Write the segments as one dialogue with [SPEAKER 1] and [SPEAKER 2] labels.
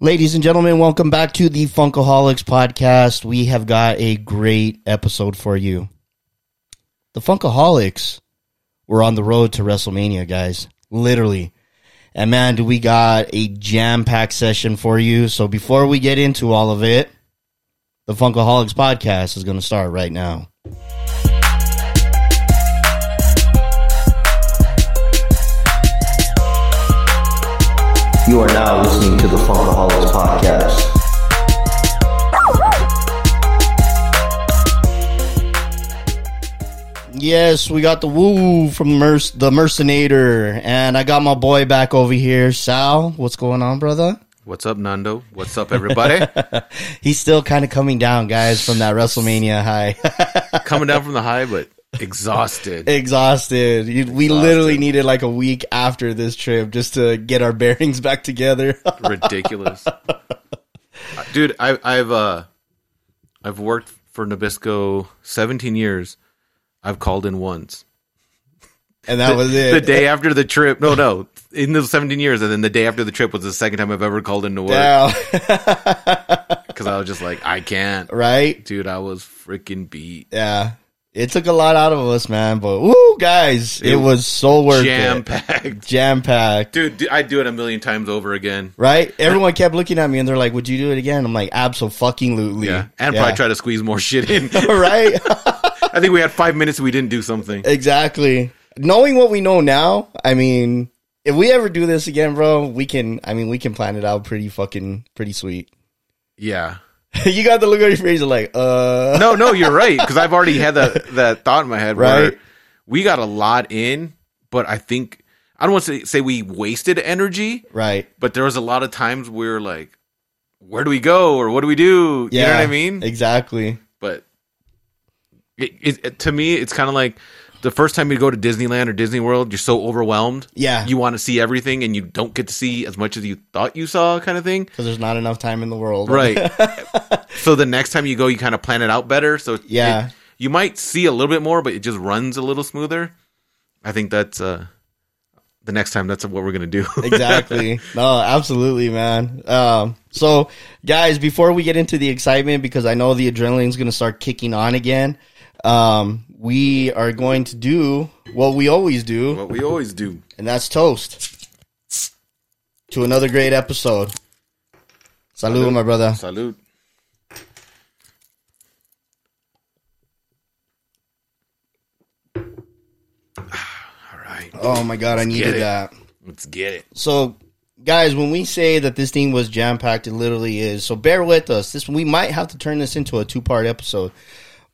[SPEAKER 1] Ladies and gentlemen, welcome back to the Funkaholics podcast. We have got a great episode for you. The Funkaholics were on the road to WrestleMania, guys. Literally. And man, do we got a jam packed session for you. So before we get into all of it, the Funkaholics podcast is going to start right now.
[SPEAKER 2] You are now listening to the Funkaholics Podcast.
[SPEAKER 1] Yes, we got the woo from Merc- the Mercenator. And I got my boy back over here, Sal. What's going on, brother?
[SPEAKER 3] What's up, Nando? What's up, everybody?
[SPEAKER 1] He's still kind of coming down, guys, from that WrestleMania high.
[SPEAKER 3] Coming down from the high, but exhausted.
[SPEAKER 1] Exhausted. You- We literally needed like a week after this trip just to get our bearings back together.
[SPEAKER 3] Ridiculous, dude. I, I've uh, I've worked for Nabisco 17 years. I've called in once.
[SPEAKER 1] and that was it.
[SPEAKER 3] The day after the trip, no, no, in those 17 years, and then the day after the trip was the second time I've ever called into work
[SPEAKER 1] Wow.
[SPEAKER 3] because I was just like, I can't,
[SPEAKER 1] right?
[SPEAKER 3] dude. I was freaking beat,
[SPEAKER 1] Yeah. It took a lot out of us, man, but woo, guys, it,
[SPEAKER 3] It
[SPEAKER 1] was so worth
[SPEAKER 3] jam
[SPEAKER 1] it.
[SPEAKER 3] packed,
[SPEAKER 1] Jam packed.
[SPEAKER 3] dude. d- I'd do it a million times over again.
[SPEAKER 1] Right? Everyone kept looking at me and they're like, Would you do it again? I'm like, Absolutely.
[SPEAKER 3] Yeah, and probably try to squeeze more shit in.
[SPEAKER 1] right?
[SPEAKER 3] I think we had five minutes. We didn't do something.
[SPEAKER 1] Exactly. Knowing what we know now, I mean, if we ever do this again, bro, we can. I mean, we can plan it out pretty fucking pretty sweet.
[SPEAKER 3] Yeah.
[SPEAKER 1] you got the look on your face, you're like, uh,
[SPEAKER 3] No, no, you're right. Because I've already had that that thought in my head. Right.
[SPEAKER 1] Right.
[SPEAKER 3] we got a lot in, but I think I don't want to say, say we wasted energy,
[SPEAKER 1] right?
[SPEAKER 3] but there was a lot of times we were like, "Where do we go?" or "What do we do?"
[SPEAKER 1] Yeah,
[SPEAKER 3] You know what I mean?
[SPEAKER 1] Exactly.
[SPEAKER 3] but it, it, it- to me, it's kind of like the first time you go to Disneyland or Disney World, you're so overwhelmed.
[SPEAKER 1] Yeah,
[SPEAKER 3] You want to see everything, and you don't get to see as much as you thought you saw, kind of thing.
[SPEAKER 1] because there's not enough time in the world,
[SPEAKER 3] Right. so the next time you go, you kind of plan it out better. So it-
[SPEAKER 1] Yeah.
[SPEAKER 3] it- you might see a little bit more, but it just runs a little smoother. I think that's uh, the next time. That's what we're gonna do.
[SPEAKER 1] exactly. No, absolutely, man. Um, so, guys, before we get into the excitement, because I know the adrenaline's going to start kicking on again, um, we are going to do what we always do.
[SPEAKER 3] what we always do.
[SPEAKER 1] and that's toast to another great episode. Salud, my brother.
[SPEAKER 3] Salute. All right,
[SPEAKER 1] Oh my god, I
[SPEAKER 3] get
[SPEAKER 1] needed
[SPEAKER 3] it.
[SPEAKER 1] that.
[SPEAKER 3] let's get it.
[SPEAKER 1] So, guys, when we say that this thing was jam packed, it literally is. So bear with us. This we might have to turn this into a two part episode,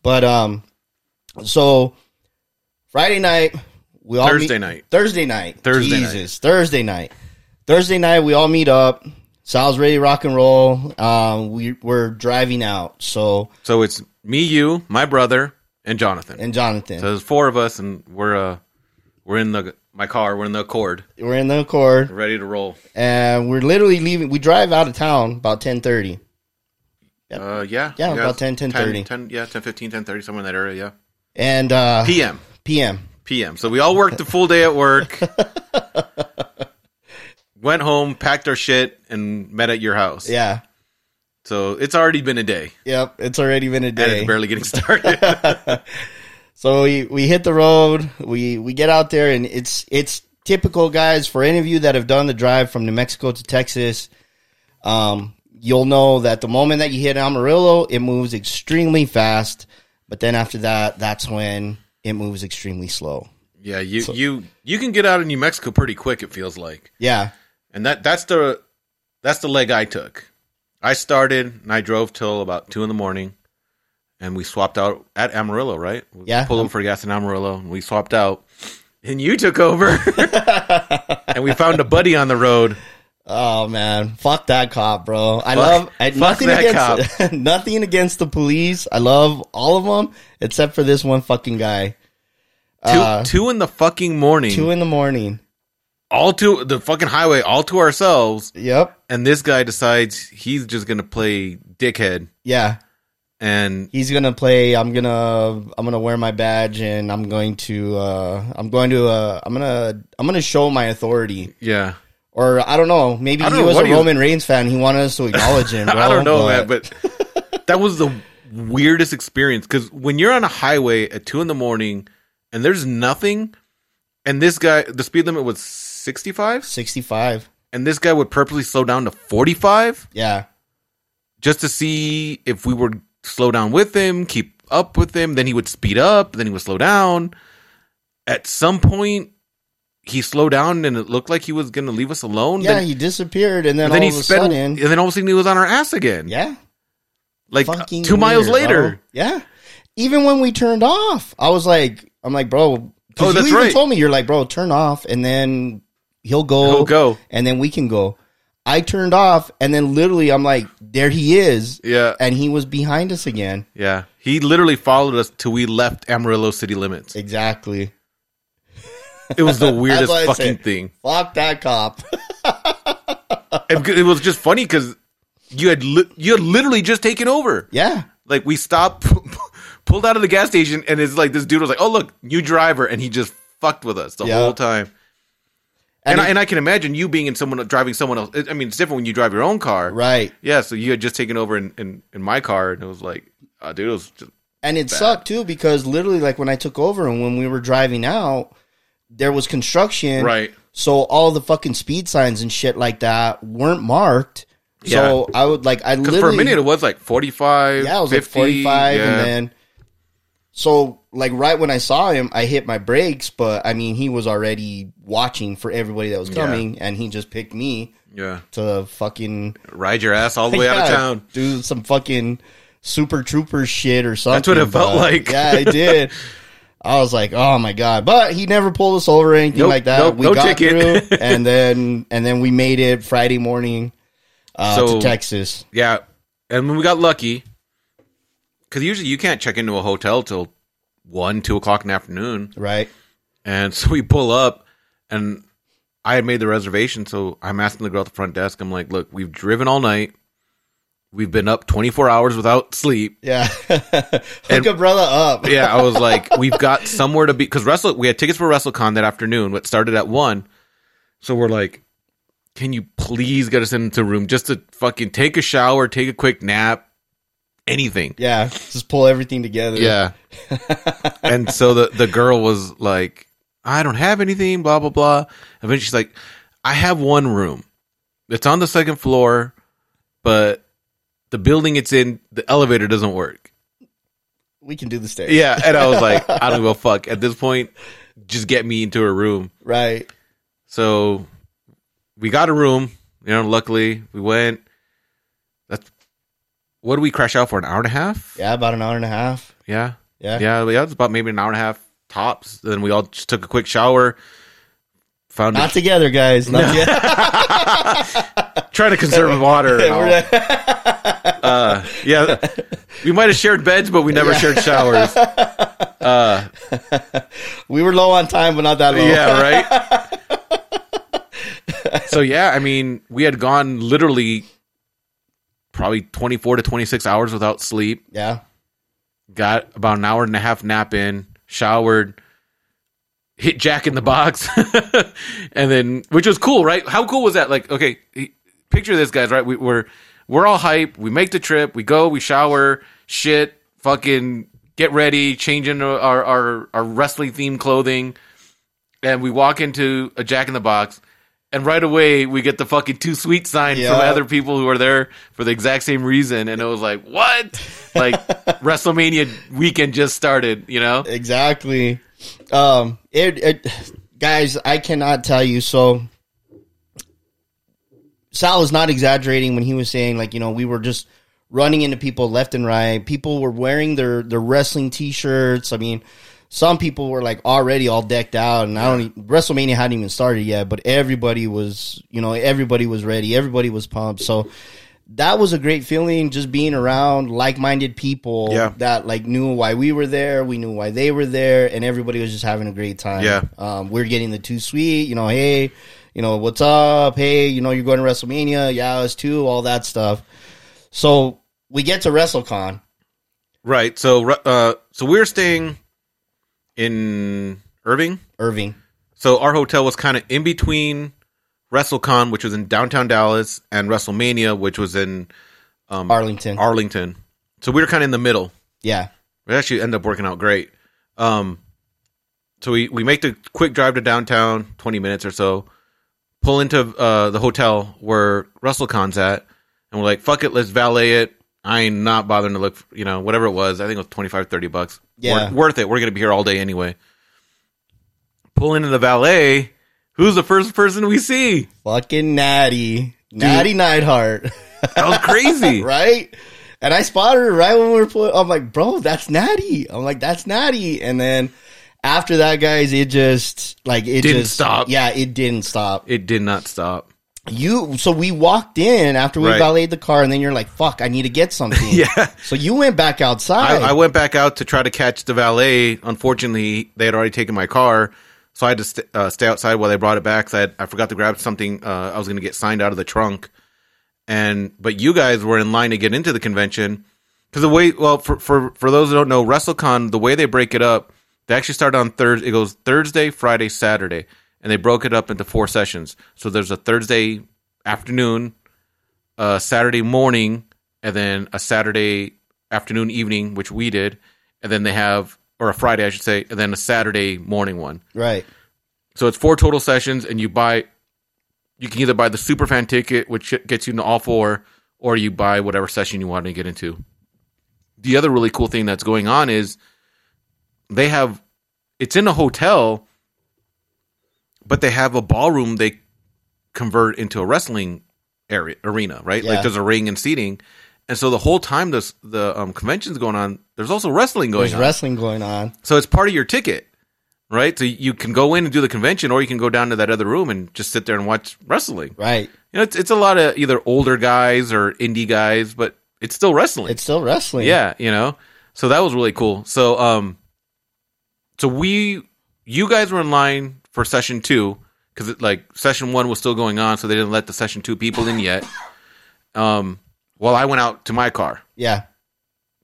[SPEAKER 1] but um, so Friday night we all
[SPEAKER 3] Thursday
[SPEAKER 1] meet-
[SPEAKER 3] night.
[SPEAKER 1] Thursday night
[SPEAKER 3] Thursday night.
[SPEAKER 1] Jesus Thursday night Thursday night we all meet up. Sal's ready to rock and roll. Um, we we're driving out. So
[SPEAKER 3] So it's me, you, my brother, and Jonathan.
[SPEAKER 1] and Jonathan.
[SPEAKER 3] so there's four of us, and we're uh, we're in the my car. We're in the Accord,
[SPEAKER 1] we're in the Accord,
[SPEAKER 3] ready to roll.
[SPEAKER 1] and we're literally leaving. We drive out of town about ten thirty.
[SPEAKER 3] Uh, yeah.
[SPEAKER 1] Yeah, about 10, 10:30.
[SPEAKER 3] 10, 10, yeah, 10, 15, 10, 30, somewhere in that area,
[SPEAKER 1] and uh,
[SPEAKER 3] yeah. PM.
[SPEAKER 1] p.m.
[SPEAKER 3] PM. So we all worked the full day at work. went home, packed our shit, and met at your house.
[SPEAKER 1] Yeah,
[SPEAKER 3] So it's already been a day.
[SPEAKER 1] yep. It's already been a
[SPEAKER 3] And
[SPEAKER 1] day.
[SPEAKER 3] it's barely getting started.
[SPEAKER 1] So we, we hit the road. We we get out there, and it's it's typical, guys. For any of you that have done the drive from New Mexico to Texas, um, you'll know that the moment that you hit Amarillo, it moves extremely fast. But then after that, that's when it moves extremely slow.
[SPEAKER 3] yeah, you you you can get out of New Mexico pretty quick, it feels like.
[SPEAKER 1] Yeah,
[SPEAKER 3] And that that's the that's the leg I took. I started and I drove till about two in the morning and we swapped out at Amarillo, right? We
[SPEAKER 1] Yeah.
[SPEAKER 3] Pulled up for gas in Amarillo and we swapped out. And you took over. and we found a buddy on the road.
[SPEAKER 1] Oh man, fuck that cop, bro. I
[SPEAKER 3] Fuck-
[SPEAKER 1] love I,
[SPEAKER 3] fuck
[SPEAKER 1] nothing
[SPEAKER 3] that
[SPEAKER 1] against nothing against the police. I love all of them except for this one fucking guy. Uh,
[SPEAKER 3] Two, two in the fucking morning.
[SPEAKER 1] Two in the morning.
[SPEAKER 3] all to the fucking highway, all to ourselves.
[SPEAKER 1] Yep.
[SPEAKER 3] And this guy decides he's just gonna play dickhead
[SPEAKER 1] Yeah.
[SPEAKER 3] and
[SPEAKER 1] He's gonna play. I'm gonna. I'm gonna wear my badge, and I'm going to. Uh, I'm going to. Uh, I'm gonna. I'm gonna show my authority,
[SPEAKER 3] yeah.
[SPEAKER 1] Or I don't know. Maybe
[SPEAKER 3] I don't
[SPEAKER 1] he
[SPEAKER 3] know
[SPEAKER 1] was
[SPEAKER 3] what
[SPEAKER 1] a
[SPEAKER 3] he was-
[SPEAKER 1] Roman Reigns fan. He wanted us to acknowledge him.
[SPEAKER 3] I
[SPEAKER 1] bro,
[SPEAKER 3] don't know, man, but that was the weirdest experience because when you're on a highway at two in the morning and there's nothing, and this guy, the speed limit was 65,
[SPEAKER 1] 65.
[SPEAKER 3] and this guy would purposely slow down to 45
[SPEAKER 1] Yeah.
[SPEAKER 3] just to see if we would slow down with him, keep up with him. Then he would speed up, then he would slow down. At some point, he slowed down and it looked like he was going to leave us alone.
[SPEAKER 1] Yeah,
[SPEAKER 3] then,
[SPEAKER 1] he disappeared and then, all
[SPEAKER 3] then he
[SPEAKER 1] of a
[SPEAKER 3] sped,
[SPEAKER 1] sudden.
[SPEAKER 3] and then all of a sudden he was on our ass again.
[SPEAKER 1] yeah.
[SPEAKER 3] like uh,
[SPEAKER 1] fucking
[SPEAKER 3] two miles
[SPEAKER 1] weird,
[SPEAKER 3] later.
[SPEAKER 1] bro. Yeah. Even when we turned off, I was like, I'm like, bro. 'cause
[SPEAKER 3] Oh, that's
[SPEAKER 1] you even
[SPEAKER 3] right.
[SPEAKER 1] told me you're like, bro, turn off, and then he'll go,
[SPEAKER 3] He'll go.
[SPEAKER 1] and then we can go. I turned off, and then literally, I'm like, there he is,
[SPEAKER 3] Yeah,
[SPEAKER 1] and he was behind us again.
[SPEAKER 3] yeah. He literally followed us till we left Amarillo city limits.
[SPEAKER 1] Exactly.
[SPEAKER 3] It was the weirdest
[SPEAKER 1] what I
[SPEAKER 3] fucking
[SPEAKER 1] said.
[SPEAKER 3] thing.
[SPEAKER 1] Fuck that cop.
[SPEAKER 3] It, it was just funny because you had li- you had literally just taken over.
[SPEAKER 1] yeah.
[SPEAKER 3] Like we stopped, pulled out of the gas station, and it's like this dude was like, "Oh look, new driver," and he just fucked with us the
[SPEAKER 1] Yeah.
[SPEAKER 3] whole time. And,
[SPEAKER 1] And
[SPEAKER 3] I,
[SPEAKER 1] it-
[SPEAKER 3] and I can imagine you being in someone driving someone else. I mean, it's different when you drive your own car,
[SPEAKER 1] Right.
[SPEAKER 3] Yeah. So you had just taken over in, in, in my car, and it was like, oh, dude, it was just
[SPEAKER 1] And it sucked too because literally, like when I took over and when we were driving out, there was construction.
[SPEAKER 3] right.
[SPEAKER 1] So all the fucking speed signs and shit like that weren't marked. So I would like I
[SPEAKER 3] Because
[SPEAKER 1] literally
[SPEAKER 3] for a minute it was like forty five.
[SPEAKER 1] yeah I was
[SPEAKER 3] 50,
[SPEAKER 1] like forty five
[SPEAKER 3] yeah.
[SPEAKER 1] and then so like right when I saw him I hit my brakes but I mean he was already watching for everybody that was
[SPEAKER 3] Yeah.
[SPEAKER 1] coming and he just picked me
[SPEAKER 3] yeah,
[SPEAKER 1] to fucking
[SPEAKER 3] ride your ass all the way out of
[SPEAKER 1] Yeah,
[SPEAKER 3] town.
[SPEAKER 1] do some fucking super trooper shit or something.
[SPEAKER 3] what it felt
[SPEAKER 1] but-
[SPEAKER 3] like.
[SPEAKER 1] yeah, I did. I was like, oh my god! But he never pulled us over or anything
[SPEAKER 3] Nope,
[SPEAKER 1] like that.
[SPEAKER 3] nope,
[SPEAKER 1] we
[SPEAKER 3] no
[SPEAKER 1] got
[SPEAKER 3] ticket.
[SPEAKER 1] through, and then and then we made it Friday morning uh,
[SPEAKER 3] So-
[SPEAKER 1] to Texas.
[SPEAKER 3] Yeah, and when we got lucky, because usually you can't check into a hotel till one, two o'clock in the afternoon,
[SPEAKER 1] Right?
[SPEAKER 3] and so we pull up, and I had made the reservation, so I'm asking the girl at the front desk. I'm like, "Look, we've driven all night, we've been up 24 hours without sleep."
[SPEAKER 1] Yeah. Hook
[SPEAKER 3] And-
[SPEAKER 1] a brother up.
[SPEAKER 3] yeah, I was like, we've got somewhere to be because Wrestle. We had tickets for WrestleCon that afternoon. It started at one, so we're like, can you please get us into a room just to fucking take a shower, take a quick nap, anything?
[SPEAKER 1] Yeah. Just pull everything together.
[SPEAKER 3] Yeah. and so the the girl was like, I don't have anything, blah blah blah. And then she's like, I have one room. It's on the second floor, but the building it's in, the elevator doesn't work.
[SPEAKER 1] We can do the stairs.
[SPEAKER 3] Yeah, and I was like, I don't give a fuck. At this point, just get me into a room.
[SPEAKER 1] Right.
[SPEAKER 3] So we got a room, you know, luckily we went. That's what did we crash out for? An hour and a half?
[SPEAKER 1] Yeah. About an hour and a half.
[SPEAKER 3] Yeah.
[SPEAKER 1] Yeah.
[SPEAKER 3] Yeah, yeah, it's about maybe an hour and a half tops. Then we all just took a quick shower. Found
[SPEAKER 1] Not
[SPEAKER 3] a,
[SPEAKER 1] together, guys. Not together.
[SPEAKER 3] trying to conserve water. and all.
[SPEAKER 1] We're not-
[SPEAKER 3] uh, yeah, we might have shared beds, but we never shared showers. Uh,
[SPEAKER 1] we were low on time, but not that low.
[SPEAKER 3] Yeah, right. so yeah, I mean, we had gone literally probably 24 to 26 hours without sleep.
[SPEAKER 1] Yeah.
[SPEAKER 3] Got about an hour and a half nap in, showered, hit Jack in the box, and then which was cool, right? How cool was that? Like, okay, he- picture this, guys. Right, we, we're we're all hype. We make the trip. We go. We shower. Shit, fucking get ready. Change into our our, our wrestling themed clothing and we walk into a Jack in the Box, and right away we get the fucking two sweet sign
[SPEAKER 1] Yeah.
[SPEAKER 3] from other people who are there for the exact same reason, and it was like, what? Like WrestleMania weekend just started, you know?
[SPEAKER 1] Exactly. Um, it, it, guys, I cannot tell you. So, Sal was not exaggerating when he was saying, like, you know, we were just running into people left and right. People were wearing their their wrestling t shirts. I mean, some people were like already all decked out, and I don't. e-, WrestleMania hadn't even started yet, but everybody was, you know, everybody was ready. Everybody was pumped. So. That was a great feeling just being around like minded people
[SPEAKER 3] Yeah.
[SPEAKER 1] that like knew why we were there, we knew why they were there, and everybody was just having a great time.
[SPEAKER 3] Yeah.
[SPEAKER 1] um, we're getting the two sweet. You know, hey, you know what's up? Hey, you know you're going to WrestleMania? Yeah, us too. All that stuff. So we get to WrestleCon.
[SPEAKER 3] Right. So, uh, so we were staying in Irving.
[SPEAKER 1] Irving,
[SPEAKER 3] So our hotel was kind of in between WrestleCon, which was in downtown Dallas, and WrestleMania, which was in um,
[SPEAKER 1] Arlington.
[SPEAKER 3] Arlington. So we were kind of in the middle.
[SPEAKER 1] yeah.
[SPEAKER 3] It actually ended up working out great. Um, so we, we make the quick drive to downtown, 20 minutes or so, pull into uh, the hotel where WrestleCon's at, and we're like, fuck it, let's valet it. I ain't not bothering to look, for, you know, whatever it was. I think it was 25, 30 bucks.
[SPEAKER 1] Yeah.
[SPEAKER 3] Worth, worth it. We're going to be here all day anyway. Pull into the valet. Who's the first person we see?
[SPEAKER 1] Fucking Natty. Natty Neidhart.
[SPEAKER 3] That was crazy.
[SPEAKER 1] right? And I spotted her right when we were playing. I'm like, bro, that's Natty. I'm like, that's Natty. And then after that, guys, it just like it
[SPEAKER 3] Didn't
[SPEAKER 1] just,
[SPEAKER 3] stop.
[SPEAKER 1] Yeah, it didn't stop.
[SPEAKER 3] It did not stop.
[SPEAKER 1] You so we walked in after we
[SPEAKER 3] Right.
[SPEAKER 1] valeted the car, and then you're like, fuck, I need to get something.
[SPEAKER 3] Yeah.
[SPEAKER 1] So you went back outside.
[SPEAKER 3] I, I went back out to try to catch the valet. Unfortunately, they had already taken my car, so I had to st- uh, stay outside while they brought it back. 'cause I, had, I forgot to grab something. Uh, I was going to get signed out of the trunk, and but you guys were in line to get into the convention because the way. Well, for for for those who don't know, WrestleCon, the way they break it up, they actually start on Thursday. It goes Thursday, Friday, Saturday, and they broke it up into four sessions. So there's a Thursday afternoon, a Saturday morning and then a Saturday afternoon evening, which we did, and then they have or a Friday I should say, and then a Saturday morning one.
[SPEAKER 1] right.
[SPEAKER 3] So it's four total sessions, and you buy you can either buy the super fan ticket, which gets you into all four, or you buy whatever session you want to get into. The other really cool thing that's going on is they have it's in a hotel, but they have a ballroom they convert into a wrestling area arena, right?
[SPEAKER 1] Yeah.
[SPEAKER 3] Like there's a ring and seating. And so the whole time this the um, convention's going on, there's also wrestling going
[SPEAKER 1] There's
[SPEAKER 3] on.
[SPEAKER 1] wrestling going on.
[SPEAKER 3] So it's part of your ticket, right? So you can go in and do the convention, or you can go down to that other room and just sit there and watch wrestling.
[SPEAKER 1] Right.
[SPEAKER 3] You know, it's, it's a lot of either older guys or indie guys, but it's still wrestling.
[SPEAKER 1] It's still wrestling.
[SPEAKER 3] yeah, you know. So that was really cool. So um, so we you guys were in line for session two because like session one was still going on, so they didn't let the session two people in yet. Um, while I went out to my car,
[SPEAKER 1] Yeah.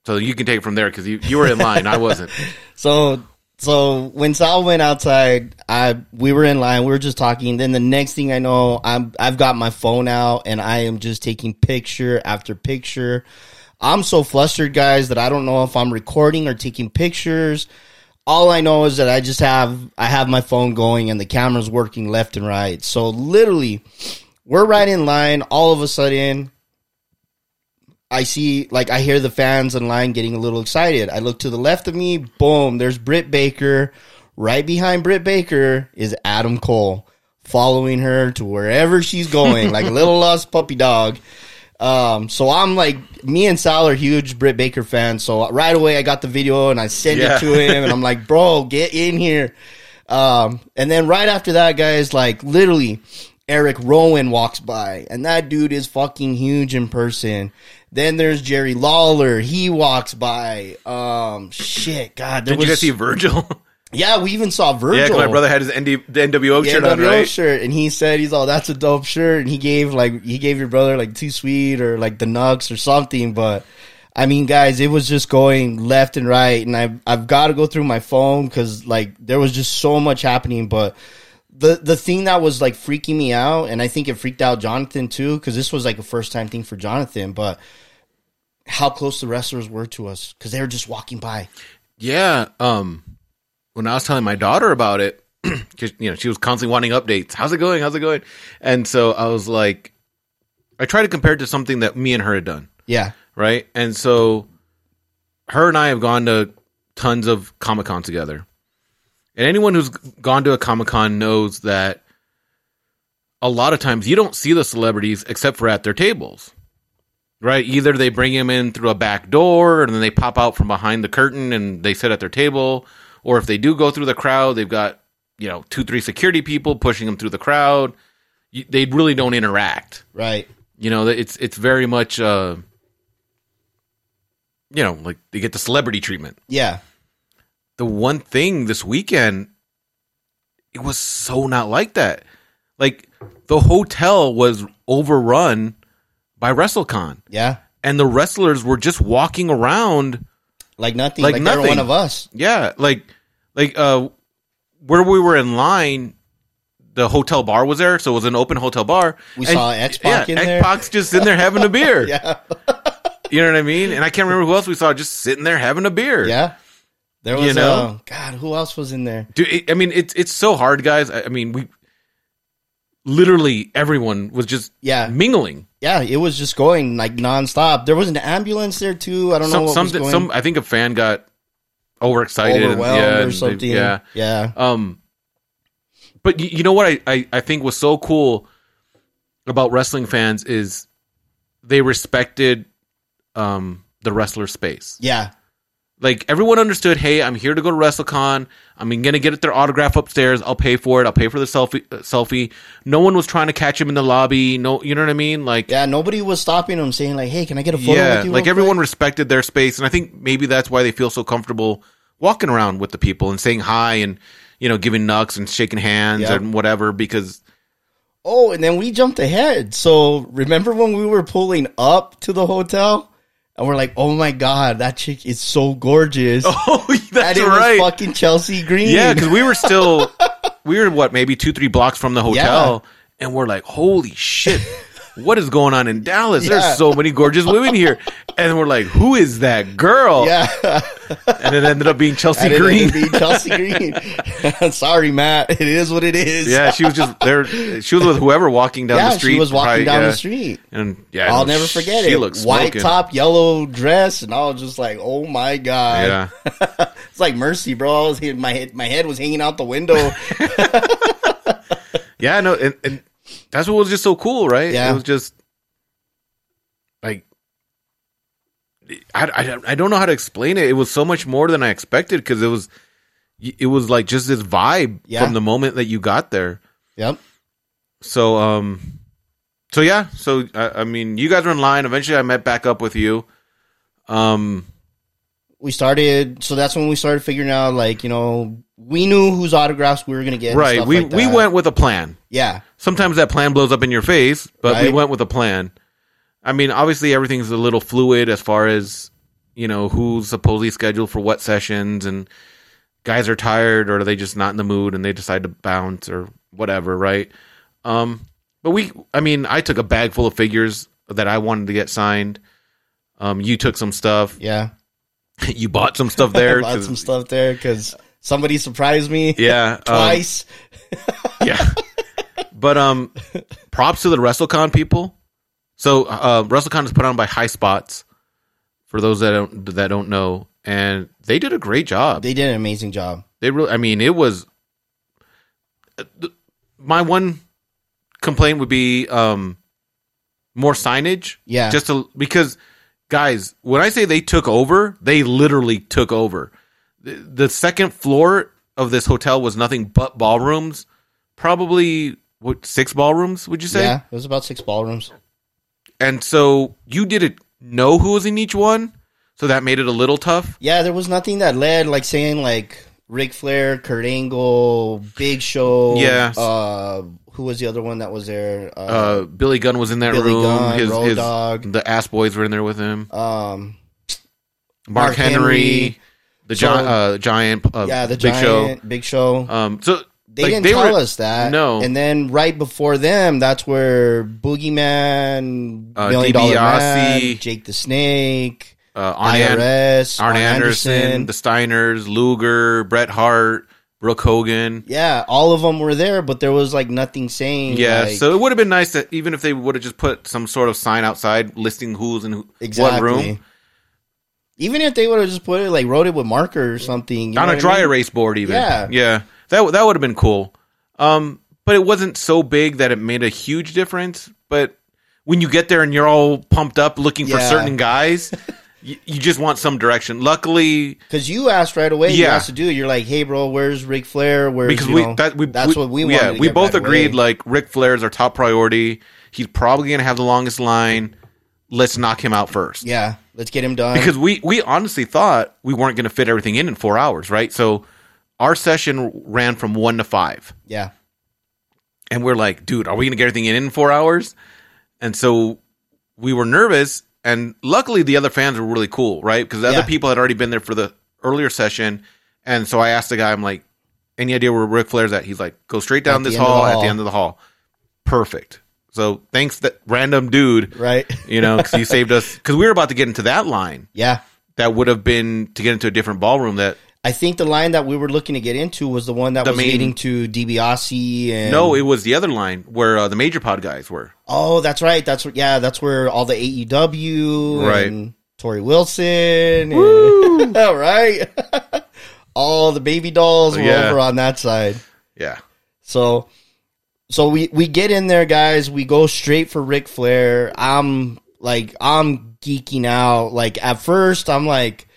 [SPEAKER 3] so you can take it from there because you you were in line, I wasn't.
[SPEAKER 1] So so when Sal went outside, I we were in line. We were just talking. Then the next thing I know, I'm I've got my phone out and I am just taking picture after picture. I'm so flustered, guys, that I don't know if I'm recording or taking pictures. All I know is that I just have I have my phone going and the camera's working left and right. So literally, we're right in line. All of a sudden, I see, like, I hear the fans in line getting a little excited. I look to the left of me, boom, there's Britt Baker. Right behind Britt Baker is Adam Cole, following her to wherever she's going, like a little lost puppy dog. Um, so I'm like, me and Sal are huge Britt Baker fans. So right away, I got the video and I send
[SPEAKER 3] Yeah.
[SPEAKER 1] it to him, and I'm like, bro, get in here. Um, and then right after that, guys, like literally, Eric Rowan walks by, and that dude is fucking huge in person. Then there's Jerry Lawler. He walks by. Um, shit, God, there
[SPEAKER 3] Did you guys
[SPEAKER 1] was
[SPEAKER 3] see Virgil?
[SPEAKER 1] yeah, we even saw Virgil.
[SPEAKER 3] Yeah, 'cause my brother had his ND, the NWO
[SPEAKER 1] Yeah,
[SPEAKER 3] shirt
[SPEAKER 1] NWO
[SPEAKER 3] on, right?
[SPEAKER 1] shirt, and he said he's all that's a dope shirt, and he gave like he gave your brother like too sweet or like the Nux or something. But I mean, guys, it was just going left and right, and I've I've got to go through my phone because like there was just so much happening. But the the thing that was like freaking me out, and I think it freaked out Jonathan too, because this was like a first time thing for Jonathan, but. How close the wrestlers were to us because they were just walking by.
[SPEAKER 3] Yeah. Um, when I was telling my daughter about it, 'cause, you know, she was constantly wanting updates. How's it going? How's it going? And so I was like, I tried to compare it to something that me and her had done,
[SPEAKER 1] Yeah,
[SPEAKER 3] right? And so her and I have gone to tons of Comic Con together. And anyone who's gone to a Comic Con knows that a lot of times you don't see the celebrities except for at their tables. Right? Either they bring him in through a back door and then they pop out from behind the curtain and they sit at their table. Or if they do go through the crowd, they've got, you know, two, three security people pushing them through the crowd. You- They really don't interact
[SPEAKER 1] right.
[SPEAKER 3] you know it's it's very much uh you know like they get the celebrity treatment
[SPEAKER 1] Yeah,
[SPEAKER 3] the one thing this weekend it was so not like that like the hotel was overrun by wrestlecon
[SPEAKER 1] yeah.
[SPEAKER 3] and the wrestlers were just walking around
[SPEAKER 1] Like nothing.
[SPEAKER 3] Like
[SPEAKER 1] Like, they were
[SPEAKER 3] nothing.
[SPEAKER 1] one of us.
[SPEAKER 3] yeah like like uh where we were in line the hotel bar was there, so it was an open hotel bar.
[SPEAKER 1] We saw X-Pac in there.
[SPEAKER 3] X-Pac's just in there having a beer.
[SPEAKER 1] Yeah.
[SPEAKER 3] You know what I mean? And I can't remember who else we saw just sitting there having a beer.
[SPEAKER 1] Yeah. There
[SPEAKER 3] You
[SPEAKER 1] was
[SPEAKER 3] know?
[SPEAKER 1] uh, God, who else was in there?
[SPEAKER 3] Dude, it, I mean, it's it's so hard, guys. I, I mean, we literally everyone was just
[SPEAKER 1] Yeah.
[SPEAKER 3] mingling.
[SPEAKER 1] Yeah, it was just going like nonstop. There was an ambulance there too. I don't know
[SPEAKER 3] Some,
[SPEAKER 1] what
[SPEAKER 3] some,
[SPEAKER 1] was going
[SPEAKER 3] some. I think a fan got overexcited, and-
[SPEAKER 1] overwhelmed
[SPEAKER 3] yeah, and
[SPEAKER 1] or
[SPEAKER 3] they-
[SPEAKER 1] something.
[SPEAKER 3] yeah,
[SPEAKER 1] yeah.
[SPEAKER 3] Um, but you, you know what I, I, I think was so cool about wrestling fans is they respected um, the wrestler space.
[SPEAKER 1] Yeah.
[SPEAKER 3] Like everyone understood, hey, I'm here to go to WrestleCon. I'm gonna get their autograph upstairs. I'll pay for it. I'll pay for the selfie. Uh, selfie. No one was trying to catch him in the lobby. No, you know what I mean? Like
[SPEAKER 1] Yeah, nobody was stopping him saying like, "Hey, can I get a photo
[SPEAKER 3] yeah,
[SPEAKER 1] with you?"
[SPEAKER 3] like
[SPEAKER 1] real
[SPEAKER 3] everyone
[SPEAKER 1] quick?"
[SPEAKER 3] respected their space, and I think maybe that's why they feel so comfortable walking around with the people and saying hi and you know giving nucks and shaking hands
[SPEAKER 1] Yep.
[SPEAKER 3] and whatever because
[SPEAKER 1] Oh, and then we jumped ahead. So, remember when we were pulling up to the hotel and we're like, "Oh my god, that chick is so gorgeous."
[SPEAKER 3] oh
[SPEAKER 1] and
[SPEAKER 3] that's
[SPEAKER 1] it
[SPEAKER 3] right
[SPEAKER 1] was fucking Chelsea Green.
[SPEAKER 3] yeah because we were still we were what maybe two three blocks from the hotel and we're like holy shit what is going on in Dallas
[SPEAKER 1] Yeah.
[SPEAKER 3] there's so many gorgeous women here and we're like who is that girl
[SPEAKER 1] Yeah.
[SPEAKER 3] and it ended up being Chelsea
[SPEAKER 1] And it
[SPEAKER 3] Green
[SPEAKER 1] ended up being Chelsea Green. Sorry, Matt. It is what it is.
[SPEAKER 3] yeah she was just there she was with whoever walking down
[SPEAKER 1] Yeah,
[SPEAKER 3] the street
[SPEAKER 1] she was walking
[SPEAKER 3] probably,
[SPEAKER 1] down
[SPEAKER 3] yeah.
[SPEAKER 1] the street.
[SPEAKER 3] And yeah,
[SPEAKER 1] I'll
[SPEAKER 3] no,
[SPEAKER 1] never
[SPEAKER 3] sh-
[SPEAKER 1] forget
[SPEAKER 3] she
[SPEAKER 1] it.
[SPEAKER 3] looks
[SPEAKER 1] White
[SPEAKER 3] smoking.
[SPEAKER 1] top, yellow dress, and I was just like, "Oh my god!"
[SPEAKER 3] Yeah,
[SPEAKER 1] It's like mercy, bro. I was hitting my head, my head was hanging out the window.
[SPEAKER 3] yeah, no, and, and that's what was just so cool, right?
[SPEAKER 1] Yeah.
[SPEAKER 3] it was just like I, I, I don't know how to explain it. It was so much more than I expected because it was it was like just this vibe
[SPEAKER 1] Yeah.
[SPEAKER 3] from the moment that you got there.
[SPEAKER 1] yep.
[SPEAKER 3] So um, so yeah, so I, I mean, you guys were in line. Eventually, I met back up with you. Um,
[SPEAKER 1] We started, so that's when we started figuring out, like you know, we knew whose autographs we were gonna get. and
[SPEAKER 3] right,
[SPEAKER 1] stuff
[SPEAKER 3] we
[SPEAKER 1] like
[SPEAKER 3] we
[SPEAKER 1] that.
[SPEAKER 3] went with a plan.
[SPEAKER 1] Yeah,
[SPEAKER 3] sometimes that plan blows up in your face, but we
[SPEAKER 1] Right.
[SPEAKER 3] went with a plan. I mean, obviously everything's a little fluid as far as you know who's supposedly scheduled for what sessions, and guys are tired or are they just not in the mood and they decide to bounce or whatever, right? Um, but we, I mean, I took a bag full of figures that I wanted to get signed. Um, you took some stuff.
[SPEAKER 1] yeah.
[SPEAKER 3] you bought some stuff
[SPEAKER 1] I
[SPEAKER 3] there.
[SPEAKER 1] bought
[SPEAKER 3] 'cause-
[SPEAKER 1] some stuff there because somebody surprised me
[SPEAKER 3] Yeah, um,
[SPEAKER 1] twice.
[SPEAKER 3] yeah. But um, props to the WrestleCon people. So uh, WrestleCon is put on by High Spots. For those that don't that don't know, and they did a great job. They,
[SPEAKER 1] they did an amazing job.
[SPEAKER 3] really, I mean, it was. My one complaint would be um, more signage.
[SPEAKER 1] Yeah.
[SPEAKER 3] just to, because guys, when I say they took over, they literally took over. The, the second floor of this hotel was nothing but ballrooms. Probably what six ballrooms would you say?
[SPEAKER 1] Yeah, it was about six ballrooms.
[SPEAKER 3] And so you didn't know who was in each one, so that made it a little tough.
[SPEAKER 1] Yeah, there was nothing that led like saying like Ric Flair, Kurt Angle, Big Show.
[SPEAKER 3] Yeah.
[SPEAKER 1] Uh, who was the other one that was there?
[SPEAKER 3] Uh, Billy Gunn was in that
[SPEAKER 1] Billy
[SPEAKER 3] room.
[SPEAKER 1] Gunn, Road Dogg.
[SPEAKER 3] the ass boys were in there with him.
[SPEAKER 1] um,
[SPEAKER 3] Mark,
[SPEAKER 1] Mark
[SPEAKER 3] Henry,
[SPEAKER 1] Henry.
[SPEAKER 3] the
[SPEAKER 1] So-
[SPEAKER 3] gi- uh, giant, uh,
[SPEAKER 1] yeah, the
[SPEAKER 3] big
[SPEAKER 1] giant, Big Show.
[SPEAKER 3] show. Um, so
[SPEAKER 1] they
[SPEAKER 3] like,
[SPEAKER 1] didn't tell
[SPEAKER 3] were-
[SPEAKER 1] us that.
[SPEAKER 3] No.
[SPEAKER 1] And then right before them, that's where Boogeyman,
[SPEAKER 3] Uh,
[SPEAKER 1] Million Dollar Man,
[SPEAKER 3] DiBiase.
[SPEAKER 1] Jake the Snake,
[SPEAKER 3] uh, Arn, An-
[SPEAKER 1] IRS,
[SPEAKER 3] Arn Anderson, the Steiners, Luger, Bret Hart, Brooke Hogan.
[SPEAKER 1] yeah, all of them were there, but there was like nothing saying.
[SPEAKER 3] Yeah,
[SPEAKER 1] like-
[SPEAKER 3] so it would have been nice that even if they would have just put some sort of sign outside listing who's in who,
[SPEAKER 1] Exactly.
[SPEAKER 3] what room
[SPEAKER 1] Even if they would have just put it like wrote it with marker or something you
[SPEAKER 3] on
[SPEAKER 1] know what
[SPEAKER 3] a
[SPEAKER 1] I
[SPEAKER 3] dry
[SPEAKER 1] mean?
[SPEAKER 3] erase board, even
[SPEAKER 1] Yeah.
[SPEAKER 3] yeah, that w- that would have been cool. Um, but it wasn't so big that it made a huge difference. But when you get there and you're all pumped up looking for
[SPEAKER 1] Yeah.
[SPEAKER 3] certain guys, you, you just want some direction. Luckily,
[SPEAKER 1] Because you asked right away, you
[SPEAKER 3] Yeah.
[SPEAKER 1] asked to do. it. You're like, hey, bro, where's Ric Flair? Where's
[SPEAKER 3] because
[SPEAKER 1] you
[SPEAKER 3] we
[SPEAKER 1] know,
[SPEAKER 3] that we
[SPEAKER 1] that's what we wanted.
[SPEAKER 3] yeah
[SPEAKER 1] to
[SPEAKER 3] we
[SPEAKER 1] get
[SPEAKER 3] both
[SPEAKER 1] right
[SPEAKER 3] agreed
[SPEAKER 1] away.
[SPEAKER 3] like Ric Flair is our top priority. He's probably gonna have the longest line. Let's knock him out first.
[SPEAKER 1] yeah, let's get him done.
[SPEAKER 3] because we we honestly thought we weren't going to fit everything in in four hours, right? So our session ran from one to five,
[SPEAKER 1] yeah,
[SPEAKER 3] and we're like, dude, are we going to get everything in in four hours? And so we were nervous, and luckily the other fans were really cool, right? Because the
[SPEAKER 1] Yeah.
[SPEAKER 3] other people had already been there for the earlier session, and so I asked the guy, I'm like, any idea where Ric Flair's at, he's like, go straight down
[SPEAKER 1] the
[SPEAKER 3] this
[SPEAKER 1] end of
[SPEAKER 3] hall
[SPEAKER 1] the
[SPEAKER 3] at
[SPEAKER 1] hall.
[SPEAKER 3] the end of the hall. Perfect. So thanks that random dude,
[SPEAKER 1] Right.
[SPEAKER 3] you know, because you saved us because we were about to get into that line
[SPEAKER 1] Yeah.
[SPEAKER 3] that would have been to get into a different ballroom that
[SPEAKER 1] I think the line that we were looking to get into was the one that
[SPEAKER 3] The
[SPEAKER 1] was
[SPEAKER 3] main-
[SPEAKER 1] leading to DiBiase and
[SPEAKER 3] no, it was the other line where uh, the major pod guys were.
[SPEAKER 1] Oh, that's right. That's wh- yeah. That's where all the AEW
[SPEAKER 3] Right.
[SPEAKER 1] and Tori Wilson, and, right? all the baby dolls were
[SPEAKER 3] Yeah.
[SPEAKER 1] over on that side.
[SPEAKER 3] Yeah,
[SPEAKER 1] So, so we we get in there, guys. We go straight for Ric Flair. I'm like, I'm geeking out. Like at first, I'm like,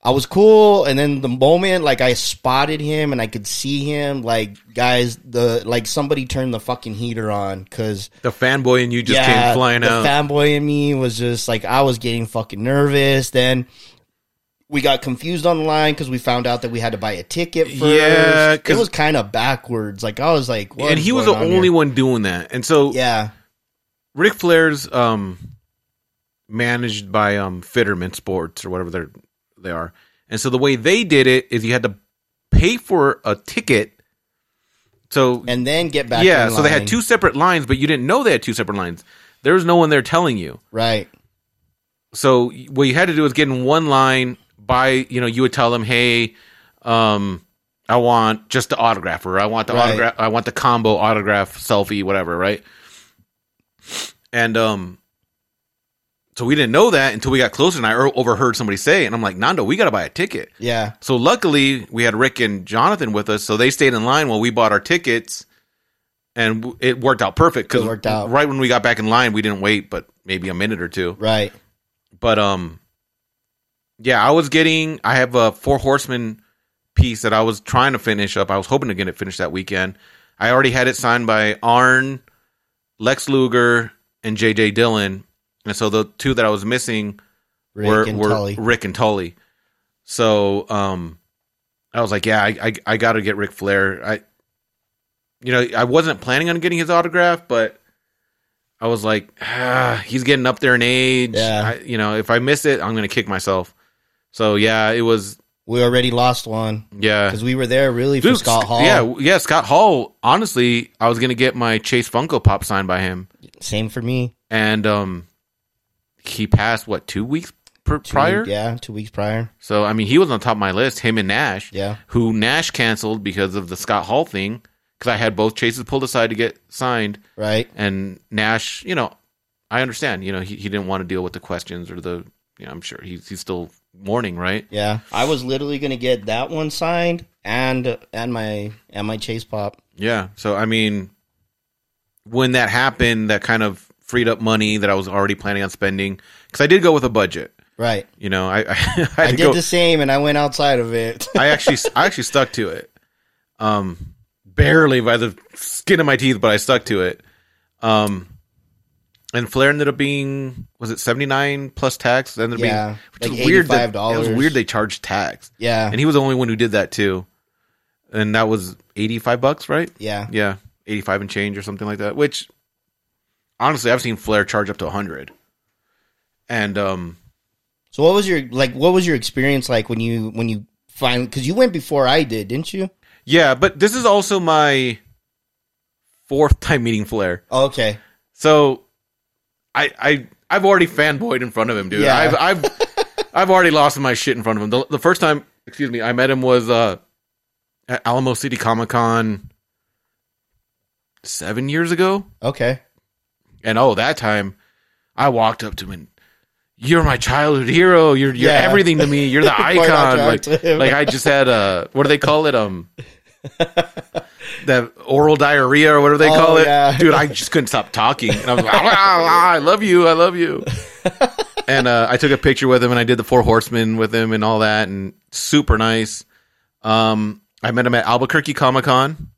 [SPEAKER 1] I was cool, and then the moment like I spotted him and I could see him, like guys, the like somebody turned the fucking heater on because
[SPEAKER 3] the fanboy and you just came flying
[SPEAKER 1] the
[SPEAKER 3] out.
[SPEAKER 1] fanboy in me was just like I was getting fucking nervous. Then we got confused online because we found out that we had to buy a ticket. First.
[SPEAKER 3] Yeah,
[SPEAKER 1] it
[SPEAKER 3] 'cause-
[SPEAKER 1] was kind of backwards. Like I was like, what
[SPEAKER 3] and
[SPEAKER 1] is
[SPEAKER 3] he was the
[SPEAKER 1] going on
[SPEAKER 3] only
[SPEAKER 1] here?
[SPEAKER 3] one doing that. And so
[SPEAKER 1] Yeah,
[SPEAKER 3] Ric Flair's um managed by um Fitterman Sports or whatever they're they are. And so the way they did it is you had to pay for a ticket. So
[SPEAKER 1] and then get back.
[SPEAKER 3] yeah,
[SPEAKER 1] in
[SPEAKER 3] so they
[SPEAKER 1] line.
[SPEAKER 3] had two separate lines, but you didn't know they had two separate lines. There was no one there telling you.
[SPEAKER 1] Right,
[SPEAKER 3] So what you had to do was get in one line by, you know, you would tell them, "Hey, um I want just the autograph or I want the
[SPEAKER 1] Right.
[SPEAKER 3] autograph I want the combo autograph selfie whatever, right?" And um so we didn't know that until we got closer and I o- overheard somebody say, and I'm like, "Nando, we got to buy a ticket."
[SPEAKER 1] yeah,
[SPEAKER 3] So luckily, we had Rick and Jonathan with us, so they stayed in line while we bought our tickets, and w- it worked out perfect
[SPEAKER 1] It worked out.
[SPEAKER 3] right when we got back in line, we didn't wait, but maybe a minute or two.
[SPEAKER 1] right.
[SPEAKER 3] But um, yeah, I was getting. I have a Four Horsemen piece that I was trying to finish up. I was hoping to get it finished that weekend. I already had it signed by Arn, Lex Luger, and J.J. Dillon, and so the two that I was missing
[SPEAKER 1] Rick
[SPEAKER 3] were,
[SPEAKER 1] and
[SPEAKER 3] were
[SPEAKER 1] Tully.
[SPEAKER 3] Rick and Tully. So um, I was like, yeah, I I, I got to get Ric Flair. I, you know, I wasn't planning on getting his autograph, but I was like, ah, he's getting up there in age.
[SPEAKER 1] Yeah.
[SPEAKER 3] I, you know, if I miss it, I'm gonna kick myself. So yeah, it was
[SPEAKER 1] We already lost one
[SPEAKER 3] yeah.
[SPEAKER 1] because we were there really for
[SPEAKER 3] Dude,
[SPEAKER 1] Scott
[SPEAKER 3] Sc-
[SPEAKER 1] Hall.
[SPEAKER 3] Yeah, yeah, Scott Hall. Honestly, I was gonna get my Chase Funko Pop signed by him,
[SPEAKER 1] same for me.
[SPEAKER 3] and um, he passed what two weeks per,
[SPEAKER 1] Two-
[SPEAKER 3] prior?
[SPEAKER 1] yeah, two weeks prior.
[SPEAKER 3] So I mean, he was on top of my list. Him and Nash.
[SPEAKER 1] Yeah.
[SPEAKER 3] Who Nash canceled because of the Scott Hall thing? Because I had both chases pulled aside to get signed,
[SPEAKER 1] Right,
[SPEAKER 3] and Nash, you know, I understand. You know, he, he didn't want to deal with the questions or the. You know, I'm sure he's he's still mourning, right?
[SPEAKER 1] yeah. I was literally gonna get that one signed and and my and my chase pop.
[SPEAKER 3] Yeah. So I mean, when that happened, that kind of freed up money that I was already planning on spending because I did go with a budget.
[SPEAKER 1] Right.
[SPEAKER 3] You know, I I, I, had
[SPEAKER 1] I
[SPEAKER 3] to
[SPEAKER 1] did
[SPEAKER 3] go-
[SPEAKER 1] the same, and I went outside of it.
[SPEAKER 3] I actually I actually stuck to it. Um barely by the skin of my teeth, but I stuck to it. Um and Flair ended up being was it 79 plus tax ended up
[SPEAKER 1] Yeah,
[SPEAKER 3] being which
[SPEAKER 1] like
[SPEAKER 3] is weird that, it
[SPEAKER 1] $85.
[SPEAKER 3] was weird they charged tax.
[SPEAKER 1] yeah,
[SPEAKER 3] And he was the only one who did that too. And that was 85 bucks, right?
[SPEAKER 1] yeah,
[SPEAKER 3] Yeah, 85 and change or something like that, which honestly I've seen Flair charge up to 100. And um
[SPEAKER 1] So, what was your like? What was your experience like when you when you finally? Because you went before I did, didn't you?
[SPEAKER 3] yeah, but this is also my fourth time meeting Flair.
[SPEAKER 1] Oh, okay,
[SPEAKER 3] So I I I've already fanboyed in front of him, dude.
[SPEAKER 1] Yeah.
[SPEAKER 3] I've I've I've already lost my shit in front of him. The, the first time, excuse me, I met him was uh at Alamo City Comic Con 7 years ago.
[SPEAKER 1] okay,
[SPEAKER 3] And oh, that time I walked up to him and you're my childhood hero. You're you're
[SPEAKER 1] Yeah.
[SPEAKER 3] everything to me. You're the
[SPEAKER 1] Why not
[SPEAKER 3] icon.
[SPEAKER 1] try
[SPEAKER 3] Like,
[SPEAKER 1] to him?
[SPEAKER 3] like I just had a what do they call it? Um, that oral diarrhea or whatever they
[SPEAKER 1] Oh,
[SPEAKER 3] call it,
[SPEAKER 1] yeah.
[SPEAKER 3] dude. I just couldn't stop talking, and I was like, "Ah, ah, ah, I love you, I love you. and uh, I took a picture with him, and I did the Four Horsemen with him, and all that, and super nice. Um, I met him at Albuquerque Comic Con.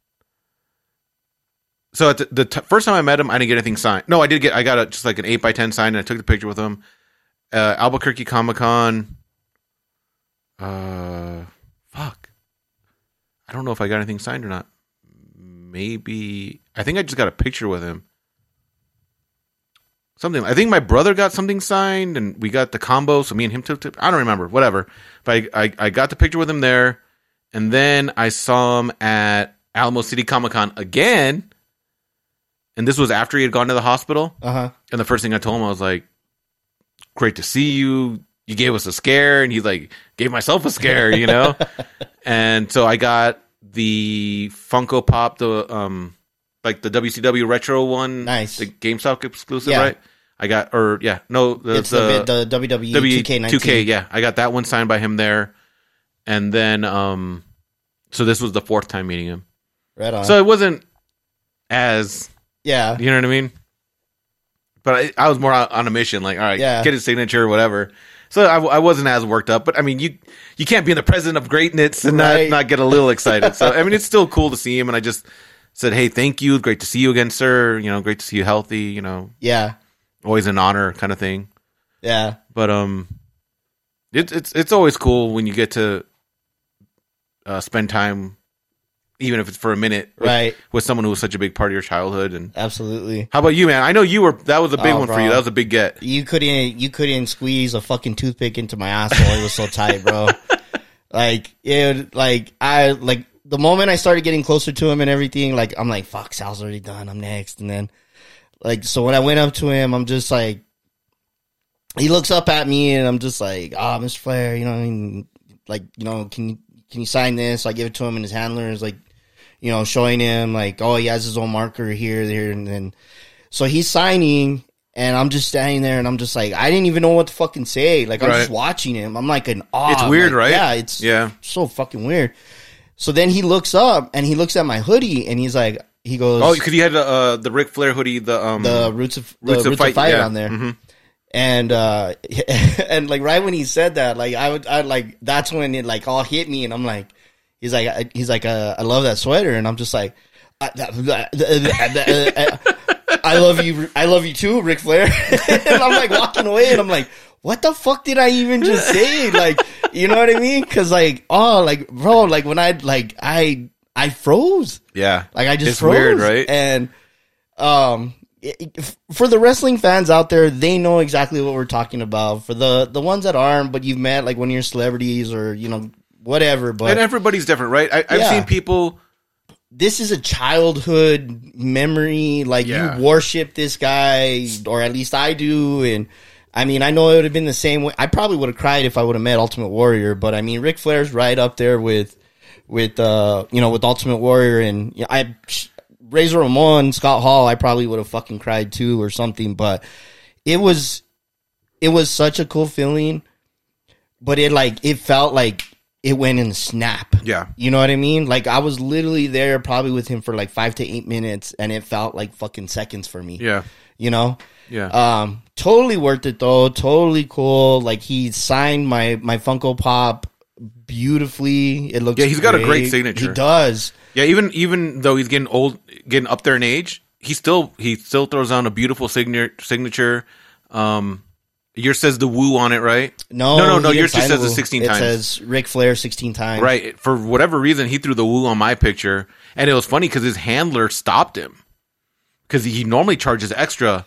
[SPEAKER 3] So at the, the t- first time I met him, I didn't get anything signed. No, I did get. I got a, just like an eight by ten signed, and I took the picture with him. Uh, Albuquerque Comic Con. Uh, fuck. I don't know if I got anything signed or not. Maybe I think I just got a picture with him. Something. I think my brother got something signed, and we got the combo. So me and him took. took- I don't remember. Whatever. But I, I I got the picture with him there, And then I saw him at Alamo City Comic Con again. And this was after he had gone to the hospital.
[SPEAKER 1] Uh huh.
[SPEAKER 3] And the first thing I told him, I was like, great to see you. You gave us a scare. And he like, gave myself a scare, you know? and so I got the Funko Pop, the, um, like the WCW retro one.
[SPEAKER 1] Nice.
[SPEAKER 3] The GameStop exclusive,
[SPEAKER 1] Yeah.
[SPEAKER 3] right? I got, or yeah, no, the,
[SPEAKER 1] It's the, the, E WWE
[SPEAKER 3] W
[SPEAKER 1] 2K19.
[SPEAKER 3] 2K, yeah. I got that one signed by him there. And then, um, so this was the fourth time meeting him.
[SPEAKER 1] Right on.
[SPEAKER 3] So it wasn't as
[SPEAKER 1] yeah.
[SPEAKER 3] you know what I mean? But I, I was more on on a mission, like, all right,
[SPEAKER 1] Yeah.
[SPEAKER 3] get his signature or whatever. So I, w- I wasn't as worked up, but I mean, you you can't be in the president of greatness and
[SPEAKER 1] Right.
[SPEAKER 3] not, not get a little excited. so I mean, it's still cool to see him, and I just said, hey, thank you, great to see you again, sir. You know, great to see you healthy. You know,
[SPEAKER 1] Yeah.
[SPEAKER 3] always an honor, kind of thing.
[SPEAKER 1] Yeah.
[SPEAKER 3] But um, it's it's it's always cool when you get to uh, spend time, even if it's for a minute, with,
[SPEAKER 1] Right.
[SPEAKER 3] with someone who was such a big part of your childhood and
[SPEAKER 1] Absolutely.
[SPEAKER 3] how about you, man? I know you were. That was a big
[SPEAKER 1] Oh,
[SPEAKER 3] one for you.
[SPEAKER 1] bro.
[SPEAKER 3] That was a big get.
[SPEAKER 1] You couldn't you couldn't squeeze a fucking toothpick into my asshole. It was so tight, bro. like it like I like the moment I started getting closer to him and everything, like I'm like, fuck, Sal's already done, I'm next. And then like so when I went up to him, I'm just like he looks up at me and I'm just like, ah, Mr. Flair, you know, what I mean, like, you know, can you can you sign this? So I give it to him and his handler is like, you know, showing him like, oh, he has his own marker here, there, and then so he's signing and I'm just standing there and I'm just like, I didn't even know what to fucking say. Like I'm
[SPEAKER 3] Right.
[SPEAKER 1] just watching him. I'm like in awe.
[SPEAKER 3] It's weird,
[SPEAKER 1] Like,
[SPEAKER 3] right?
[SPEAKER 1] Yeah, it's
[SPEAKER 3] Yeah.
[SPEAKER 1] so fucking weird. So then he looks up and he looks at my hoodie and he's like, he goes,
[SPEAKER 3] Oh, because you had uh, the Ric Flair hoodie, the um,
[SPEAKER 1] the roots of the roots
[SPEAKER 3] Roots of
[SPEAKER 1] of
[SPEAKER 3] Fight,
[SPEAKER 1] fire
[SPEAKER 3] yeah. Mm-hmm.
[SPEAKER 1] on there. And uh, and like right when he said that, like I would, I like that's when it like all hit me, and I'm like, he's like, I, he's like, uh, I love that sweater, and I'm just like, I, I love you, I love you too, Ric Flair, and I'm like walking away, and I'm like. What the fuck did I even just say? Like, you know what I mean? Cause like, oh, like, bro, like when I, like, I, I froze.
[SPEAKER 3] yeah,
[SPEAKER 1] Like I just
[SPEAKER 3] It's
[SPEAKER 1] froze.
[SPEAKER 3] weird, right?
[SPEAKER 1] And um, it- it- for the wrestling fans out there, they know exactly what we're talking about. For the the ones that aren't, but you've met like one of your celebrities or you know whatever. But
[SPEAKER 3] and everybody's different, right? I, I've
[SPEAKER 1] Yeah.
[SPEAKER 3] seen people.
[SPEAKER 1] this is a childhood memory. Like
[SPEAKER 3] Yeah.
[SPEAKER 1] you worship this guy, or at least I do. And I mean, I know it would have been the same way. I probably would have cried if I would have met Ultimate Warrior. But I mean, Ric Flair's right up there with with uh you know with Ultimate Warrior and you know, I Razor Ramon, Scott Hall. I probably would have fucking cried too or something. But it was it was such a cool feeling. But it like it felt like it went in a snap.
[SPEAKER 3] Yeah,
[SPEAKER 1] You know what I mean? Like I was literally there probably with him for like five to eight minutes and it felt like fucking seconds for me.
[SPEAKER 3] yeah,
[SPEAKER 1] You know?
[SPEAKER 3] yeah.
[SPEAKER 1] Um totally worth it though. Totally cool. Like he signed my my Funko Pop beautifully. It looks
[SPEAKER 3] Yeah, he's got a great signature.
[SPEAKER 1] He does.
[SPEAKER 3] Yeah, even even though he's getting old, getting up there in age, he still he still throws on a beautiful signature. Signature. Um, yours says the woo on it, right?
[SPEAKER 1] No,
[SPEAKER 3] no, no,
[SPEAKER 1] he
[SPEAKER 3] no.
[SPEAKER 1] didn't
[SPEAKER 3] Yours
[SPEAKER 1] sign
[SPEAKER 3] just says
[SPEAKER 1] the-
[SPEAKER 3] it sixteen
[SPEAKER 1] it
[SPEAKER 3] times.
[SPEAKER 1] says Ric Flair sixteen times.
[SPEAKER 3] right. For whatever reason, he threw the woo on my picture, and it was funny because his handler stopped him because he normally charges extra.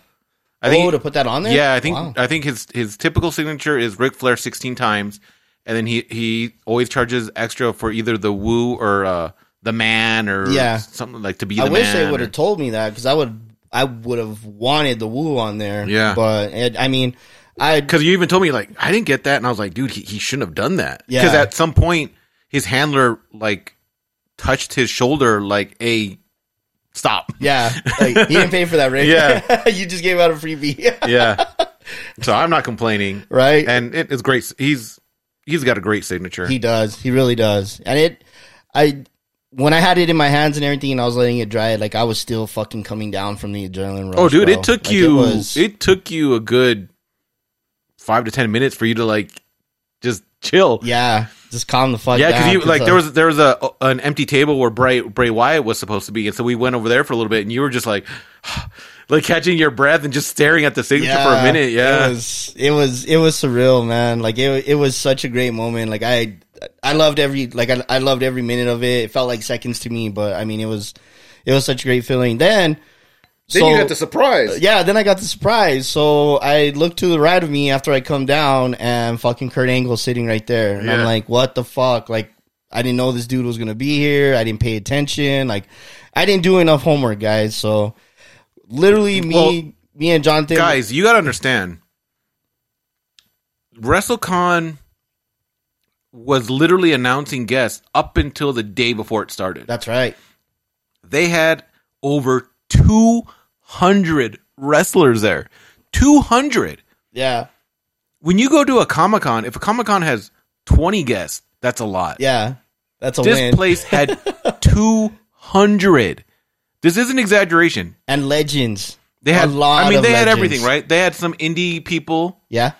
[SPEAKER 3] I
[SPEAKER 1] oh, to put that on there?
[SPEAKER 3] Yeah, I think
[SPEAKER 1] Wow.
[SPEAKER 3] I think his his typical signature is Ric Flair sixteen times, and then he he always charges extra for either the woo or uh, the man or
[SPEAKER 1] Yeah.
[SPEAKER 3] something like to be. The
[SPEAKER 1] I wish they
[SPEAKER 3] man
[SPEAKER 1] would
[SPEAKER 3] or-
[SPEAKER 1] have told me that because I would I would have wanted the woo on there.
[SPEAKER 3] Yeah.
[SPEAKER 1] But it, I mean I
[SPEAKER 3] Because you even told me like I didn't get that, and I was like, dude, he, he shouldn't have done that.
[SPEAKER 1] Yeah.
[SPEAKER 3] Because at some point, his handler like touched his shoulder, like, "Hey, stop."
[SPEAKER 1] Yeah, like, he didn't pay for that, Rick.
[SPEAKER 3] Yeah.
[SPEAKER 1] you just gave out a freebie,
[SPEAKER 3] Yeah. so I'm not complaining,
[SPEAKER 1] right?
[SPEAKER 3] and it, it's great. He's he's got a great signature.
[SPEAKER 1] he does. He really does. And it, I, when I had it in my hands and everything, and I was letting it dry, like I was still fucking coming down from the adrenaline rush.
[SPEAKER 3] oh, dude,
[SPEAKER 1] bro.
[SPEAKER 3] it took
[SPEAKER 1] Like,
[SPEAKER 3] you it,
[SPEAKER 1] was-
[SPEAKER 3] took you a good five to ten minutes for you to like just chill.
[SPEAKER 1] yeah, just calm the fuck.
[SPEAKER 3] Yeah,
[SPEAKER 1] down,
[SPEAKER 3] because you like there
[SPEAKER 1] uh,
[SPEAKER 3] was there was a an empty table where Bray Bray Wyatt was supposed to be, and so we went over there for a little bit, and you were just like, like catching your breath and just staring at the signature for a minute. Yeah,
[SPEAKER 1] it was it was it was surreal, man. Like it it was such a great moment. Like I I loved every like I, I loved every minute of it. It felt like seconds to me, but I mean it was it was such a great feeling. Then. so-
[SPEAKER 3] surprise.
[SPEAKER 1] yeah, then I got the surprise. So I looked to the right of me after I come down, and fucking Kurt Angle sitting right there, and I'm
[SPEAKER 3] Yeah.
[SPEAKER 1] like, "What the fuck?" Like, I didn't know this dude was gonna be here. I didn't pay attention. Like I didn't do enough homework, guys. So literally, me,
[SPEAKER 3] Well,
[SPEAKER 1] me and Jonathan,
[SPEAKER 3] guys, you gotta understand. WrestleCon was literally announcing guests up until the day before it started.
[SPEAKER 1] That's right.
[SPEAKER 3] They had over two hundred wrestlers there. Two hundred.
[SPEAKER 1] Yeah,
[SPEAKER 3] When you go to a Comic Con, if a Comic Con has twenty guests, that's a lot.
[SPEAKER 1] yeah. That's a
[SPEAKER 3] this
[SPEAKER 1] win.
[SPEAKER 3] place had 200 this is an exaggeration
[SPEAKER 1] and legends.
[SPEAKER 3] they had
[SPEAKER 1] a lot.
[SPEAKER 3] i mean
[SPEAKER 1] of
[SPEAKER 3] they had
[SPEAKER 1] legends.
[SPEAKER 3] everything right they had some indie people
[SPEAKER 1] Yeah,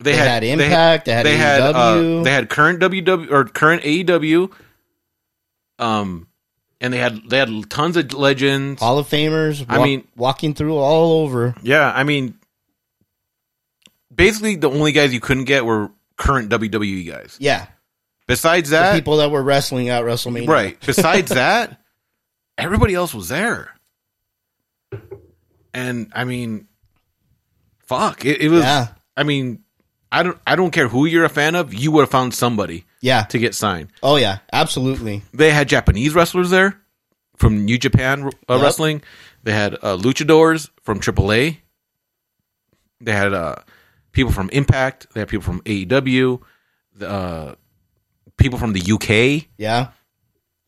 [SPEAKER 3] they,
[SPEAKER 1] They
[SPEAKER 3] had,
[SPEAKER 1] had
[SPEAKER 3] they
[SPEAKER 1] Impact, they had E
[SPEAKER 3] they had,
[SPEAKER 1] AEW.
[SPEAKER 3] uh, they had current ww or current aew um and they had they had tons of legends
[SPEAKER 1] Hall of Famers.
[SPEAKER 3] I
[SPEAKER 1] walk-
[SPEAKER 3] mean-
[SPEAKER 1] walking through all over.
[SPEAKER 3] yeah i mean basically the only guys you couldn't get were current wwe guys
[SPEAKER 1] Yeah,
[SPEAKER 3] besides
[SPEAKER 1] the
[SPEAKER 3] that
[SPEAKER 1] people that were wrestling at WrestleMania.
[SPEAKER 3] Right. Besides that, everybody else was there. And I mean, fuck. It, it was.
[SPEAKER 1] Yeah.
[SPEAKER 3] I mean, I don't. I don't care who you're a fan of. You would have found somebody
[SPEAKER 1] Yeah.
[SPEAKER 3] to get signed.
[SPEAKER 1] Oh yeah. Absolutely.
[SPEAKER 3] They had Japanese wrestlers there from New Japan uh,
[SPEAKER 1] Yep.
[SPEAKER 3] wrestling. They had uh, luchadors from AAA. They had uh, people from Impact. They had people from AEW. The, uh, people from the UK.
[SPEAKER 1] Yeah.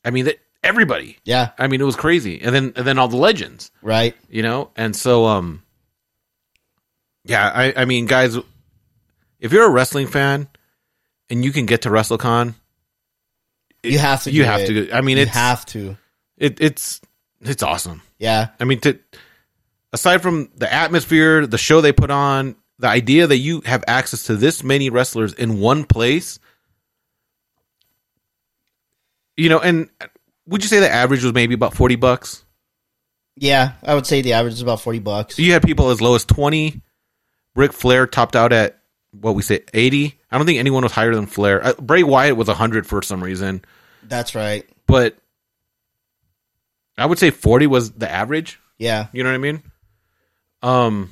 [SPEAKER 3] I mean, they, everybody.
[SPEAKER 1] Yeah.
[SPEAKER 3] I mean, it was crazy. And then and then all the legends,
[SPEAKER 1] Right.
[SPEAKER 3] you know? And so um yeah, I I mean, guys, if you're a wrestling fan and you can get to WrestleCon,
[SPEAKER 1] You have to.
[SPEAKER 3] you
[SPEAKER 1] do
[SPEAKER 3] have
[SPEAKER 1] it.
[SPEAKER 3] to. I mean,
[SPEAKER 1] you
[SPEAKER 3] it's
[SPEAKER 1] have to.
[SPEAKER 3] it, it's it's awesome.
[SPEAKER 1] Yeah.
[SPEAKER 3] I mean, to aside from the atmosphere, the show they put on, the idea that you have access to this many wrestlers in one place, you know, and would you say the average was maybe about 40 bucks?
[SPEAKER 1] Yeah. I would say the average is about forty bucks.
[SPEAKER 3] So you had people as low as 20. Ric Flair topped out at what we say 80. I don't think anyone was higher than Flair. Uh, Bray Wyatt was 100 for some reason,
[SPEAKER 1] That's right.
[SPEAKER 3] but I would say 40 was the average.
[SPEAKER 1] Yeah.
[SPEAKER 3] You know what I mean? Um,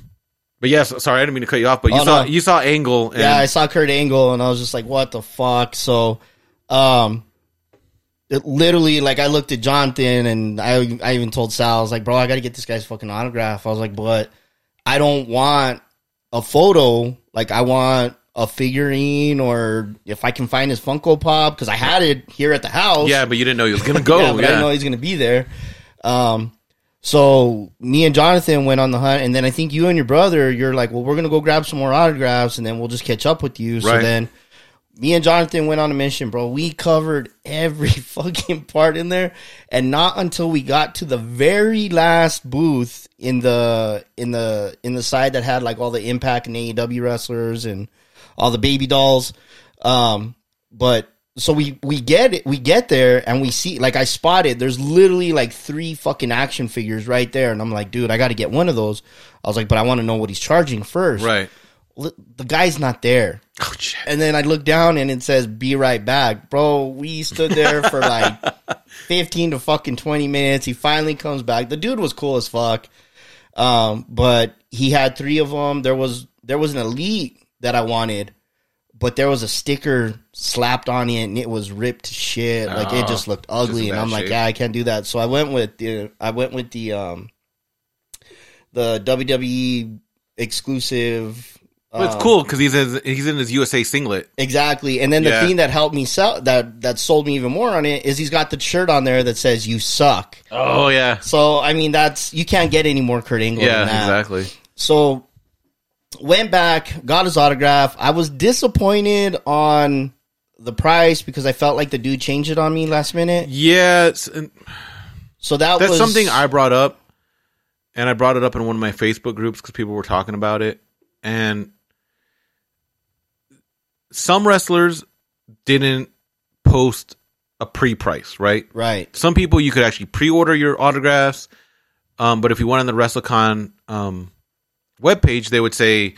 [SPEAKER 3] but yes, sorry, I didn't mean to cut you off. But you
[SPEAKER 1] Oh,
[SPEAKER 3] saw
[SPEAKER 1] no.
[SPEAKER 3] you saw Angle. And,
[SPEAKER 1] yeah, I saw Kurt Angle and I was just like, what the fuck? So, um, it literally, like, I looked at Jonathan and I, I even told Sal, I was like, bro, I got to get this guy's fucking autograph. I was like, but I don't want a photo. Like, I want a figurine or if I can find his Funko Pop because I had it here at the house.
[SPEAKER 3] yeah, but you didn't know he was gonna go.
[SPEAKER 1] yeah,
[SPEAKER 3] yeah,
[SPEAKER 1] but I didn't know he's gonna be there. Um, so me and Jonathan went on the hunt, and then I think you and your brother, you're like, well, we're gonna go grab some more autographs, and then we'll just catch up with you. So
[SPEAKER 3] Right.
[SPEAKER 1] then, me and Jonathan went on a mission, bro. We covered every fucking part in there, and not until we got to the very last booth in the in the in the side that had like all the Impact and AEW wrestlers and all the baby dolls. Um, but so we we get it, we get there, and we see like I spotted. There's literally like three fucking action figures right there, and I'm like, dude, I got to get one of those. I was like, but I want to know what he's charging first.
[SPEAKER 3] right.
[SPEAKER 1] L- The guy's not there.
[SPEAKER 3] Oh shit.
[SPEAKER 1] And then I look down and it says "Be right back," bro. We stood there for like fifteen to fucking twenty minutes. He finally comes back. The dude was cool as fuck, um, but he had three of them. There was there was an elite that I wanted, but there was a sticker slapped on it and it was ripped to shit. Like it
[SPEAKER 3] Oh,
[SPEAKER 1] just looked
[SPEAKER 3] just
[SPEAKER 1] ugly,
[SPEAKER 3] in
[SPEAKER 1] and
[SPEAKER 3] bad
[SPEAKER 1] I'm like,
[SPEAKER 3] shape.
[SPEAKER 1] yeah, I can't do that. So I went with the I went with the um, the WWE exclusive.
[SPEAKER 3] But it's
[SPEAKER 1] um,
[SPEAKER 3] cool because he's in, he's in his USA singlet.
[SPEAKER 1] Exactly. And then the
[SPEAKER 3] Yeah.
[SPEAKER 1] thing that helped me sell that that sold me even more on it is he's got the shirt on there that says "You suck."
[SPEAKER 3] Oh yeah,
[SPEAKER 1] So I mean, that's you can't get any more Kurt Angle.
[SPEAKER 3] yeah,
[SPEAKER 1] than that.
[SPEAKER 3] exactly.
[SPEAKER 1] So went back, got his autograph. I was disappointed on the price because I felt like the dude changed it on me last minute.
[SPEAKER 3] Yeah, it's- and
[SPEAKER 1] So that
[SPEAKER 3] that's
[SPEAKER 1] was
[SPEAKER 3] something I brought up, and I brought it up in one of my Facebook groups because people were talking about it, and some wrestlers didn't post a pre-price, right?
[SPEAKER 1] right.
[SPEAKER 3] Some people you could actually pre-order your autographs, um, but if you went on the WrestleCon um, webpage, they would say,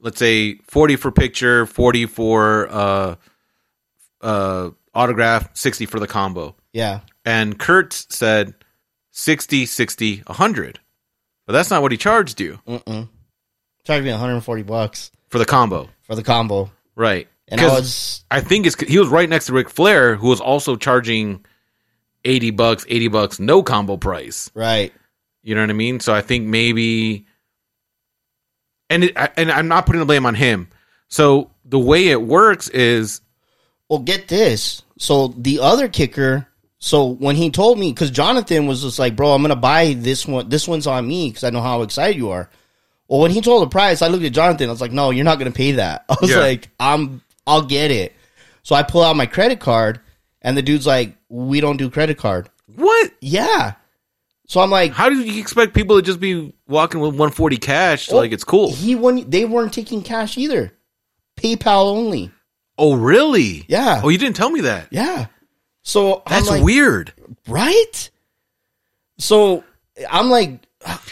[SPEAKER 3] let's say forty for picture, forty for uh, uh, autograph, sixty for the combo.
[SPEAKER 1] Yeah.
[SPEAKER 3] And Kurtz said 60, 60, 100. But that's not what he charged you
[SPEAKER 1] Mm mm. Charged me 140 bucks
[SPEAKER 3] for the combo.
[SPEAKER 1] for the combo.
[SPEAKER 3] Right.
[SPEAKER 1] And I
[SPEAKER 3] 'Cause-
[SPEAKER 1] was
[SPEAKER 3] I think it's he was right next to Ric Flair, who was also charging eighty bucks, eighty bucks, no combo price.
[SPEAKER 1] right.
[SPEAKER 3] You know what I mean? So I think maybe, and it, I, and I'm not putting the blame on him. So the way it works is
[SPEAKER 1] Well, get this. So the other kicker. So when he told me, because Jonathan was just like, "Bro, I'm gonna buy this one. This one's on me because I know how excited you are." Well, when he told the price, I looked at Jonathan. I was like, "No, you're not gonna pay that." I was
[SPEAKER 3] Yeah.
[SPEAKER 1] like, "I'm. I'll get it." So I pull out my credit card, and the dude's like, "We don't do credit card."
[SPEAKER 3] what?
[SPEAKER 1] Yeah. So I'm like,
[SPEAKER 3] How do you expect people to just be walking with 140 cash? to, like it's cool.
[SPEAKER 1] He wouldn't. They weren't taking cash either. PayPal only.
[SPEAKER 3] Oh really?
[SPEAKER 1] Yeah.
[SPEAKER 3] Oh, you didn't tell me that.
[SPEAKER 1] Yeah. So I'm
[SPEAKER 3] That's
[SPEAKER 1] like,
[SPEAKER 3] weird.
[SPEAKER 1] right? So I'm like,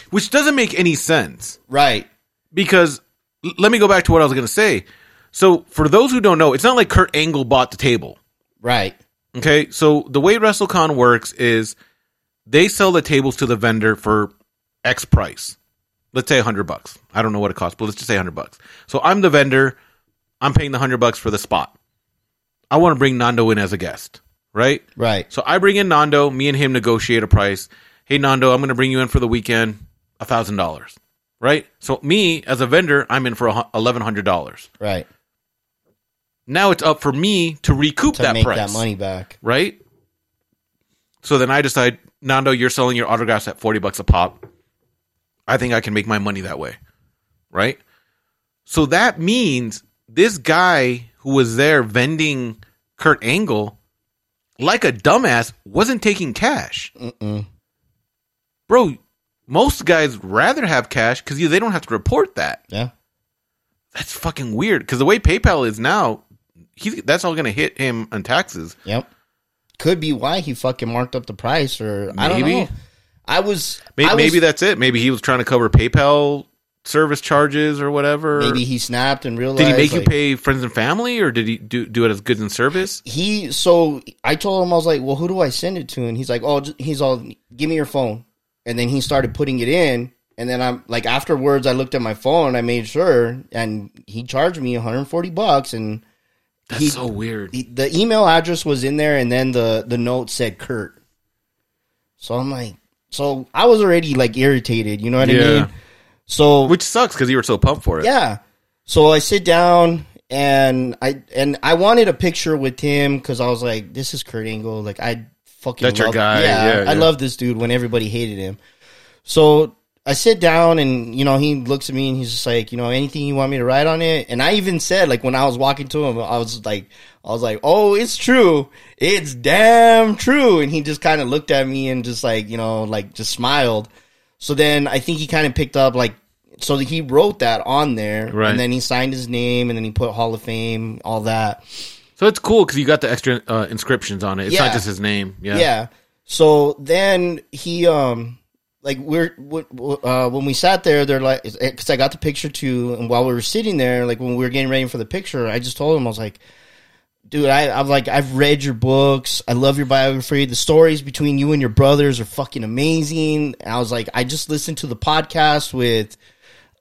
[SPEAKER 3] Which doesn't make any sense.
[SPEAKER 1] right,
[SPEAKER 3] because l- let me go back to what I was going to say. So, for those who don't know, it's not like Kurt Angle bought the table.
[SPEAKER 1] right,
[SPEAKER 3] Okay. So, the way WrestleCon works is they sell the tables to the vendor for X price. Let's say 100 bucks. I don't know what it costs, but let's just say 100 bucks. So, I'm the vendor. I'm paying the 100 bucks for the spot. I want to bring Nando in as a guest, right?
[SPEAKER 1] right,
[SPEAKER 3] So I bring in Nando. Me and him negotiate a price. Hey, Nando, I'm going to bring you in for the weekend, a thousand dollars, right? So me as a vendor, I'm in for eleven hundred dollars.
[SPEAKER 1] right.
[SPEAKER 3] Now it's up for me to recoup
[SPEAKER 1] To
[SPEAKER 3] that
[SPEAKER 1] make
[SPEAKER 3] price,
[SPEAKER 1] that money back,
[SPEAKER 3] right? So then I decide, Nando, you're selling your autographs at forty bucks a pop. I think I can make my money that way, right? So that means this guy who was there vending Kurt Angle, like a dumbass, wasn't taking cash.
[SPEAKER 1] Mm-mm.
[SPEAKER 3] bro, most guys rather have cash because they don't have to report that.
[SPEAKER 1] yeah,
[SPEAKER 3] That's fucking weird. Because the way PayPal is now, he's that's all gonna hit him on taxes.
[SPEAKER 1] yep. Could be why he fucking marked up the price, or I don't
[SPEAKER 3] Maybe.
[SPEAKER 1] know. I was
[SPEAKER 3] Maybe,
[SPEAKER 1] I was-
[SPEAKER 3] maybe that's it. Maybe he was trying to cover PayPal service charges or whatever.
[SPEAKER 1] maybe he snapped and realized.
[SPEAKER 3] did he make you
[SPEAKER 1] like,
[SPEAKER 3] pay friends and family, or did he do do it as goods and service?
[SPEAKER 1] He so I told him I was like, well, who do I send it to? And he's like, oh, j- he's all, give me your phone. And then he started putting it in, and then I'm like, afterwards, I looked at my phone and I made sure, and he charged me 140 bucks, and
[SPEAKER 3] That's
[SPEAKER 1] He-
[SPEAKER 3] so weird.
[SPEAKER 1] the- the email address was in there and then the the note said kurt so i'm like so i was already like irritated you know what i
[SPEAKER 3] Yeah.
[SPEAKER 1] mean so
[SPEAKER 3] Which sucks because you were so pumped for it.
[SPEAKER 1] yeah so i sit down and i and i wanted a picture with him because i was like this is kurt angle like i fucking
[SPEAKER 3] That's your
[SPEAKER 1] love-
[SPEAKER 3] guy. Yeah,
[SPEAKER 1] i
[SPEAKER 3] yeah.
[SPEAKER 1] love this dude when everybody hated him so I sit down and you know he looks at me and he's just like you know anything you want me to write on it and I even said like when I was walking to him I was like I was like oh it's true it's damn true and he just kind of looked at me and just like you know like just smiled so then I think he kind of picked up like so he wrote that on there
[SPEAKER 3] Right.
[SPEAKER 1] and then he signed his name and then he put Hall of Fame all that
[SPEAKER 3] So it's cool because you got the extra uh, inscriptions on it. It's
[SPEAKER 1] Yeah.
[SPEAKER 3] not just his name. Yeah.
[SPEAKER 1] yeah. So then he um like we're w- w- uh, when we sat there, they're like because I got the picture too, and while we were sitting there, like when we were getting ready for the picture, I just told him I was like. Dude, I, I'm like I've read your books. I love your biography. The stories between you and your brothers are fucking amazing. And I was like, I just listened to the podcast with,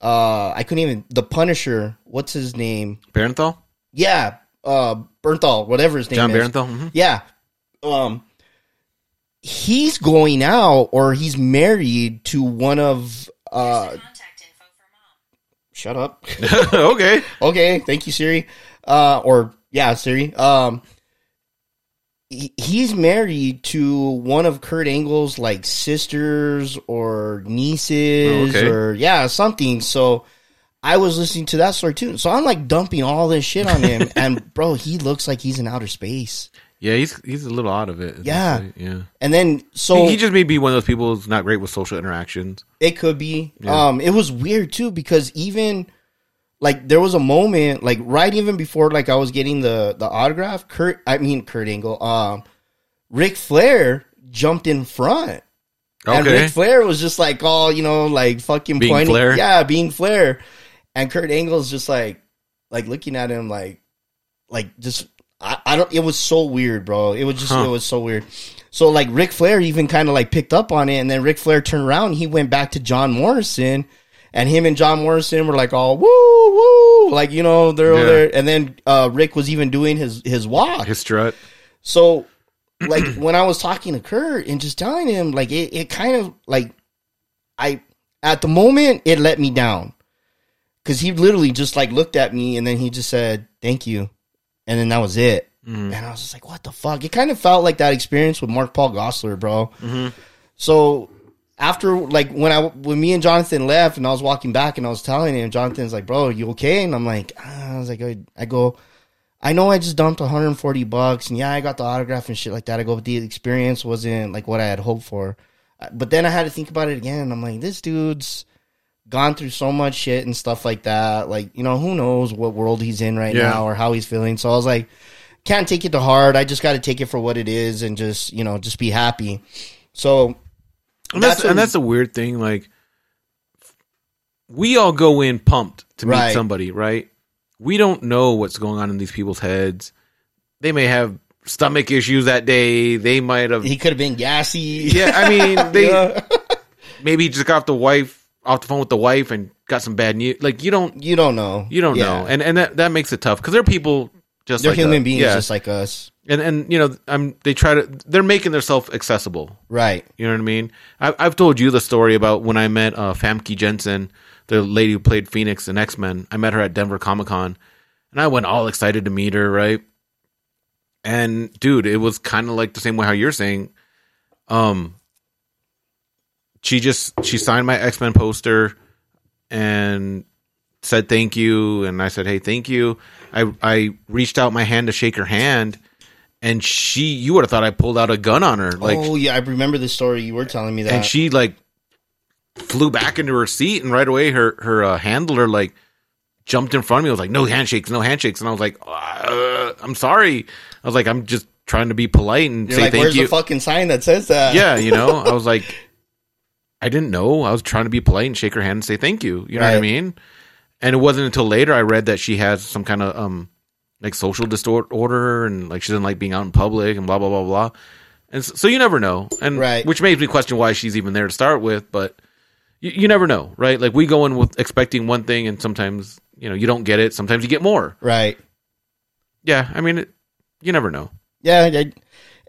[SPEAKER 1] uh, I couldn't even the Punisher. What's his name?
[SPEAKER 3] Barenthal?
[SPEAKER 1] Yeah, uh, Bernthal, whatever his name
[SPEAKER 3] John
[SPEAKER 1] is.
[SPEAKER 3] Barenthal? hmm
[SPEAKER 1] Yeah. Um he's going out or he's married to one of uh
[SPEAKER 4] contact info for mom.
[SPEAKER 1] shut up.
[SPEAKER 3] okay.
[SPEAKER 1] okay, thank you Siri. Uh or yeah, Siri. Um he- he's married to one of Kurt Angle's like sisters or nieces
[SPEAKER 3] Oh, okay.
[SPEAKER 1] or yeah, something. So I was listening to that story too. So I'm like dumping all this shit on him and bro, he looks like he's in outer space.
[SPEAKER 3] Yeah, he's he's a little out of it.
[SPEAKER 1] Yeah.
[SPEAKER 3] Yeah.
[SPEAKER 1] And then so
[SPEAKER 3] he just may be one of those people who's not great with social interactions.
[SPEAKER 1] It could be.
[SPEAKER 3] Yeah.
[SPEAKER 1] Um, it was weird too because even like there was a moment like right even before like I was getting the the autograph. Kurt, I mean Kurt Angle. Um, Ric Flair jumped in front, and
[SPEAKER 3] Okay.
[SPEAKER 1] Ric Flair was just like all you know like fucking
[SPEAKER 3] Being
[SPEAKER 1] pointing,
[SPEAKER 3] Flair?
[SPEAKER 1] yeah, being Flair, and Kurt Angle's just like like looking at him like like just I, I don't. It was so weird, bro. It was just
[SPEAKER 3] Huh.
[SPEAKER 1] it was so weird. So like Ric Flair even kind of like picked up on it, and then Ric Flair turned around. And he went back to John Morrison, and him and John Morrison were like all woo woo, like you know they're over
[SPEAKER 3] Yeah.
[SPEAKER 1] there. And then uh, Rick was even doing his his walk.
[SPEAKER 3] His strut.
[SPEAKER 1] So, like when I was talking to Kurt and just telling him, like it, it kind of like I at the moment it let me down because he literally just like looked at me and then he just said thank you, and then that was it. And I was just like, what the fuck? It kind of felt like that experience with Mark Paul Gossler, bro. So after like when I when me and Jonathan left and I was walking back and I was telling him, Jonathan's like, "Bro, you okay?" And I'm like, ah, I was like, I, I go, I know I just dumped 140 bucks and yeah, I got the autograph and shit like that. I go, but the experience wasn't like what I had hoped for. Uh, But then I had to think about it again. and I'm like, this dude's gone through so much shit and stuff like that. Like, you know, who knows what world he's in right
[SPEAKER 3] Yeah.
[SPEAKER 1] now or how he's feeling. So I was like, can't take it to heart. I just got to take it for what it is and just, you know, just be happy. So
[SPEAKER 3] And that's,
[SPEAKER 1] That's what-
[SPEAKER 3] and that's a weird thing. Like we all go in pumped to meet
[SPEAKER 1] Right.
[SPEAKER 3] somebody, right? We don't know what's going on in these people's heads. They may have stomach issues that day. They might have.
[SPEAKER 1] he could have been gassy.
[SPEAKER 3] Yeah, I mean, they
[SPEAKER 1] Yeah.
[SPEAKER 3] maybe he just got off the wife off the phone with the wife and got some bad news. Like you don't,
[SPEAKER 1] you don't know.
[SPEAKER 3] you don't
[SPEAKER 1] Yeah.
[SPEAKER 3] know, and and that that makes it tough because they're people just
[SPEAKER 1] They're
[SPEAKER 3] like
[SPEAKER 1] human
[SPEAKER 3] us.
[SPEAKER 1] beings
[SPEAKER 3] yeah.
[SPEAKER 1] just like us.
[SPEAKER 3] and and you know, I'm they try to they're making themselves accessible.
[SPEAKER 1] Right.
[SPEAKER 3] You know what I mean? I, I've told you the story about when I met uh, Famke Jensen, the lady who played Phoenix in X Men. I met her at Denver Comic Con, and I went all excited to meet her, right? And dude, it was kind of like the same way how you're saying. Um, she just she signed my X Men poster and said thank you, and I said hey thank you. I I reached out my hand to shake her hand, and she you would have thought I pulled out a gun on her like
[SPEAKER 1] oh yeah, I remember the story you were telling me that.
[SPEAKER 3] and she like flew back into her seat and right away her her uh, handler like jumped in front of me I was like no handshakes no handshakes and i was like uh, i'm sorry i was like i'm just trying to be polite and
[SPEAKER 1] You're
[SPEAKER 3] say
[SPEAKER 1] like,
[SPEAKER 3] thank
[SPEAKER 1] where's
[SPEAKER 3] you
[SPEAKER 1] the fucking sign that says that?
[SPEAKER 3] yeah you know i was like i didn't know i was trying to be polite and shake her hand and say thank you you know what i
[SPEAKER 1] Right.
[SPEAKER 3] mean and it wasn't until later i read that she has some kind of um like social disorder and like she doesn't like being out in public and blah blah blah blah and s- so you never know and
[SPEAKER 1] Right.
[SPEAKER 3] which makes me question why she's even there to start with but you, you never know right like we go in with expecting one thing and sometimes you know you don't get it sometimes you get more
[SPEAKER 1] Right.
[SPEAKER 3] yeah i mean it, you never know
[SPEAKER 1] Yeah. I-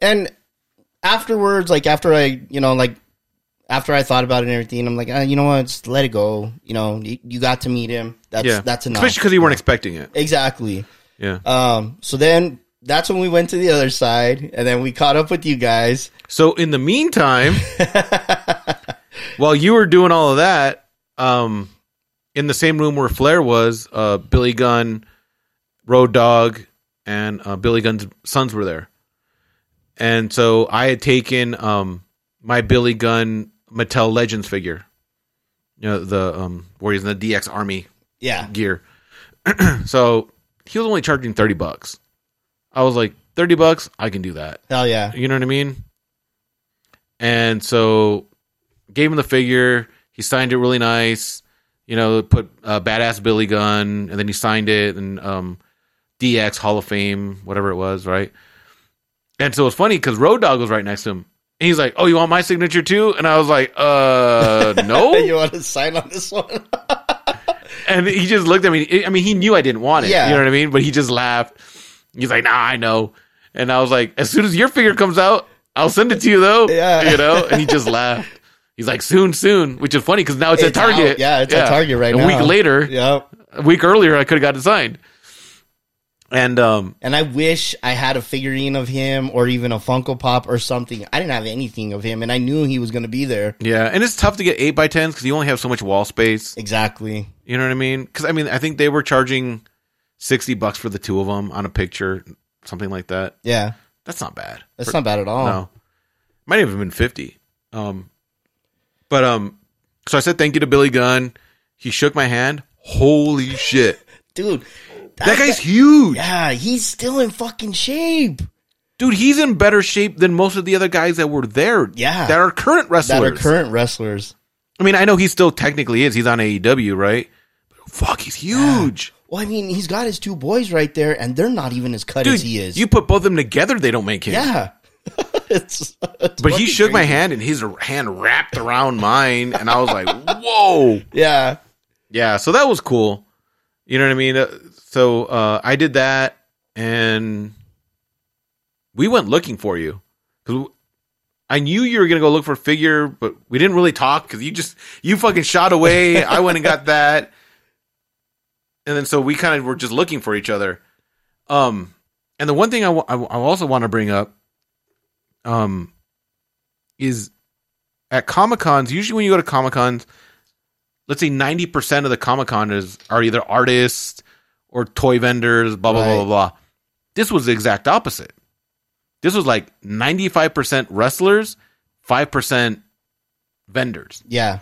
[SPEAKER 1] and afterwards, like after I, you know, like after I thought about it and everything, I'm like, ah, you know what? Just let it go. You know, you, you got to meet him. That's
[SPEAKER 3] yeah
[SPEAKER 1] that's enough.
[SPEAKER 3] especially because you weren't expecting it
[SPEAKER 1] exactly.
[SPEAKER 3] yeah
[SPEAKER 1] Um. So then that's when we went to the other side, and then we caught up with you guys.
[SPEAKER 3] So in the meantime, while you were doing all of that, um, in the same room where Flair was, uh, Billy Gunn, Road Dog, and uh, Billy Gunn's sons were there, and so I had taken um, my Billy Gunn Mattel Legends figure, you know the um, where he's in the DX Army
[SPEAKER 1] Yeah.
[SPEAKER 3] gear. so he was only charging thirty bucks. I was like thirty bucks, I can do that.
[SPEAKER 1] Hell yeah.
[SPEAKER 3] You know what I mean? And so gave him the figure. He signed it really nice. You know, put uh, badass Billy Gunn, and then he signed it and um, DX Hall of Fame, whatever it was, right? And so it's funny because Road Dog was right next to him. And he's like, "Oh, you want my signature too?" And I was like, "Uh, no."
[SPEAKER 1] You want to sign on this one?
[SPEAKER 3] and he just looked at me. I mean, he knew I didn't want it.
[SPEAKER 1] Yeah.
[SPEAKER 3] You know what I mean? But he just laughed. He's like, nah, I know. And I was like, as soon as your figure comes out, I'll send it to you though.
[SPEAKER 1] Yeah.
[SPEAKER 3] You know? And he just laughed. He's like, soon, soon, which is funny because now it's,
[SPEAKER 1] It's
[SPEAKER 3] at Target.
[SPEAKER 1] out. Yeah, it's at Target right
[SPEAKER 3] a A
[SPEAKER 1] now.
[SPEAKER 3] week later,
[SPEAKER 1] yep.
[SPEAKER 3] a week earlier, I could have got it signed. And um,
[SPEAKER 1] And I wish I had a figurine of him or even a Funko Pop or something. I didn't have anything of him, and I knew he was going to be there.
[SPEAKER 3] yeah, and it's tough to get eight by tens because you only have so much wall space.
[SPEAKER 1] Exactly.
[SPEAKER 3] You know what I mean? Because I mean, I think they were charging sixty bucks for the two of them on a picture, something like that.
[SPEAKER 1] Yeah.
[SPEAKER 3] That's not bad.
[SPEAKER 1] That's not bad at all.
[SPEAKER 3] No. Might have been 50. Um, but um, so I said thank you to Billy Gunn. He shook my hand. Holy shit.
[SPEAKER 1] Dude.
[SPEAKER 3] That guy's huge.
[SPEAKER 1] Yeah, he's still in fucking shape.
[SPEAKER 3] Dude, he's in better shape than most of the other guys that were there.
[SPEAKER 1] Yeah.
[SPEAKER 3] That are current wrestlers.
[SPEAKER 1] That are current wrestlers.
[SPEAKER 3] I mean, I know he still technically is. He's on AEW, right? But fuck, he's huge.
[SPEAKER 1] Well, I mean, he's got his two boys right there, and they're not even as cut
[SPEAKER 3] Dude,
[SPEAKER 1] as he is.
[SPEAKER 3] you put both of them together, they don't make him.
[SPEAKER 1] yeah. it's, it's
[SPEAKER 3] But he
[SPEAKER 1] fucking
[SPEAKER 3] shook my
[SPEAKER 1] crazy.
[SPEAKER 3] hand and his hand wrapped around mine, and I was like, whoa.
[SPEAKER 1] Yeah.
[SPEAKER 3] yeah, so that was cool. You know what I mean? Uh, So uh, I did that, and we went looking for you because I knew you were gonna go look for a figure, but we didn't really talk because you just you fucking shot away. I went and got that, and then so we kind of were just looking for each other. Um, and the one thing I wa- I wa- I also want to bring up, um, is at Comic Cons. Usually, when you go to Comic Cons, let's say ninety percent of the Comic Con is are either artists or toy vendors, blah blah blah
[SPEAKER 1] Right.
[SPEAKER 3] blah blah. This was the exact opposite. This was like ninety five percent wrestlers, five percent vendors.
[SPEAKER 1] Yeah.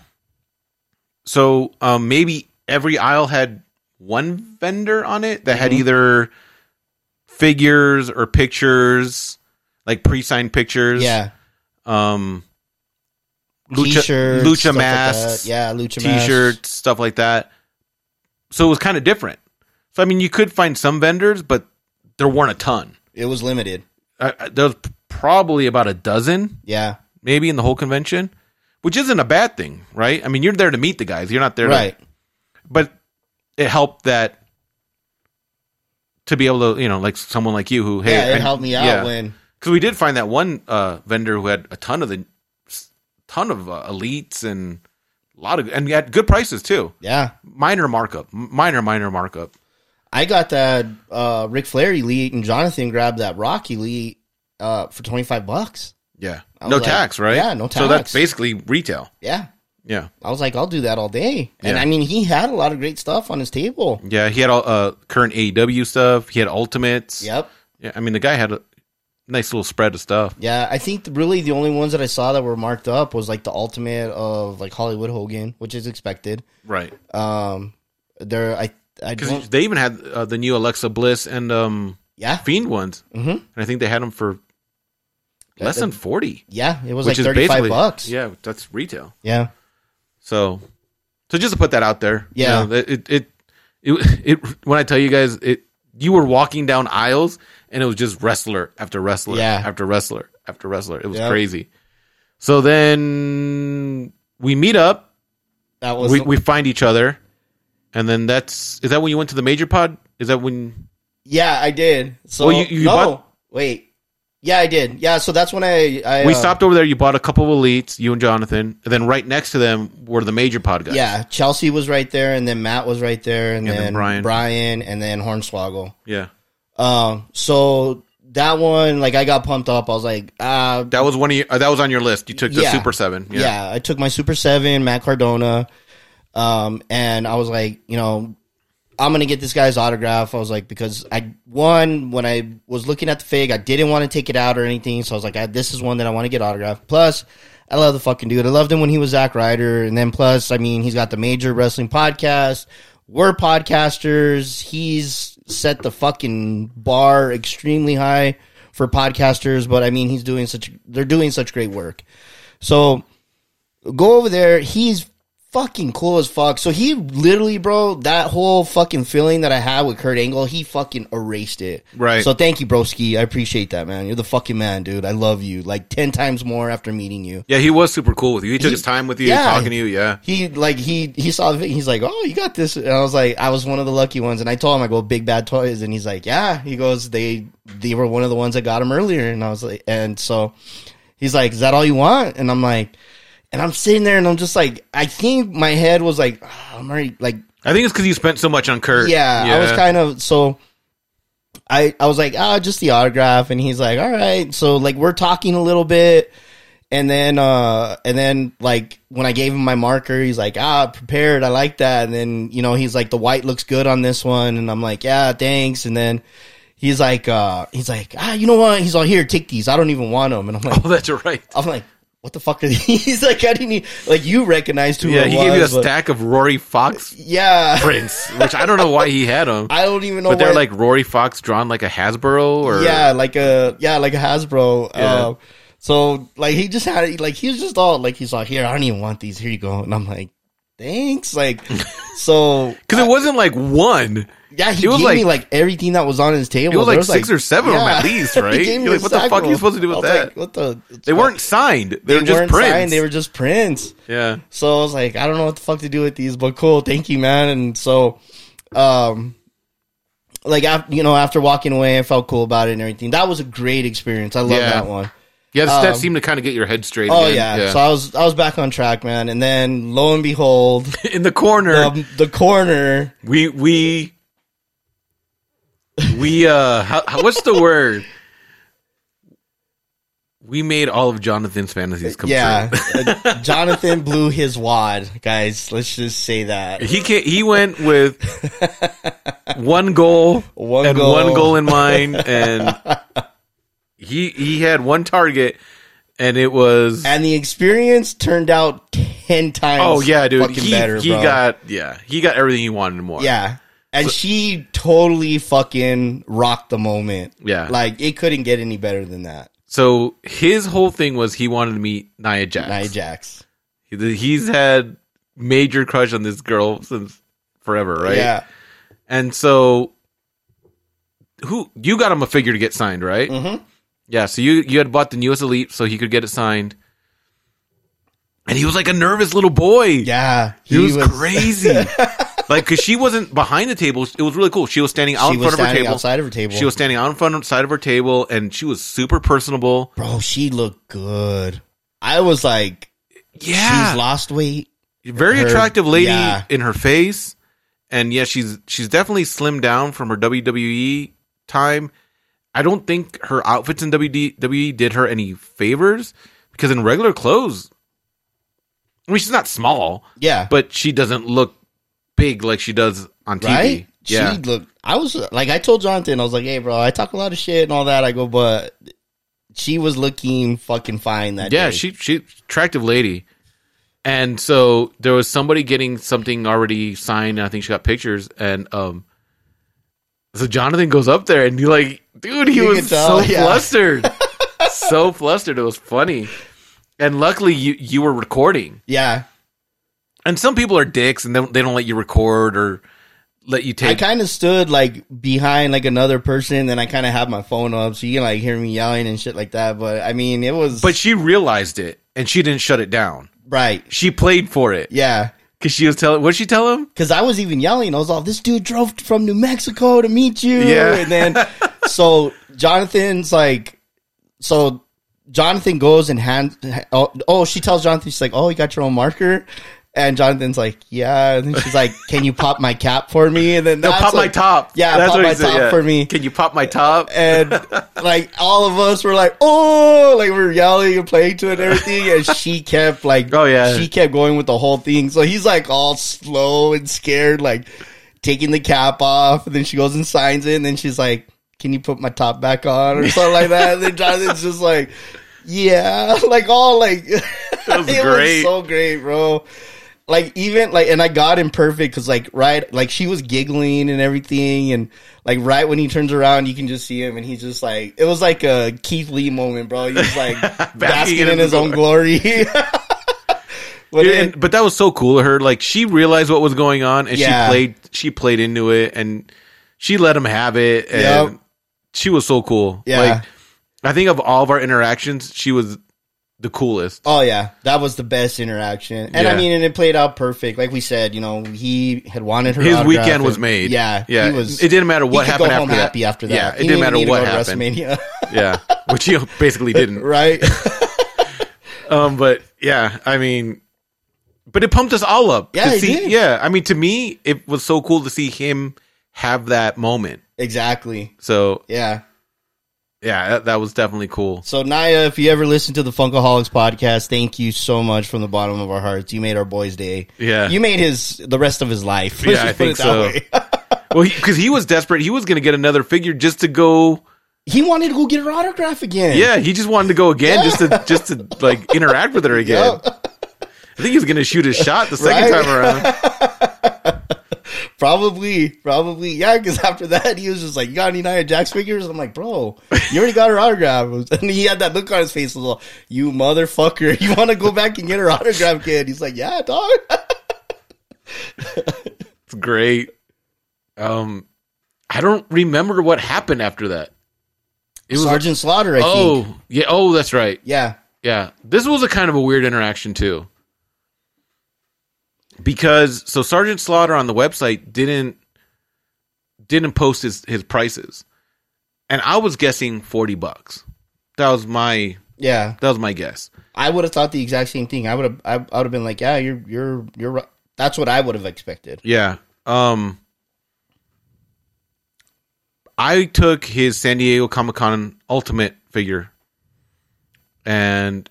[SPEAKER 3] So um, maybe every aisle had one vendor on it that
[SPEAKER 1] Mm-hmm.
[SPEAKER 3] had either figures or pictures, like pre-signed pictures.
[SPEAKER 1] Yeah.
[SPEAKER 3] Um, lucha,
[SPEAKER 1] T-shirts, stuff
[SPEAKER 3] lucha
[SPEAKER 1] like
[SPEAKER 3] masks,
[SPEAKER 1] that. yeah, lucha masks.
[SPEAKER 3] t-shirts, stuff like that. So it was kind of different. So I mean, you could find some vendors, but there weren't a ton.
[SPEAKER 1] It was limited.
[SPEAKER 3] Uh, uh, there was probably about a dozen
[SPEAKER 1] Yeah.
[SPEAKER 3] maybe in the whole convention, which isn't a bad thing, right? I mean, you're there to meet the guys. You're not there
[SPEAKER 1] Right.
[SPEAKER 3] to but it helped that to be able to, you know, like someone like you who hey,
[SPEAKER 1] yeah, it helped me out when
[SPEAKER 3] cuz we did find that one uh vendor who had a ton of the ton of uh, elites and a lot of and at good prices too.
[SPEAKER 1] yeah.
[SPEAKER 3] Minor markup, M- minor minor markup.
[SPEAKER 1] I got that uh Ric Flair elite and Jonathan grabbed that Rock elite uh for twenty five bucks.
[SPEAKER 3] Yeah.
[SPEAKER 1] I
[SPEAKER 3] No
[SPEAKER 1] was like,
[SPEAKER 3] tax, right?
[SPEAKER 1] yeah, no
[SPEAKER 3] So that's
[SPEAKER 1] tax.
[SPEAKER 3] basically retail.
[SPEAKER 1] Yeah.
[SPEAKER 3] Yeah.
[SPEAKER 1] I was like, I'll do that all day. And
[SPEAKER 3] Yeah.
[SPEAKER 1] I mean he had a lot of great stuff on his table.
[SPEAKER 3] Yeah, he had all uh current AEW stuff, he had ultimates.
[SPEAKER 1] Yep.
[SPEAKER 3] Yeah, I mean the guy had a nice little spread of stuff.
[SPEAKER 1] Yeah, I think the, really the only ones that I saw that were marked up was like the ultimate of like Hollywood Hogan, which is expected.
[SPEAKER 3] Right.
[SPEAKER 1] Um there I I
[SPEAKER 3] Because
[SPEAKER 1] don't,
[SPEAKER 3] they even had uh, the new Alexa Bliss and um,
[SPEAKER 1] yeah.
[SPEAKER 3] Fiend ones,
[SPEAKER 1] Mhm.
[SPEAKER 3] and I think they had them for less than forty,
[SPEAKER 1] Yeah, it was
[SPEAKER 3] which
[SPEAKER 1] like
[SPEAKER 3] is
[SPEAKER 1] thirty five
[SPEAKER 3] basically-
[SPEAKER 1] bucks. Yeah.
[SPEAKER 3] Yeah, that's retail.
[SPEAKER 1] yeah,
[SPEAKER 3] So, so just to put that out there, you
[SPEAKER 1] Yeah.
[SPEAKER 3] know, it, it it it when I tell you guys it, you were walking down aisles and it was just wrestler after wrestler
[SPEAKER 1] Yeah.
[SPEAKER 3] after wrestler after wrestler. It was
[SPEAKER 1] Yep.
[SPEAKER 3] crazy. So then we meet up.
[SPEAKER 1] that was
[SPEAKER 3] we, we find each other and then that's is that when you went to the major pod is that when
[SPEAKER 1] yeah, I did. So
[SPEAKER 3] Well, you- you
[SPEAKER 1] no,
[SPEAKER 3] bought-
[SPEAKER 1] wait, yeah, I did. Yeah, so that's when I, I
[SPEAKER 3] we
[SPEAKER 1] uh,
[SPEAKER 3] stopped over there you bought a couple of elites you and jonathan and then right next to them were the major pod guys
[SPEAKER 1] Yeah, Chelsea was right there, and then Matt was right there, and,
[SPEAKER 3] And then
[SPEAKER 1] then
[SPEAKER 3] Brian.
[SPEAKER 1] Brian. and then Hornswoggle.
[SPEAKER 3] yeah
[SPEAKER 1] Um, so that one, like, I got pumped up. I was like, ah,
[SPEAKER 3] that was one of your, uh, that was on your list you took the
[SPEAKER 1] Yeah.
[SPEAKER 3] super seven yeah.
[SPEAKER 1] yeah. I took my Super Seven, Matt Cardona, um, and I was like, you know, I'm gonna get this guy's autograph. I was like, because I one when I was looking at the fig, I didn't want to take it out or anything, so I was like, I, this is one that I want to get autographed. Plus, I love the fucking dude. I loved him when he was Zack Ryder, and then plus, I mean, he's got the major wrestling podcast. We're podcasters. He's set the fucking bar extremely high for podcasters, but I mean, he's doing such they're doing such great work. So go over there. He's fucking cool as fuck. So he literally, bro, that whole fucking feeling that I had with Kurt Angle, he fucking erased it.
[SPEAKER 3] Right.
[SPEAKER 1] So thank you, broski. I appreciate that, man. You're the fucking man, dude. I love you like ten times more after meeting you.
[SPEAKER 3] Yeah, he was super cool with you he took his time with you
[SPEAKER 1] yeah.
[SPEAKER 3] talking to you yeah
[SPEAKER 1] He like he he saw the video, he's like, oh, you got this, and I was like, I was one of the lucky ones, and I told him I go big bad toys, and he's like, yeah, he goes, they they were one of the ones that got him earlier, and I was like, and so he's like, is that all you want? And I'm like, and I'm sitting there, and I'm just like, I think my head was like, "Ah, I'm already like
[SPEAKER 3] i think it's because you spent so much on kurt
[SPEAKER 1] yeah, I was kind of so. I I was like, ah, just the autograph, and he's like, all right. So like we're talking a little bit, and then uh, and then like when I gave him my marker, he's like, ah, prepared. I like that. And then you know he's like, the white looks good on this one, and I'm like, yeah, thanks. And then. He's like, uh, he's like, ah, you know what? He's all here. Take these. I don't even want them. And I'm like,
[SPEAKER 3] oh that's right
[SPEAKER 1] I'm like, what the fuck are these? He's like, I didn't even, like you recognized who.
[SPEAKER 3] yeah
[SPEAKER 1] it
[SPEAKER 3] he gave you a
[SPEAKER 1] was, but-
[SPEAKER 3] stack of rory fox
[SPEAKER 1] Yeah,
[SPEAKER 3] prints which i don't know why he had them
[SPEAKER 1] I don't even know.
[SPEAKER 3] but they're
[SPEAKER 1] why-
[SPEAKER 3] like rory fox drawn like a hasbro or
[SPEAKER 1] yeah, like a yeah, like a Hasbro.
[SPEAKER 3] Yeah.
[SPEAKER 1] Um, so like he just had like he was just all like he's all here. I don't even want these. Here you go. And I'm like, thanks. Like, so
[SPEAKER 3] Because it wasn't like one.
[SPEAKER 1] yeah, he
[SPEAKER 3] It was
[SPEAKER 1] gave
[SPEAKER 3] like-
[SPEAKER 1] me like everything that was on his table.
[SPEAKER 3] It was
[SPEAKER 1] There
[SPEAKER 3] like six or seven of them at least,
[SPEAKER 1] He
[SPEAKER 3] right?
[SPEAKER 1] gave me a
[SPEAKER 3] You're like, what the
[SPEAKER 1] sack
[SPEAKER 3] fuck
[SPEAKER 1] of
[SPEAKER 3] are you
[SPEAKER 1] them.
[SPEAKER 3] supposed to do with
[SPEAKER 1] I was
[SPEAKER 3] that?
[SPEAKER 1] like, what the? it's
[SPEAKER 3] They
[SPEAKER 1] fine.
[SPEAKER 3] weren't signed. They, were just
[SPEAKER 1] weren't
[SPEAKER 3] prints.
[SPEAKER 1] signed, They were just prints.
[SPEAKER 3] yeah.
[SPEAKER 1] So I was like, I don't know what the fuck to do with these, but cool, thank you, man. And so, um, like after you know, after walking away, I felt cool about it and everything. That was a great experience. I love
[SPEAKER 3] Yeah.
[SPEAKER 1] that one.
[SPEAKER 3] Yeah, the steps
[SPEAKER 1] Um,
[SPEAKER 3] seem to kind of get your head straight.
[SPEAKER 1] Oh
[SPEAKER 3] again.
[SPEAKER 1] yeah. So I was I was back on track, man. And then lo and behold,
[SPEAKER 3] in the corner,
[SPEAKER 1] um, the corner.
[SPEAKER 3] we we we uh, how, how- what's the word? We made all of Jonathan's fantasies come
[SPEAKER 1] Yeah, uh, Jonathan blew his wad, guys. Let's just say that
[SPEAKER 3] true. He can He went with one goal
[SPEAKER 1] One
[SPEAKER 3] and
[SPEAKER 1] goal.
[SPEAKER 3] one goal in mind, and he he had one target, and it was
[SPEAKER 1] And the experience turned out ten times.
[SPEAKER 3] oh yeah, dude.
[SPEAKER 1] fucking
[SPEAKER 3] He
[SPEAKER 1] better,
[SPEAKER 3] he
[SPEAKER 1] bro.
[SPEAKER 3] got yeah, he got everything he wanted and more.
[SPEAKER 1] Yeah. And she totally fucking rocked the moment.
[SPEAKER 3] Yeah.
[SPEAKER 1] Like it couldn't get any better than that.
[SPEAKER 3] So his whole thing was he wanted to meet Nia Jax.
[SPEAKER 1] Nia Jax.
[SPEAKER 3] He- He's had major crush on this girl since forever, right?
[SPEAKER 1] Yeah.
[SPEAKER 3] And so who you got him a figure to get signed, right?
[SPEAKER 1] Mhm.
[SPEAKER 3] Yeah. So you you had bought the newest elite so he could get it signed. And he was like a nervous little boy.
[SPEAKER 1] Yeah.
[SPEAKER 3] He, was, crazy. like cuz she wasn't behind the table. It was really cool. She was standing out
[SPEAKER 1] she
[SPEAKER 3] in
[SPEAKER 1] was
[SPEAKER 3] front of her
[SPEAKER 1] standing
[SPEAKER 3] table.
[SPEAKER 1] outside of her table.
[SPEAKER 3] She was standing out in front of side of her table and she was super personable.
[SPEAKER 1] Bro, she looked good. I was like,
[SPEAKER 3] Yeah.
[SPEAKER 1] she's lost weight.
[SPEAKER 3] very
[SPEAKER 1] Her-
[SPEAKER 3] attractive lady
[SPEAKER 1] yeah.
[SPEAKER 3] in her face, and yeah, she's she's definitely slimmed down from her WWE time. I don't think her outfits in WD WWE E did her any favors because in regular clothes, I mean, she's not small,
[SPEAKER 1] Yeah.
[SPEAKER 3] but she doesn't look big like she does on TV.
[SPEAKER 1] right?
[SPEAKER 3] Yeah,
[SPEAKER 1] She looked I was like I told Jonathan, I was like, hey bro, I talk a lot of shit and all that. I go, but she was looking fucking fine that
[SPEAKER 3] yeah,
[SPEAKER 1] day.
[SPEAKER 3] she she attractive lady. And so there was somebody getting something already signed. And I think she got pictures. And um, so Jonathan goes up there and he like, dude, he
[SPEAKER 1] You can
[SPEAKER 3] was
[SPEAKER 1] tell,
[SPEAKER 3] so
[SPEAKER 1] yeah.
[SPEAKER 3] flustered, so flustered. It was funny. And luckily, you you were recording.
[SPEAKER 1] Yeah.
[SPEAKER 3] And some people are dicks and they don't, they don't let you record or let you
[SPEAKER 1] I
[SPEAKER 3] take.
[SPEAKER 1] kind of stood like behind like another person, and I kind of had my phone up, so you can like hear me yelling and shit like that. But I mean, it was
[SPEAKER 3] But she realized it and she didn't shut it down.
[SPEAKER 1] right,
[SPEAKER 3] She played for it
[SPEAKER 1] yeah,
[SPEAKER 3] because she was telling. What would she tell him?
[SPEAKER 1] because I was even yelling. I was all, "This dude drove from New Mexico to meet you,"
[SPEAKER 3] Yeah.
[SPEAKER 1] and then so Jonathan's like, so Jonathan goes and hands. Oh, oh, she tells Jonathan, she's like, "Oh, you got your own marker." And Jonathan's like, yeah. And then she's like, can you pop my cap for me? And then
[SPEAKER 3] No,
[SPEAKER 1] that's
[SPEAKER 3] pop my
[SPEAKER 1] what-
[SPEAKER 3] top.
[SPEAKER 1] Yeah, pop
[SPEAKER 3] what he
[SPEAKER 1] my
[SPEAKER 3] said,
[SPEAKER 1] top
[SPEAKER 3] yeah.
[SPEAKER 1] for me.
[SPEAKER 3] Can you pop my top?
[SPEAKER 1] and like all of us were like, oh, like we are yelling and playing to it and everything, and she kept like,
[SPEAKER 3] Oh, yeah.
[SPEAKER 1] she kept going with the whole thing. So he's like all slow and scared, like taking the cap off, and then she goes and signs it, and then she's like, "Can you put my top back on?" or something like that. And then Jonathan's just like, "Yeah," like all like,
[SPEAKER 3] was
[SPEAKER 1] it
[SPEAKER 3] great.
[SPEAKER 1] was so great, bro. Like even like, and I got him perfect because like right, like she was giggling and everything, and like right when he turns around, you can just see him, and he's just like, it was like a Keith Lee moment, bro. He was like basking in his own glory. but
[SPEAKER 3] Dude,
[SPEAKER 1] it-
[SPEAKER 3] and- but that was so cool of her. Like she realized what was going on, and
[SPEAKER 1] Yeah.
[SPEAKER 3] she played. She played into it, and she let him have it. And
[SPEAKER 1] Yep.
[SPEAKER 3] she was so cool.
[SPEAKER 1] Yeah.
[SPEAKER 3] Like I think of all of our interactions, she was the coolest.
[SPEAKER 1] Oh yeah, that was the best interaction, and I
[SPEAKER 3] Yeah.
[SPEAKER 1] mean, and it played out perfect. Like we said, you know, he had wanted Oh, her.
[SPEAKER 3] His
[SPEAKER 1] autograph,
[SPEAKER 3] weekend was
[SPEAKER 1] and-
[SPEAKER 3] made.
[SPEAKER 1] Yeah,
[SPEAKER 3] yeah.
[SPEAKER 1] He was.
[SPEAKER 3] it didn't matter
[SPEAKER 1] he
[SPEAKER 3] what
[SPEAKER 1] could
[SPEAKER 3] happened
[SPEAKER 1] go
[SPEAKER 3] after
[SPEAKER 1] home
[SPEAKER 3] that.
[SPEAKER 1] happy after that.
[SPEAKER 3] Yeah,
[SPEAKER 1] He didn't
[SPEAKER 3] it didn't matter
[SPEAKER 1] even need to
[SPEAKER 3] what
[SPEAKER 1] go to
[SPEAKER 3] happened.
[SPEAKER 1] WrestleMania.
[SPEAKER 3] Yeah, which he basically didn't.
[SPEAKER 1] right?
[SPEAKER 3] Um, but yeah, I mean, but it pumped us all up.
[SPEAKER 1] Yeah,
[SPEAKER 3] to
[SPEAKER 1] it
[SPEAKER 3] see,
[SPEAKER 1] did.
[SPEAKER 3] yeah. I mean, to me, it was so cool to see him have that moment.
[SPEAKER 1] exactly.
[SPEAKER 3] So
[SPEAKER 1] Yeah.
[SPEAKER 3] yeah, that, that was definitely cool.
[SPEAKER 1] So Naya, if you ever listen to the Funkaholics podcast, thank you so much from the bottom of our hearts. You made our boy's day.
[SPEAKER 3] Yeah.
[SPEAKER 1] You made his the rest of his life.
[SPEAKER 3] Yeah, I think so. Well, because he, was desperate, he was going to get another figure just to go.
[SPEAKER 1] he wanted to go get her autograph again.
[SPEAKER 3] Yeah, he just wanted to go again, just to just to like interact with her again. I think he was going to shoot his shot the second
[SPEAKER 1] Right?
[SPEAKER 3] time around.
[SPEAKER 1] Probably, probably, yeah. Because after that, he was just like, "You got any Nia Jax figures?" I'm like, "Bro, you already got her autograph." And he had that look on his face, was all, "You motherfucker, you want to go back and get her autograph, kid?" He's like, "Yeah, dog."
[SPEAKER 3] It's great. Um, I don't remember what happened after that. It was
[SPEAKER 1] Sergeant Slaughter, I
[SPEAKER 3] oh
[SPEAKER 1] think.
[SPEAKER 3] yeah, oh that's right.
[SPEAKER 1] Yeah.
[SPEAKER 3] Yeah. This was a kind of a weird interaction too. Because so Sergeant Slaughter on the website didn't didn't post his, his prices. And I was guessing 40 bucks. That was my
[SPEAKER 1] Yeah.
[SPEAKER 3] that was my guess.
[SPEAKER 1] I would have thought the exact same thing. I would have I, I would have been like, yeah, you're you're you're right. That's what I would have expected.
[SPEAKER 3] Yeah. Um I took his San Diego Comic Con Ultimate figure, and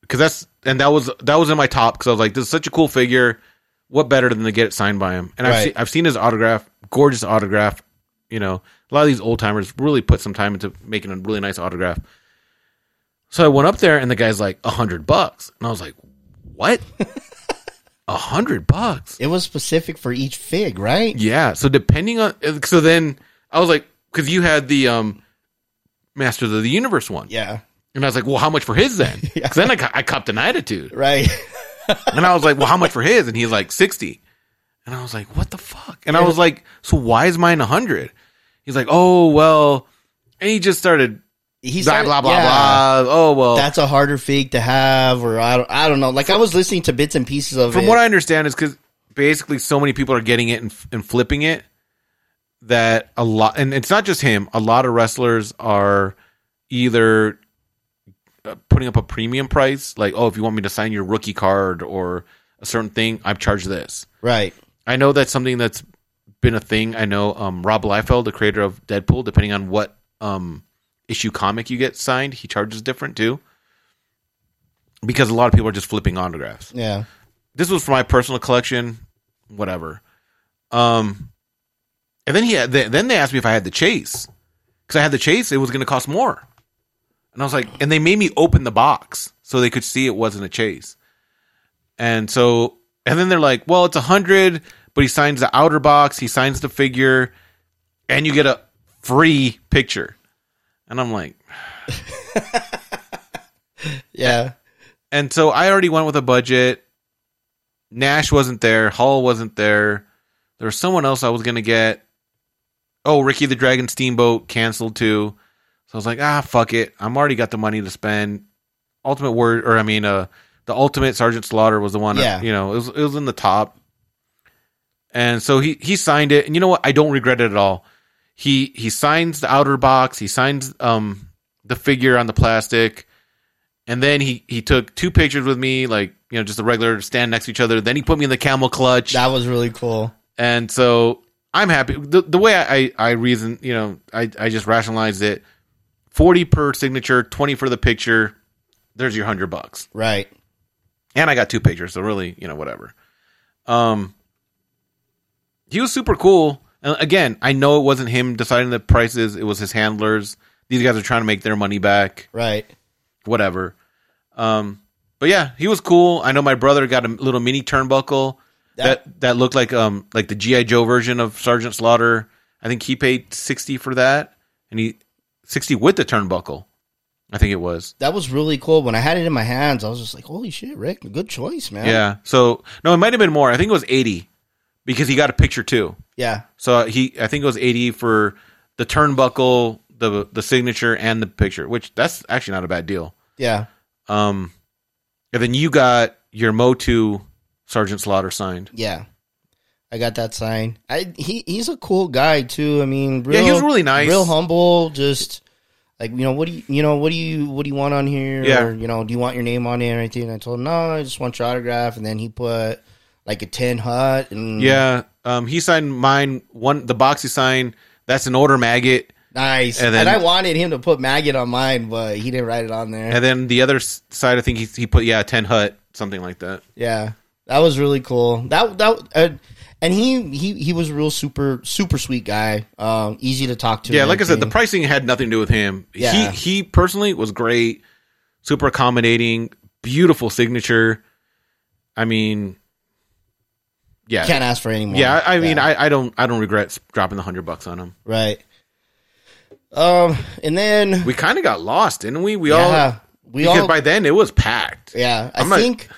[SPEAKER 3] because that's and that was that was in my top because I was like, this is such a cool figure. What better than to get it signed by him? And I've
[SPEAKER 1] Right.
[SPEAKER 3] seen, I've seen his autograph, gorgeous autograph. You know, a lot of these old timers really put some time into making a really nice autograph. So I went up there, and the guy's like, a hundred bucks, and I was like, what? A hundred bucks?
[SPEAKER 1] It was specific for each fig, right?
[SPEAKER 3] Yeah. So depending on uh, so then I was like because you had the um Masters of the Universe one,
[SPEAKER 1] Yeah.
[SPEAKER 3] and I was like, well, how much for his then? Because then I, co- I copped an attitude,
[SPEAKER 1] Right.
[SPEAKER 3] and I was like, well, how much for his? And he's like sixty, and I was like, what the fuck? And I was like, so why is mine hundred? He's like, oh well, and he just started
[SPEAKER 1] He's
[SPEAKER 3] blah blah blah blah. Oh well,
[SPEAKER 1] That's a harder fig to have, or I don't, I don't know. Like I was listening to bits and pieces of
[SPEAKER 3] from
[SPEAKER 1] it.
[SPEAKER 3] what I understand is because basically so many people are getting it and, and flipping it that a lot and it's not just him a lot of wrestlers are either uh, putting up a premium price like oh if you want me to sign your rookie card or a certain thing i've charged this
[SPEAKER 1] right.
[SPEAKER 3] i know that's something that's been a thing i know um, rob liefeld the creator of deadpool depending on what um, issue comic you get signed he charges different too because a lot of people are just flipping autographs
[SPEAKER 1] Yeah.
[SPEAKER 3] this was for my personal collection, whatever. Um, and then he had, th- then they asked me if I had the chase because I had the chase. It was going to cost more, and I was like, and they made me open the box so they could see it wasn't a chase. And so, and then they're like, well, it's a hundred, but he signs the outer box, he signs the figure, and you get a free picture. And I'm like,
[SPEAKER 1] Yeah.
[SPEAKER 3] and so I already went with a budget. Nash wasn't there. Hall wasn't there. There was someone else I was gonna get. Oh, Ricky the Dragon Steamboat canceled too. So I was like, ah, fuck it. I'm already got the money to spend. Ultimate Word, or I mean, uh, the Ultimate Sergeant Slaughter was the one.
[SPEAKER 1] Yeah.
[SPEAKER 3] you know, it was it was in the top. And so he he signed it, and you know what? I don't regret it at all. He he signs the outer box. He signs um the figure on the plastic. And then he he took two pictures with me, like you know, just a regular stand next to each other. Then he put me in the camel clutch,
[SPEAKER 1] That was really cool.
[SPEAKER 3] and so I'm happy. The, the way I, I I reason, you know, I I just rationalized it: forty per signature, twenty for the picture. There's your hundred bucks,
[SPEAKER 1] Right.
[SPEAKER 3] and I got two pictures, so really, you know, whatever. Um, he was super cool. And again, I know it wasn't him deciding the prices; it was his handlers. These guys are trying to make their money back
[SPEAKER 1] Right.
[SPEAKER 3] whatever. Um, but yeah, he was cool. I know my brother got a little mini turnbuckle that that, looked like um like the GI Joe version of Sergeant Slaughter. I think he paid sixty for that, and he sixty with the turnbuckle. I think it was.
[SPEAKER 1] That was really cool. When I had it in my hands, I was just like, "Holy shit, Rick! Good choice, man."
[SPEAKER 3] Yeah. So no, it might have been more. I think it was eighty because he got a picture too.
[SPEAKER 1] Yeah.
[SPEAKER 3] So uh, he, I think it was eighty for the turnbuckle, the the signature, and the picture, which that's actually not a bad deal.
[SPEAKER 1] Yeah.
[SPEAKER 3] Um, and then you got your Motu Sergeant Slaughter signed.
[SPEAKER 1] Yeah. I got that sign. I he he's a cool guy too. I mean, real,
[SPEAKER 3] Yeah, he was really nice.
[SPEAKER 1] real humble. Just like you know, what do you you know what do you what do you want on here?
[SPEAKER 3] Yeah.
[SPEAKER 1] Or, you know, do you want your name on it or anything? And I told him no, I just want your autograph. And then he put like a tin hut and
[SPEAKER 3] Yeah, um, he signed mine. One the box he signed. That's an order maggot,
[SPEAKER 1] nice. And,
[SPEAKER 3] And then-
[SPEAKER 1] I wanted him to put maggot on mine, but he didn't write it on there.
[SPEAKER 3] and then the other s- side, I think he he put yeah ten hut something like that.
[SPEAKER 1] Yeah, that was really cool. That that uh, and he he he was a real super super sweet guy. Um, easy to talk to.
[SPEAKER 3] Yeah,
[SPEAKER 1] and
[SPEAKER 3] like I said, the
[SPEAKER 1] everything.
[SPEAKER 3] pricing had nothing to do with him.
[SPEAKER 1] Yeah.
[SPEAKER 3] He he personally was great, super accommodating, beautiful signature. I mean, yeah,
[SPEAKER 1] can't ask for any more.
[SPEAKER 3] yeah. I, I mean, I, I don't I don't regret s- dropping the hundred bucks on him.
[SPEAKER 1] right. Um, and then
[SPEAKER 3] We kind of got lost, didn't we? We all
[SPEAKER 1] yeah, we
[SPEAKER 3] because
[SPEAKER 1] all
[SPEAKER 3] by then it was packed.
[SPEAKER 1] yeah. I
[SPEAKER 3] I'm not-
[SPEAKER 1] think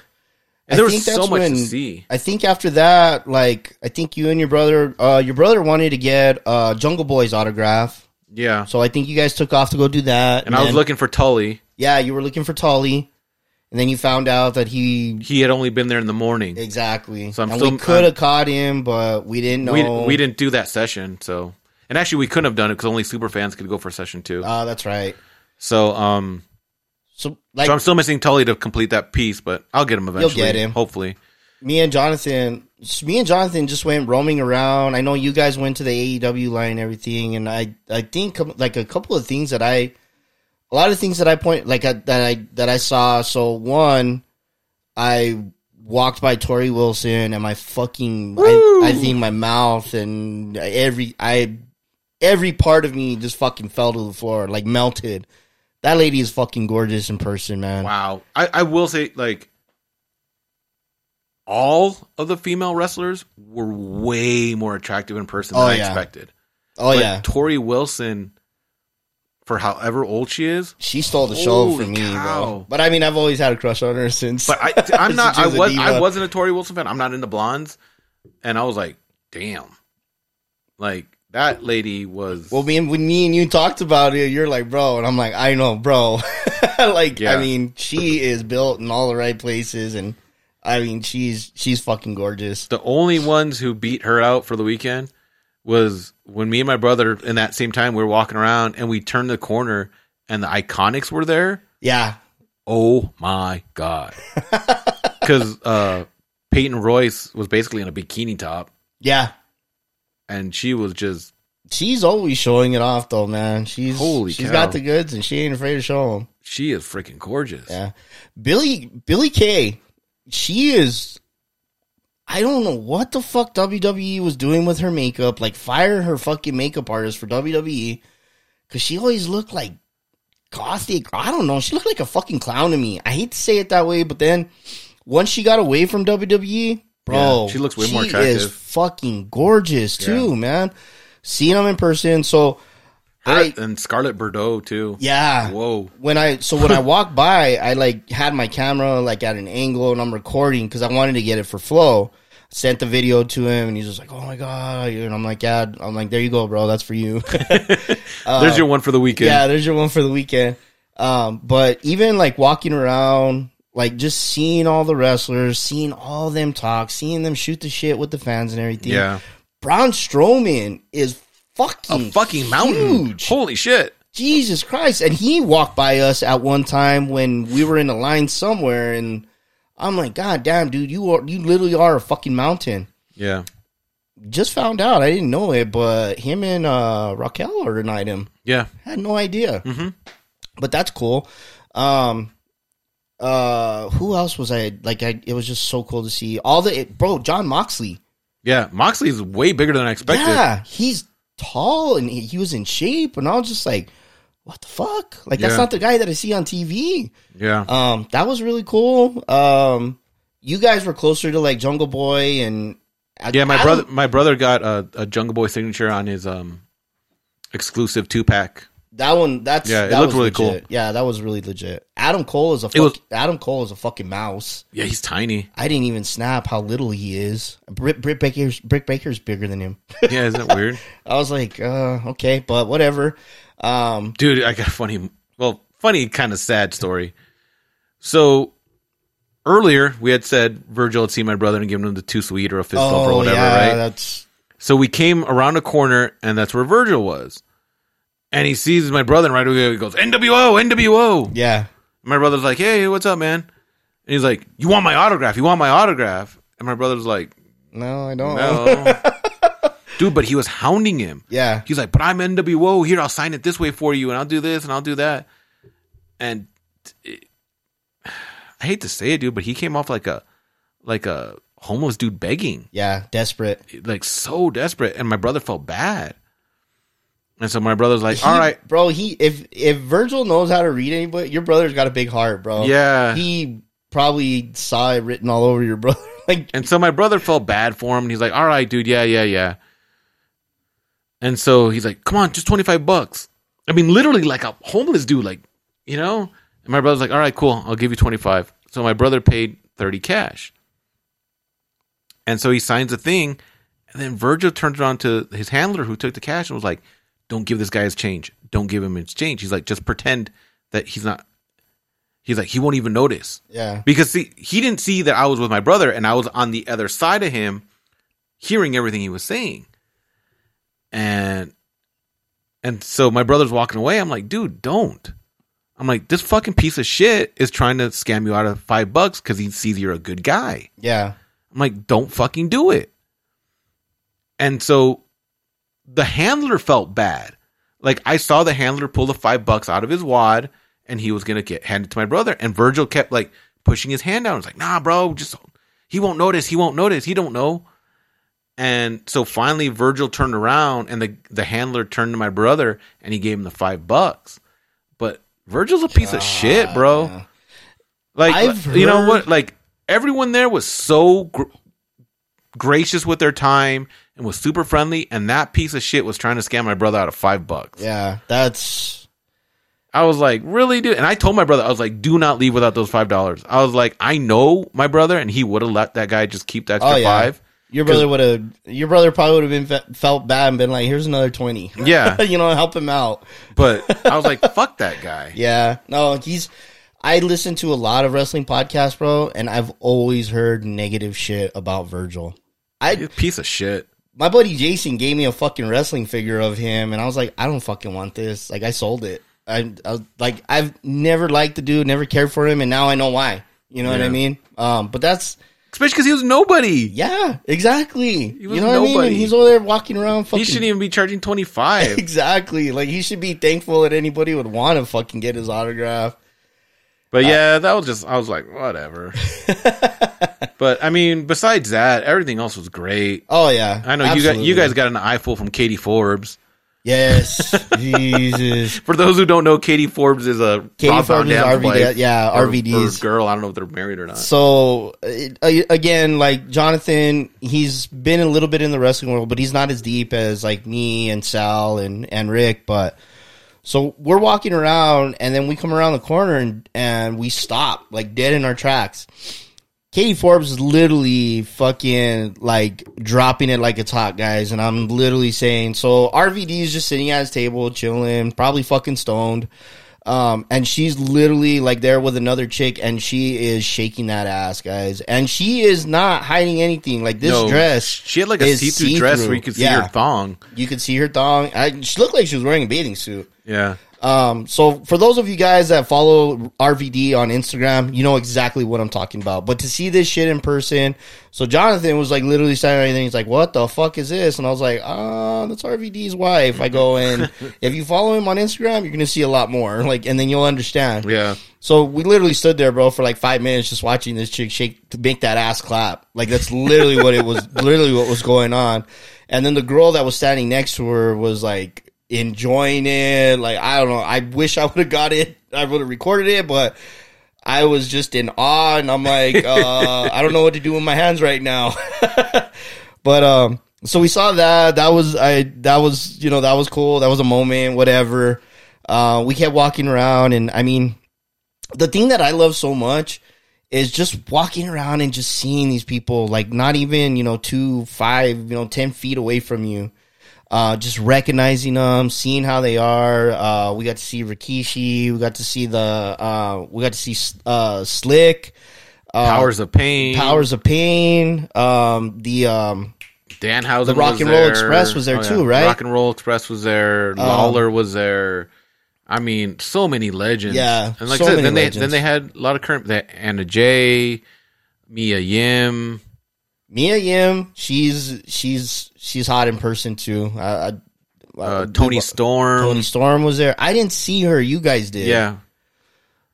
[SPEAKER 3] And there was so much to see.
[SPEAKER 1] I think after that, like I think you and your brother, uh, your brother wanted to get uh, Jungle Boy's autograph,
[SPEAKER 3] Yeah.
[SPEAKER 1] so I think you guys took off to go do that.
[SPEAKER 3] And I was
[SPEAKER 1] then-
[SPEAKER 3] looking for Tully.
[SPEAKER 1] yeah, you were looking for Tolly, and then you found out that he
[SPEAKER 3] He had only been there in the morning.
[SPEAKER 1] exactly.
[SPEAKER 3] So I'm
[SPEAKER 1] and we
[SPEAKER 3] still-
[SPEAKER 1] could have caught him, but we didn't know.
[SPEAKER 3] We, we didn't do that session, so and actually we couldn't have done it because only super fans could go for session two.
[SPEAKER 1] Ah, that's right.
[SPEAKER 3] so um,
[SPEAKER 1] So like
[SPEAKER 3] so I'm still missing Tully to complete that piece, but I'll get him eventually.
[SPEAKER 1] get him.
[SPEAKER 3] hopefully.
[SPEAKER 1] me and Jonathan, me and Jonathan just went roaming around. I know you guys went to the AEW line and everything, and I, I think um, like a couple of things that I, a lot of things that I point like I, that I that I saw. So one, I walked by Tori Wilson and my fucking, I, I think my mouth and every I, every part of me just fucking fell to the floor, like melted. That lady is fucking gorgeous in person, man.
[SPEAKER 3] Wow. I, I will say, like, all of the female wrestlers were way more attractive in person than
[SPEAKER 1] Oh,
[SPEAKER 3] I
[SPEAKER 1] yeah.
[SPEAKER 3] expected.
[SPEAKER 1] Oh
[SPEAKER 3] but
[SPEAKER 1] yeah,
[SPEAKER 3] Tori Wilson, for however old she is,
[SPEAKER 1] She stole the show
[SPEAKER 3] Holy
[SPEAKER 1] from me,
[SPEAKER 3] cow.
[SPEAKER 1] bro. But I mean, I've always had a crush on her since.
[SPEAKER 3] but I, I'm not. I
[SPEAKER 1] She's a
[SPEAKER 3] was.
[SPEAKER 1] diva.
[SPEAKER 3] I wasn't a Tori Wilson fan. I'm not into blondes, and I was like, damn, like that lady was.
[SPEAKER 1] well, me and when me and you talked about it, you're like, bro, and I'm like, I know, bro. like,
[SPEAKER 3] Yeah.
[SPEAKER 1] I mean, she is built in all the right places, and I mean, she's she's fucking gorgeous.
[SPEAKER 3] the only ones who beat her out for the weekend was when me and my brother in that same time we were walking around and we turned the corner and the iconics were there
[SPEAKER 1] Yeah,
[SPEAKER 3] oh my god because uh peyton royce was basically in a bikini top
[SPEAKER 1] yeah.
[SPEAKER 3] and she was just
[SPEAKER 1] She's always showing it off, though, man. She's
[SPEAKER 3] Holy
[SPEAKER 1] she's
[SPEAKER 3] cow.
[SPEAKER 1] got the goods, and she ain't afraid to show them.
[SPEAKER 3] she is freaking gorgeous
[SPEAKER 1] Yeah. Billy Billy Kay, she is I don't know what the fuck WWE was doing with her makeup. Like fire her fucking makeup artist for WWE cuz she always looked like gothic. I don't know. She looked like a fucking clown to me. I hate to say it that way, but then once she got away from WWE, bro,
[SPEAKER 3] Yeah, she looks way more
[SPEAKER 1] she Is
[SPEAKER 3] attractive.
[SPEAKER 1] fucking gorgeous too, man. Seeing them in person, so
[SPEAKER 3] Her
[SPEAKER 1] I-
[SPEAKER 3] and scarlett bordeaux too
[SPEAKER 1] yeah
[SPEAKER 3] whoa
[SPEAKER 1] when I so when I walked by, I like had my camera like at an angle and I'm recording because I wanted to get it for Flow. Sent the video to him and he's just like, "Oh my god!" And I'm like, "Yeah," I'm like, "There you go, bro. That's for you." Uh,
[SPEAKER 3] there's your one for the weekend
[SPEAKER 1] yeah, there's your one for the weekend. Um, but even like walking around, like just seeing all the wrestlers, seeing all them talk, seeing them shoot the shit with the fans and everything.
[SPEAKER 3] yeah
[SPEAKER 1] Braun Strowman is fucking
[SPEAKER 3] a fucking mountain
[SPEAKER 1] huge.
[SPEAKER 3] holy shit
[SPEAKER 1] Jesus Christ. And he walked by us at one time when we were in a line somewhere and I'm like, God damn, dude, you are you literally are a fucking mountain.
[SPEAKER 3] yeah
[SPEAKER 1] Just found out. I didn't know it, but him and uh Raquel are an item.
[SPEAKER 3] yeah
[SPEAKER 1] Had no idea. But that's cool. Um uh who else was I like I it was just so cool to see all the it, bro, John Moxley.
[SPEAKER 3] yeah moxley's way bigger than i expected
[SPEAKER 1] Yeah, he's tall and he, he was in shape and I was just like, what the fuck? Like that's
[SPEAKER 3] Yeah.
[SPEAKER 1] not the guy that I see on TV.
[SPEAKER 3] yeah
[SPEAKER 1] Um, that was really cool. Um, you guys were closer to like Jungle Boy and I-
[SPEAKER 3] Yeah, my
[SPEAKER 1] I
[SPEAKER 3] brother,
[SPEAKER 1] don't-
[SPEAKER 3] my brother got a, a Jungle Boy signature on his um exclusive two pack.
[SPEAKER 1] That one, that's
[SPEAKER 3] Yeah, it
[SPEAKER 1] that
[SPEAKER 3] looked
[SPEAKER 1] was
[SPEAKER 3] really cool.
[SPEAKER 1] legit. Yeah, that was really legit. Adam Cole is a fuck,
[SPEAKER 3] It was-
[SPEAKER 1] Adam Cole is a fucking mouse.
[SPEAKER 3] Yeah, he's tiny.
[SPEAKER 1] I didn't even snap how little he is. Britt, Britt Baker's Britt Baker's bigger than him.
[SPEAKER 3] Yeah, isn't that weird,
[SPEAKER 1] I was like, uh, okay, but whatever. Um,
[SPEAKER 3] dude? I got a funny, well, funny kind of sad story. So earlier we had said Virgil had seen my brother and given him the two sweet or a fist bump or
[SPEAKER 1] oh
[SPEAKER 3] whatever,
[SPEAKER 1] yeah,
[SPEAKER 3] right?
[SPEAKER 1] that's
[SPEAKER 3] So we came around a corner, and that's where Virgil was. And he sees my brother, and right away he goes, NWO, NWO.
[SPEAKER 1] yeah,
[SPEAKER 3] My brother's like, "Hey, what's up, man?" And he's like, "You want my autograph? You want my autograph?" And my brother's like,
[SPEAKER 1] no, I don't.
[SPEAKER 3] "No, dude." But he was hounding him.
[SPEAKER 1] Yeah,
[SPEAKER 3] He's like, "But I'm NWO here. I'll sign it this way for you, and I'll do this, and I'll do that." And it- I hate to say it, dude, but he came off like a like a homeless dude begging,
[SPEAKER 1] yeah, desperate.
[SPEAKER 3] like so desperate. And my brother felt bad. And so my brother's like, "All
[SPEAKER 1] He-
[SPEAKER 3] right,
[SPEAKER 1] bro. He if if Virgil knows how to read anybody, your brother's got a big heart, bro.
[SPEAKER 3] Yeah.
[SPEAKER 1] he probably saw it written all over your brother. like,
[SPEAKER 3] And so my brother felt bad for him, and he's like, "All right, dude, yeah, yeah, yeah." And so he's like, "Come on, just twenty five bucks." I mean, literally, like a homeless dude, like you know. And my brother's like, "All right, cool, I'll give you 25. So my brother paid thirty cash. And so he signs a thing, and then Virgil turns around to his handler who took the cash and was like, "Don't give this guy his change. Don't give him his change." He's like, "Just pretend that he's not." He's like, "He won't even notice."
[SPEAKER 1] Yeah.
[SPEAKER 3] because see, he didn't see that I was with my brother and I was on the other side of him, hearing everything he was saying. And and so my brother's walking away. I'm like, dude, don't. I'm like, this fucking piece of shit is trying to scam you out of five bucks because he sees you're a good guy.
[SPEAKER 1] Yeah.
[SPEAKER 3] I'm like, don't fucking do it. And so the handler felt bad. Like I saw the handler pull the five bucks out of his wad and he was gonna get handed to my brother. And Virgil kept like pushing his hand down. It's like, nah, bro, just he won't notice, he won't notice, he don't know. And so finally Virgil turned around and the the handler turned to my brother and he gave him the five bucks. But Virgil's a piece of shit, bro.
[SPEAKER 1] Ah,
[SPEAKER 3] Like
[SPEAKER 1] I've
[SPEAKER 3] you know
[SPEAKER 1] heard-
[SPEAKER 3] what? Like everyone there was so gr- gracious with their time and was super friendly, and that piece of shit was trying to scam my brother out of five bucks.
[SPEAKER 1] Yeah. That's
[SPEAKER 3] I was like, really, dude? And I told my brother, I was like, do not leave without those five dollars. I was like, I know my brother, and he would have let that guy just keep that extra
[SPEAKER 1] oh yeah.
[SPEAKER 3] five.
[SPEAKER 1] Your brother would have. Your brother probably would have been fe- felt bad and been like, "Here's another 20.
[SPEAKER 3] Yeah.
[SPEAKER 1] you know, help him out.
[SPEAKER 3] But I was like, fuck that guy.
[SPEAKER 1] Yeah. No, he's. I listen to a lot of wrestling podcasts, bro, and I've always heard negative shit about Virgil. I
[SPEAKER 3] He's a Piece of shit.
[SPEAKER 1] my buddy Jason gave me a fucking wrestling figure of him, and I was like, I don't fucking want this. Like, I sold it. I, I was, like, I've never liked the dude, never cared for him, and now I know why. You know what I
[SPEAKER 3] Yeah.
[SPEAKER 1] mean? Um, but that's
[SPEAKER 3] Especially because he was nobody.
[SPEAKER 1] yeah, exactly.
[SPEAKER 3] was
[SPEAKER 1] you know what I mean? And
[SPEAKER 3] nobody.
[SPEAKER 1] he's over there walking around fucking.
[SPEAKER 3] He shouldn't even be charging twenty five.
[SPEAKER 1] exactly. Like he should be thankful that anybody would want to fucking get his autograph.
[SPEAKER 3] But yeah, that was just I was like, whatever. but I mean, besides that, everything else was great.
[SPEAKER 1] Oh yeah,
[SPEAKER 3] I know you guys you guys got an eyeful from Katie Forbes.
[SPEAKER 1] Yes, Jesus.
[SPEAKER 3] For those who don't know, Katie Forbes is a
[SPEAKER 1] Katie
[SPEAKER 3] Rob Van
[SPEAKER 1] Forbes is
[SPEAKER 3] Dam's
[SPEAKER 1] RVD
[SPEAKER 3] wife,
[SPEAKER 1] yeah,
[SPEAKER 3] or-
[SPEAKER 1] RVD's.
[SPEAKER 3] or girl. I don't know if they're married or not.
[SPEAKER 1] So uh, it, a- again, like Jonathan, he's been a little bit in the wrestling world, but he's not as deep as like me and Sal and and Rick. But so we're walking around, and then we come around the corner and and we stop like dead in our tracks. Katie Forbes is literally fucking like dropping it like it's hot, guys. And I'm literally saying, so RVD is just sitting at his table, chilling, probably fucking stoned. Um, and she's literally like there with another chick, and she is shaking that ass, guys. And she is not hiding anything. Like this
[SPEAKER 3] No,
[SPEAKER 1] dress,
[SPEAKER 3] She had like a
[SPEAKER 1] is
[SPEAKER 3] see through dress where
[SPEAKER 1] see-through.
[SPEAKER 3] you could see
[SPEAKER 1] yeah,
[SPEAKER 3] her thong.
[SPEAKER 1] You could see her thong. I, she looked like she was wearing a bathing suit.
[SPEAKER 3] Yeah.
[SPEAKER 1] Um, so for those of you guys that follow RVD on Instagram, you know exactly what I'm talking about. But to see this shit in person, so Jonathan was like literally standing there and he's like, "What the fuck is this?" And I was like, "Ah, that's RVD's wife." I go and if you follow him on Instagram, you're gonna see a lot more. Like, and then you'll understand.
[SPEAKER 3] Yeah.
[SPEAKER 1] So we literally stood there, bro, for like five minutes just watching this chick shake to make that ass clap. Like that's literally what it was, literally what was going on. And then the girl that was standing next to her was like enjoying it. Like I don't know. I wish I would have got it. I would have recorded it, but I was just in awe, and I'm like, uh, I don't know what to do with my hands right now. But um, so we saw that. That was I. That was you know that was cool. That was a moment. Whatever. Uh, we kept walking around, and I mean, the thing that I love so much is just walking around and just seeing these people, like not even you know two, five, you know, ten feet away from you. Uh, just recognizing them, seeing how they are. Uh, we got to see Rikishi. We got to see the. Uh, we got to see uh, Slick.
[SPEAKER 3] Powers of Pain.
[SPEAKER 1] Uh, Powers of Pain. Um, the um,
[SPEAKER 3] Danhausen.
[SPEAKER 1] The Rock
[SPEAKER 3] was
[SPEAKER 1] and Roll
[SPEAKER 3] there. Oh,
[SPEAKER 1] Express was there too,
[SPEAKER 3] yeah.
[SPEAKER 1] right? Um,
[SPEAKER 3] Rock and Roll Express was there. Lawler was there. I mean, so many legends.
[SPEAKER 1] Yeah,
[SPEAKER 3] and like
[SPEAKER 1] so
[SPEAKER 3] I said,
[SPEAKER 1] many
[SPEAKER 3] then they
[SPEAKER 1] legends.
[SPEAKER 3] then they had a lot of current. They, Anna Jay, Mia Yim.
[SPEAKER 1] Mia Yim, she's she's she's hot in person too. I, I,
[SPEAKER 3] uh, Tony Storm.
[SPEAKER 1] Tony Storm was there. I didn't see her. You guys did.
[SPEAKER 3] yeah.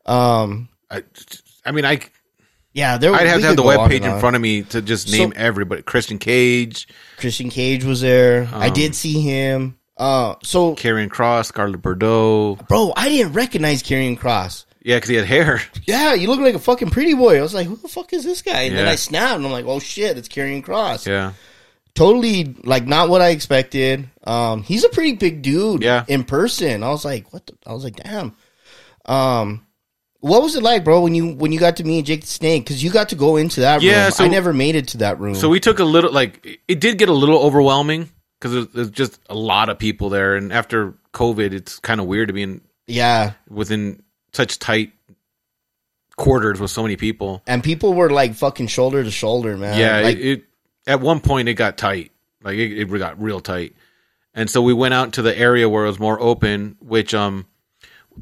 [SPEAKER 1] Um.
[SPEAKER 3] I, I mean, I
[SPEAKER 1] Yeah. There.
[SPEAKER 3] I'd have
[SPEAKER 1] we
[SPEAKER 3] to have the
[SPEAKER 1] could go on
[SPEAKER 3] web page
[SPEAKER 1] and
[SPEAKER 3] in
[SPEAKER 1] on.
[SPEAKER 3] front of me to just name everybody. Christian Cage,
[SPEAKER 1] Christian Cage was there. I
[SPEAKER 3] Um,
[SPEAKER 1] did see him. Uh. So,
[SPEAKER 3] Karrion Cross, Scarlett Bordeaux.
[SPEAKER 1] bro, I didn't recognize Karrion Cross.
[SPEAKER 3] Yeah, because he had hair.
[SPEAKER 1] Yeah, you look like a fucking pretty boy. I was like, who the fuck is this guy? And then
[SPEAKER 3] Yeah.
[SPEAKER 1] I snapped, and I'm like, oh shit, it's Karrion Cross.
[SPEAKER 3] Yeah,
[SPEAKER 1] totally like not what I expected. Um, he's a pretty big dude
[SPEAKER 3] Yeah.
[SPEAKER 1] in person. I was like, what the, I was like, damn. Um, What was it like, bro, when you when you got to meet Jake the Snake? Because you got to go into that
[SPEAKER 3] Yeah,
[SPEAKER 1] room.
[SPEAKER 3] so-
[SPEAKER 1] I never made it to that room.
[SPEAKER 3] So we took a little, like, it did get a little overwhelming because there's just a lot of people there. And after COVID, it's kind of weird to be in,
[SPEAKER 1] yeah,
[SPEAKER 3] within such tight quarters with so many people.
[SPEAKER 1] and people were like fucking shoulder to shoulder, man.
[SPEAKER 3] yeah,
[SPEAKER 1] like,
[SPEAKER 3] it, it, at one point it got tight. Like it, it got real tight, and so we went out to the area where it was more open. Which um,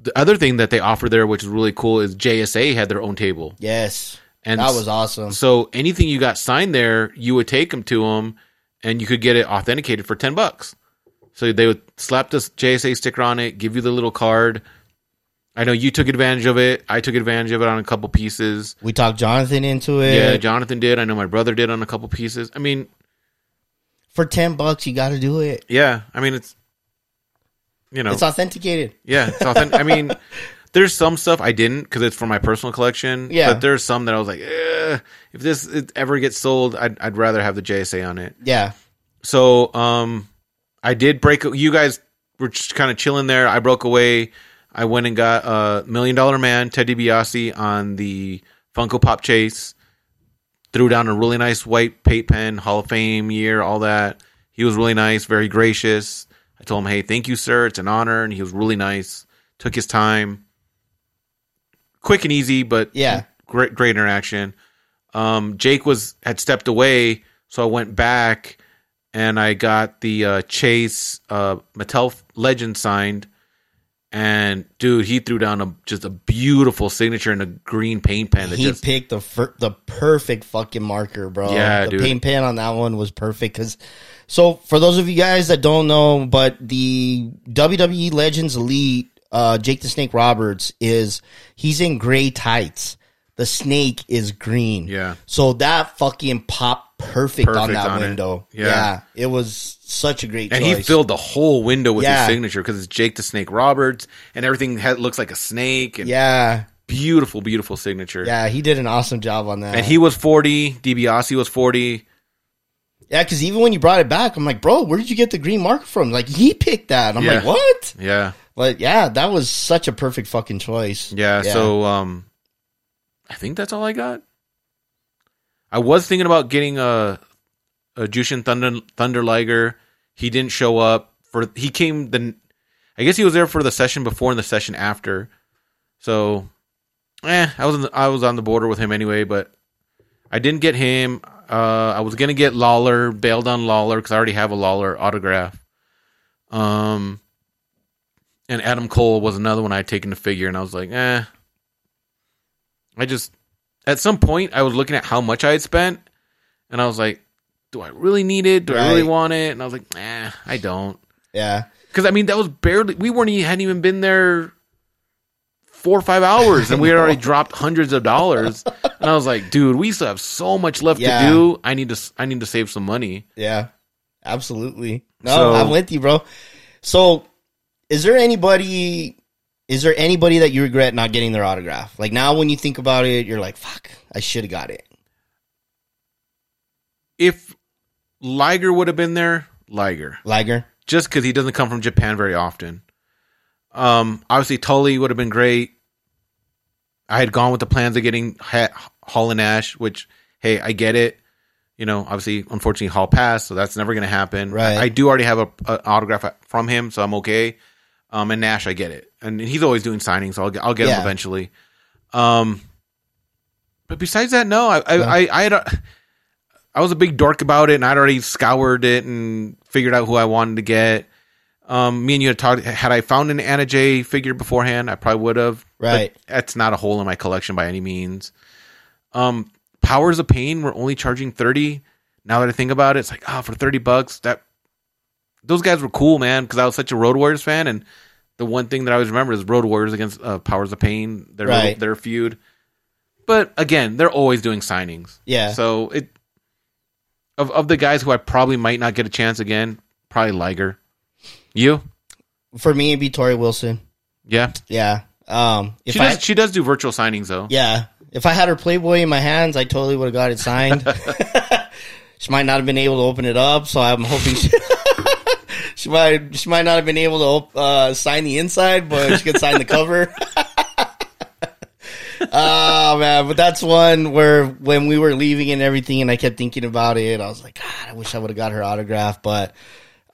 [SPEAKER 3] the other thing that they offer there, which is really cool, is JSA had their own table,
[SPEAKER 1] yes,
[SPEAKER 3] and
[SPEAKER 1] that was awesome.
[SPEAKER 3] so anything you got signed there, you would take them to them, and you could get it authenticated for ten bucks. So they would slap this JSA sticker on it, give you the little card. I know you took advantage of it. I took advantage of it on a couple pieces.
[SPEAKER 1] We talked Jonathan into it.
[SPEAKER 3] Yeah, Jonathan did. I know my brother did on a couple pieces. I mean,
[SPEAKER 1] For ten bucks, you got to do it.
[SPEAKER 3] yeah. I mean, it's you know,
[SPEAKER 1] It's authenticated.
[SPEAKER 3] yeah. It's authentic. I mean, there's some stuff I didn't because it's for my personal collection.
[SPEAKER 1] Yeah.
[SPEAKER 3] but there's some that I was like, eh, if this it ever gets sold, I'd, I'd rather have the JSA on it.
[SPEAKER 1] Yeah,
[SPEAKER 3] So, um, I did break. You guys were just kind of chilling there. I broke away. I went and got a uh, million dollar man Ted DiBiase on the Funko Pop chase. Threw down a really nice white paint pen, Hall of Fame year, all that. He was really nice, very gracious. I told him, "Hey, thank you, sir. It's an honor," and he was really nice. Took his time, quick and easy, but
[SPEAKER 1] Yeah.
[SPEAKER 3] great, great interaction. Um, Jake was had stepped away, so I went back and I got the uh, Chase uh, Mattel Legend signed. And dude, he threw down a just a beautiful signature in a green paint pen. That
[SPEAKER 1] he
[SPEAKER 3] just,
[SPEAKER 1] picked the fir- the perfect fucking marker, bro.
[SPEAKER 3] Yeah,
[SPEAKER 1] the
[SPEAKER 3] dude.
[SPEAKER 1] paint pen on that one was perfect because. So for those of you guys that don't know, but the WWE Legends Elite, uh, Jake the Snake Roberts is he's in gray tights. The snake is green.
[SPEAKER 3] Yeah.
[SPEAKER 1] So that fucking popped perfect, on
[SPEAKER 3] Perfect
[SPEAKER 1] that
[SPEAKER 3] on it.
[SPEAKER 1] window.
[SPEAKER 3] Yeah.
[SPEAKER 1] It was such a great
[SPEAKER 3] and
[SPEAKER 1] choice.
[SPEAKER 3] he filled the whole window with
[SPEAKER 1] Yeah.
[SPEAKER 3] his signature because it's Jake the Snake Roberts, and everything had, looks like a snake. And
[SPEAKER 1] Yeah.
[SPEAKER 3] beautiful, beautiful signature.
[SPEAKER 1] Yeah. He did an awesome job on that.
[SPEAKER 3] And he was forty. DiBiase was forty.
[SPEAKER 1] Yeah, because even when you brought it back, I'm like, bro, where did you get the green mark from? Like, he picked that. I'm
[SPEAKER 3] Yeah.
[SPEAKER 1] like, what?
[SPEAKER 3] Yeah,
[SPEAKER 1] But yeah, that was such a perfect fucking choice.
[SPEAKER 3] yeah.
[SPEAKER 1] Yeah.
[SPEAKER 3] So, um, I think that's all I got. I was thinking about getting a a Jushin Thunder Thunder Liger. He didn't show up for. He came the. I guess he was there for the session before and the session after. So, eh, I was in the, I was on the border with him anyway, but I didn't get him. Uh, I was gonna get Lawler, bailed on Lawler because I already have a Lawler autograph. Um, and Adam Cole was another one I had taken to figure, and I was like, eh. I just at some point I was looking at how much I had spent, and I was like, do I really need it? Do I really
[SPEAKER 1] Right.
[SPEAKER 3] want it? And I was like, eh, I don't.
[SPEAKER 1] Yeah.
[SPEAKER 3] Because I mean, that was barely. We weren't e- hadn't even been there four or five hours, and we had already dropped hundreds of dollars. and I was like, dude, we still have so much left
[SPEAKER 1] Yeah.
[SPEAKER 3] to do. I need to. s- I need to save some money.
[SPEAKER 1] Yeah. Absolutely. No,
[SPEAKER 3] So-
[SPEAKER 1] I'm with you, bro. So, is there anybody. Is there anybody that you regret not getting their autograph? Like now, when you think about it, you're like, "Fuck, I should have got it."
[SPEAKER 3] If Liger would have been there, Liger,
[SPEAKER 1] Liger,
[SPEAKER 3] just because he doesn't come from Japan very often. Um, obviously Tully would have been great. I had gone with the plans of getting ha- Hall and Ash, which hey, I get it. You know, obviously, unfortunately, Hall passed, so that's never going to happen.
[SPEAKER 1] Right.
[SPEAKER 3] I, I do already have a, a autograph from him, so I'm okay. Um, and Nash, I get it, and he's always doing signings, so I'll get I'll get
[SPEAKER 1] Yeah.
[SPEAKER 3] him eventually. Um, but besides that, no, I I I, I had a, I was a big dork about it, and I'd already scoured it and figured out who I wanted to get. Um, me and you had talked. Had I found an Anna J figure beforehand, I probably would have. but
[SPEAKER 1] Right.
[SPEAKER 3] that's not a hole in my collection by any means. Um, Powers of Pain were only charging thirty. Now that I think about it, it's like ah, for thirty bucks, that those guys were cool, man. Because I was such a Road Warriors fan, and the one thing that I always remember is Road Warriors against uh, Powers of Pain. Their
[SPEAKER 1] Right.
[SPEAKER 3] their feud. But again, they're always doing signings.
[SPEAKER 1] yeah,
[SPEAKER 3] So it of of the guys who I probably might not get a chance again, probably Liger. You?
[SPEAKER 1] for me, it'd be Tori Wilson.
[SPEAKER 3] Yeah.
[SPEAKER 1] Yeah, um, if
[SPEAKER 3] she
[SPEAKER 1] I,
[SPEAKER 3] does she does do virtual signings though.
[SPEAKER 1] Yeah. If I had her Playboy in my hands, I totally would have got it signed. she might not have been able to open it up, so I'm hoping she, she might she might not have been able to op- uh, sign the inside, but she could sign the cover. Oh man, but that's one where when we were leaving and everything, and I kept thinking about it. I was like, God, I wish I would have got her autograph, but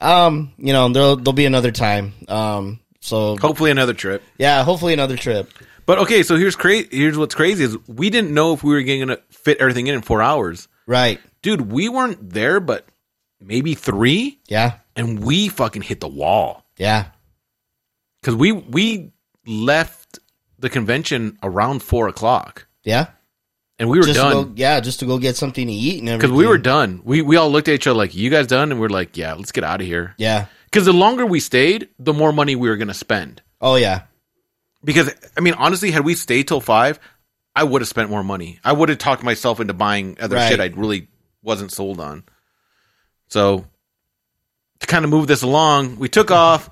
[SPEAKER 1] um, you know, there'll there'll be another time. Um, so
[SPEAKER 3] Hopefully, another trip.
[SPEAKER 1] yeah, hopefully another trip.
[SPEAKER 3] But okay, so here's cra- here's what's crazy is we didn't know if we were going to fit everything in in four hours,
[SPEAKER 1] Right?
[SPEAKER 3] dude. We weren't there, but maybe three,
[SPEAKER 1] Yeah,
[SPEAKER 3] and we fucking hit the wall
[SPEAKER 1] yeah,
[SPEAKER 3] because we we left the convention around four o'clock,
[SPEAKER 1] yeah.
[SPEAKER 3] and we were
[SPEAKER 1] Just to go,
[SPEAKER 3] done
[SPEAKER 1] yeah, just to go get something to eat and
[SPEAKER 3] because
[SPEAKER 1] everything.
[SPEAKER 3] we were done. We we all looked at each other like, "You guys done?" And we're like, "Yeah, let's get out of here."
[SPEAKER 1] yeah.
[SPEAKER 3] Because the longer we stayed, the more money we were going to spend.
[SPEAKER 1] Oh yeah,
[SPEAKER 3] Because I mean, honestly, had we stayed till five, I would have spent more money. I would have talked myself into buying other
[SPEAKER 1] Right.
[SPEAKER 3] shit I really wasn't sold on. So to kind of move this along, we took off,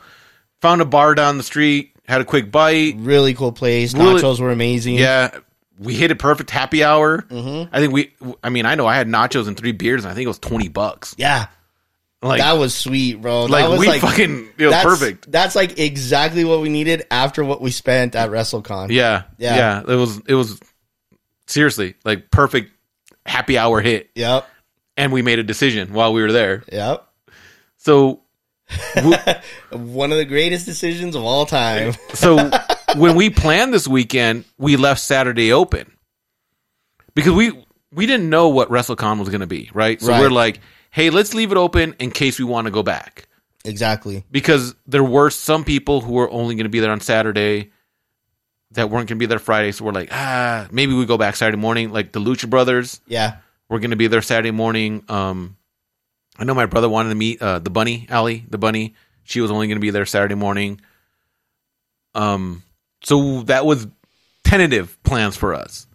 [SPEAKER 3] found a bar down the street, had a quick bite.
[SPEAKER 1] really cool place.
[SPEAKER 3] Really-
[SPEAKER 1] Nachos were amazing.
[SPEAKER 3] Yeah, we hit a perfect happy hour. I think we. I mean, I know I had nachos and three beers, and I think it was twenty bucks.
[SPEAKER 1] yeah.
[SPEAKER 3] Like,
[SPEAKER 1] that was sweet, bro. that
[SPEAKER 3] like
[SPEAKER 1] was
[SPEAKER 3] we fucking it was
[SPEAKER 1] that's,
[SPEAKER 3] perfect.
[SPEAKER 1] That's like exactly what we needed after what we spent at WrestleCon.
[SPEAKER 3] Yeah,
[SPEAKER 1] Yeah.
[SPEAKER 3] yeah, It was it was seriously like perfect happy hour hit.
[SPEAKER 1] Yep.
[SPEAKER 3] and we made a decision while we were there.
[SPEAKER 1] Yep.
[SPEAKER 3] So, w-
[SPEAKER 1] One of the greatest decisions of all time.
[SPEAKER 3] so when we planned this weekend, we left Saturday open because we we didn't know what WrestleCon was going to be, right? So
[SPEAKER 1] Right.
[SPEAKER 3] we're like, hey, let's leave it open in case we want to go back
[SPEAKER 1] exactly.
[SPEAKER 3] because there were some people who were only going to be there on Saturday that weren't going to be there Friday. So we're like, ah, maybe we go back Saturday morning, like the Lucha Brothers.
[SPEAKER 1] Yeah.
[SPEAKER 3] We're going to be there Saturday morning. Um, I know my brother wanted to meet uh, the bunny, Allie, the bunny. She was only going to be there Saturday morning. Um, so that was tentative plans for us.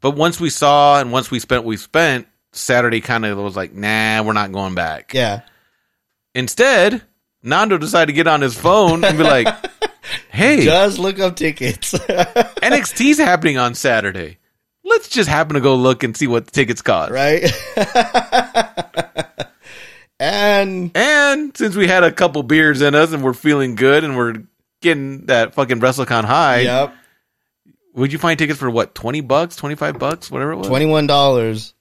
[SPEAKER 3] But once we saw and once we spent, we spent Saturday kind of was like, nah, we're not going back.
[SPEAKER 1] Yeah.
[SPEAKER 3] Instead, Nando decided to get on his phone and be like, hey,
[SPEAKER 1] Just look up tickets.
[SPEAKER 3] NXT's happening on Saturday. Let's just happen to go look and see what the tickets cost.
[SPEAKER 1] right? and
[SPEAKER 3] And since we had a couple beers in us and we're feeling good and we're getting that fucking WrestleCon high,
[SPEAKER 1] yep.
[SPEAKER 3] would you find tickets for what, 20 bucks, 25 bucks, whatever it was?
[SPEAKER 1] Twenty one dollars.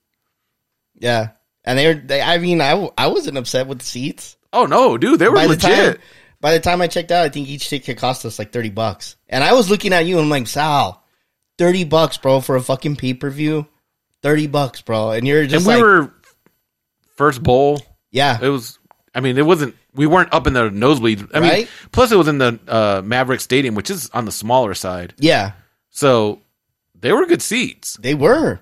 [SPEAKER 1] Yeah. And they were they I mean, I, w- I wasn't upset with the seats.
[SPEAKER 3] Oh no, dude, they were
[SPEAKER 1] By the
[SPEAKER 3] legit.
[SPEAKER 1] time by the time I checked out, I think each ticket cost us like thirty bucks. And I was looking at you and I'm like, Sal, thirty bucks, bro, for a fucking pay per view. Thirty bucks, bro. And you're
[SPEAKER 3] and
[SPEAKER 1] just
[SPEAKER 3] we
[SPEAKER 1] like
[SPEAKER 3] were first bowl.
[SPEAKER 1] Yeah.
[SPEAKER 3] It was I mean, it wasn't we weren't up in the nosebleed. I mean,
[SPEAKER 1] Right?
[SPEAKER 3] plus it was in the uh, Maverick Stadium, which is on the smaller side.
[SPEAKER 1] Yeah.
[SPEAKER 3] So they were good seats.
[SPEAKER 1] They were.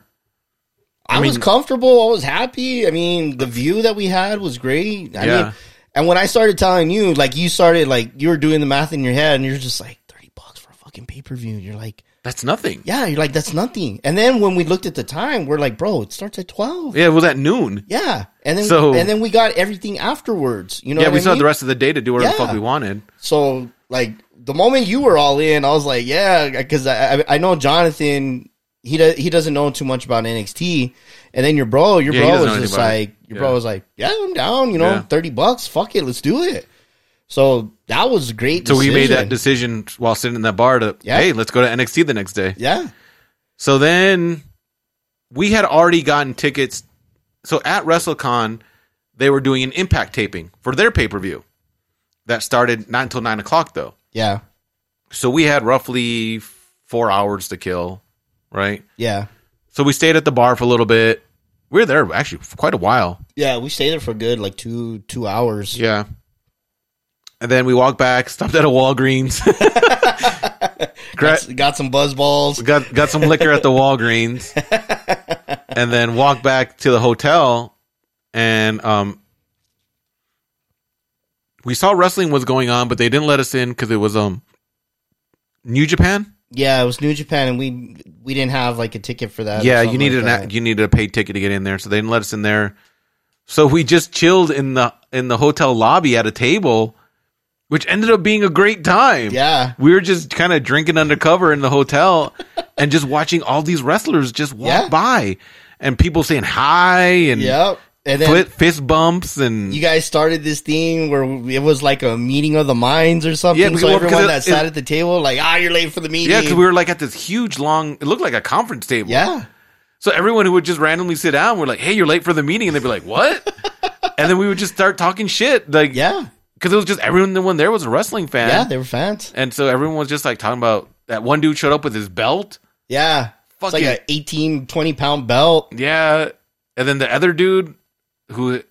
[SPEAKER 1] I, was
[SPEAKER 3] mean-
[SPEAKER 1] comfortable. I was happy. I mean, the view that we had was great. I
[SPEAKER 3] Yeah.
[SPEAKER 1] mean, and when I started telling you, like, you started, like, you were doing the math in your head and you're just like, 30 bucks for a fucking pay per view. You're like,
[SPEAKER 3] That's nothing.
[SPEAKER 1] yeah, you're like, that's nothing. And then when we looked at the time, we're like, bro, it starts at 12.
[SPEAKER 3] Yeah, it was at noon.
[SPEAKER 1] Yeah. And then,
[SPEAKER 3] So-
[SPEAKER 1] and then we got everything afterwards. You know
[SPEAKER 3] Yeah,
[SPEAKER 1] what
[SPEAKER 3] we
[SPEAKER 1] I
[SPEAKER 3] still had
[SPEAKER 1] mean?
[SPEAKER 3] the rest of the day to do whatever the
[SPEAKER 1] Yeah.
[SPEAKER 3] fuck we wanted.
[SPEAKER 1] So like the moment you were all in, I was like, yeah, because I, I I know Jonathan he does he doesn't know too much about NXT, and then your bro your
[SPEAKER 3] Yeah, he
[SPEAKER 1] bro
[SPEAKER 3] doesn't
[SPEAKER 1] was
[SPEAKER 3] know
[SPEAKER 1] just
[SPEAKER 3] anybody.
[SPEAKER 1] like your
[SPEAKER 3] Yeah.
[SPEAKER 1] bro was like, yeah, I'm down, you know,
[SPEAKER 3] Yeah.
[SPEAKER 1] thirty bucks, fuck it, let's do it. So that was a great.
[SPEAKER 3] So we made that
[SPEAKER 1] decision.
[SPEAKER 3] decision while sitting in that bar to,
[SPEAKER 1] Yeah.
[SPEAKER 3] hey, let's go to NXT the next day.
[SPEAKER 1] yeah,
[SPEAKER 3] So then we had already gotten tickets. So at WrestleCon, they were doing an impact taping for their pay per view that started not until nine o'clock, though.
[SPEAKER 1] yeah,
[SPEAKER 3] So we had roughly four hours to kill, right?
[SPEAKER 1] yeah,
[SPEAKER 3] So we stayed at the bar for a little bit. We were there actually for quite a while.
[SPEAKER 1] yeah. We stayed there for good like two two hours.
[SPEAKER 3] Yeah. And then we walked back, stopped at a Walgreens. Gra-
[SPEAKER 1] Got some buzz balls.
[SPEAKER 3] got got some liquor at the Walgreens, and then walked back to the hotel, and um, we saw wrestling was going on, but they didn't let us in because it was um, New Japan.
[SPEAKER 1] Yeah, it was New Japan, and we we didn't have like a ticket for that. or
[SPEAKER 3] yeah, you
[SPEAKER 1] something
[SPEAKER 3] needed
[SPEAKER 1] like
[SPEAKER 3] an
[SPEAKER 1] that.
[SPEAKER 3] you needed a paid ticket to get in there, so they didn't let us in there. So we just chilled in the in the hotel lobby at a table, which ended up being a great time.
[SPEAKER 1] Yeah.
[SPEAKER 3] we were just kind of drinking undercover in the hotel and just watching all these wrestlers just walk
[SPEAKER 1] Yeah.
[SPEAKER 3] by and people saying hi and
[SPEAKER 1] Yep. and then
[SPEAKER 3] Fli- fist bumps and
[SPEAKER 1] you guys started this thing where it was like a meeting of the minds or something.
[SPEAKER 3] Yeah, because-
[SPEAKER 1] so
[SPEAKER 3] well, because
[SPEAKER 1] everyone
[SPEAKER 3] it-
[SPEAKER 1] that sat at the table, like, ah, you're late for the meeting.
[SPEAKER 3] yeah, because we were like at this huge long. It looked like a conference table.
[SPEAKER 1] yeah,
[SPEAKER 3] So everyone who would just randomly sit down, we're like, "Hey, you're late for the meeting," and they'd be like, "What?" and then we would just start talking shit, like,
[SPEAKER 1] yeah,
[SPEAKER 3] because it was just everyone. The one there was a wrestling fan,
[SPEAKER 1] yeah. They were fans.
[SPEAKER 3] and so everyone was just like talking about that one dude showed up with his belt.
[SPEAKER 1] Yeah, it's like
[SPEAKER 3] Fucking-
[SPEAKER 1] an 18, 20 pound belt.
[SPEAKER 3] Yeah, and then the other dude who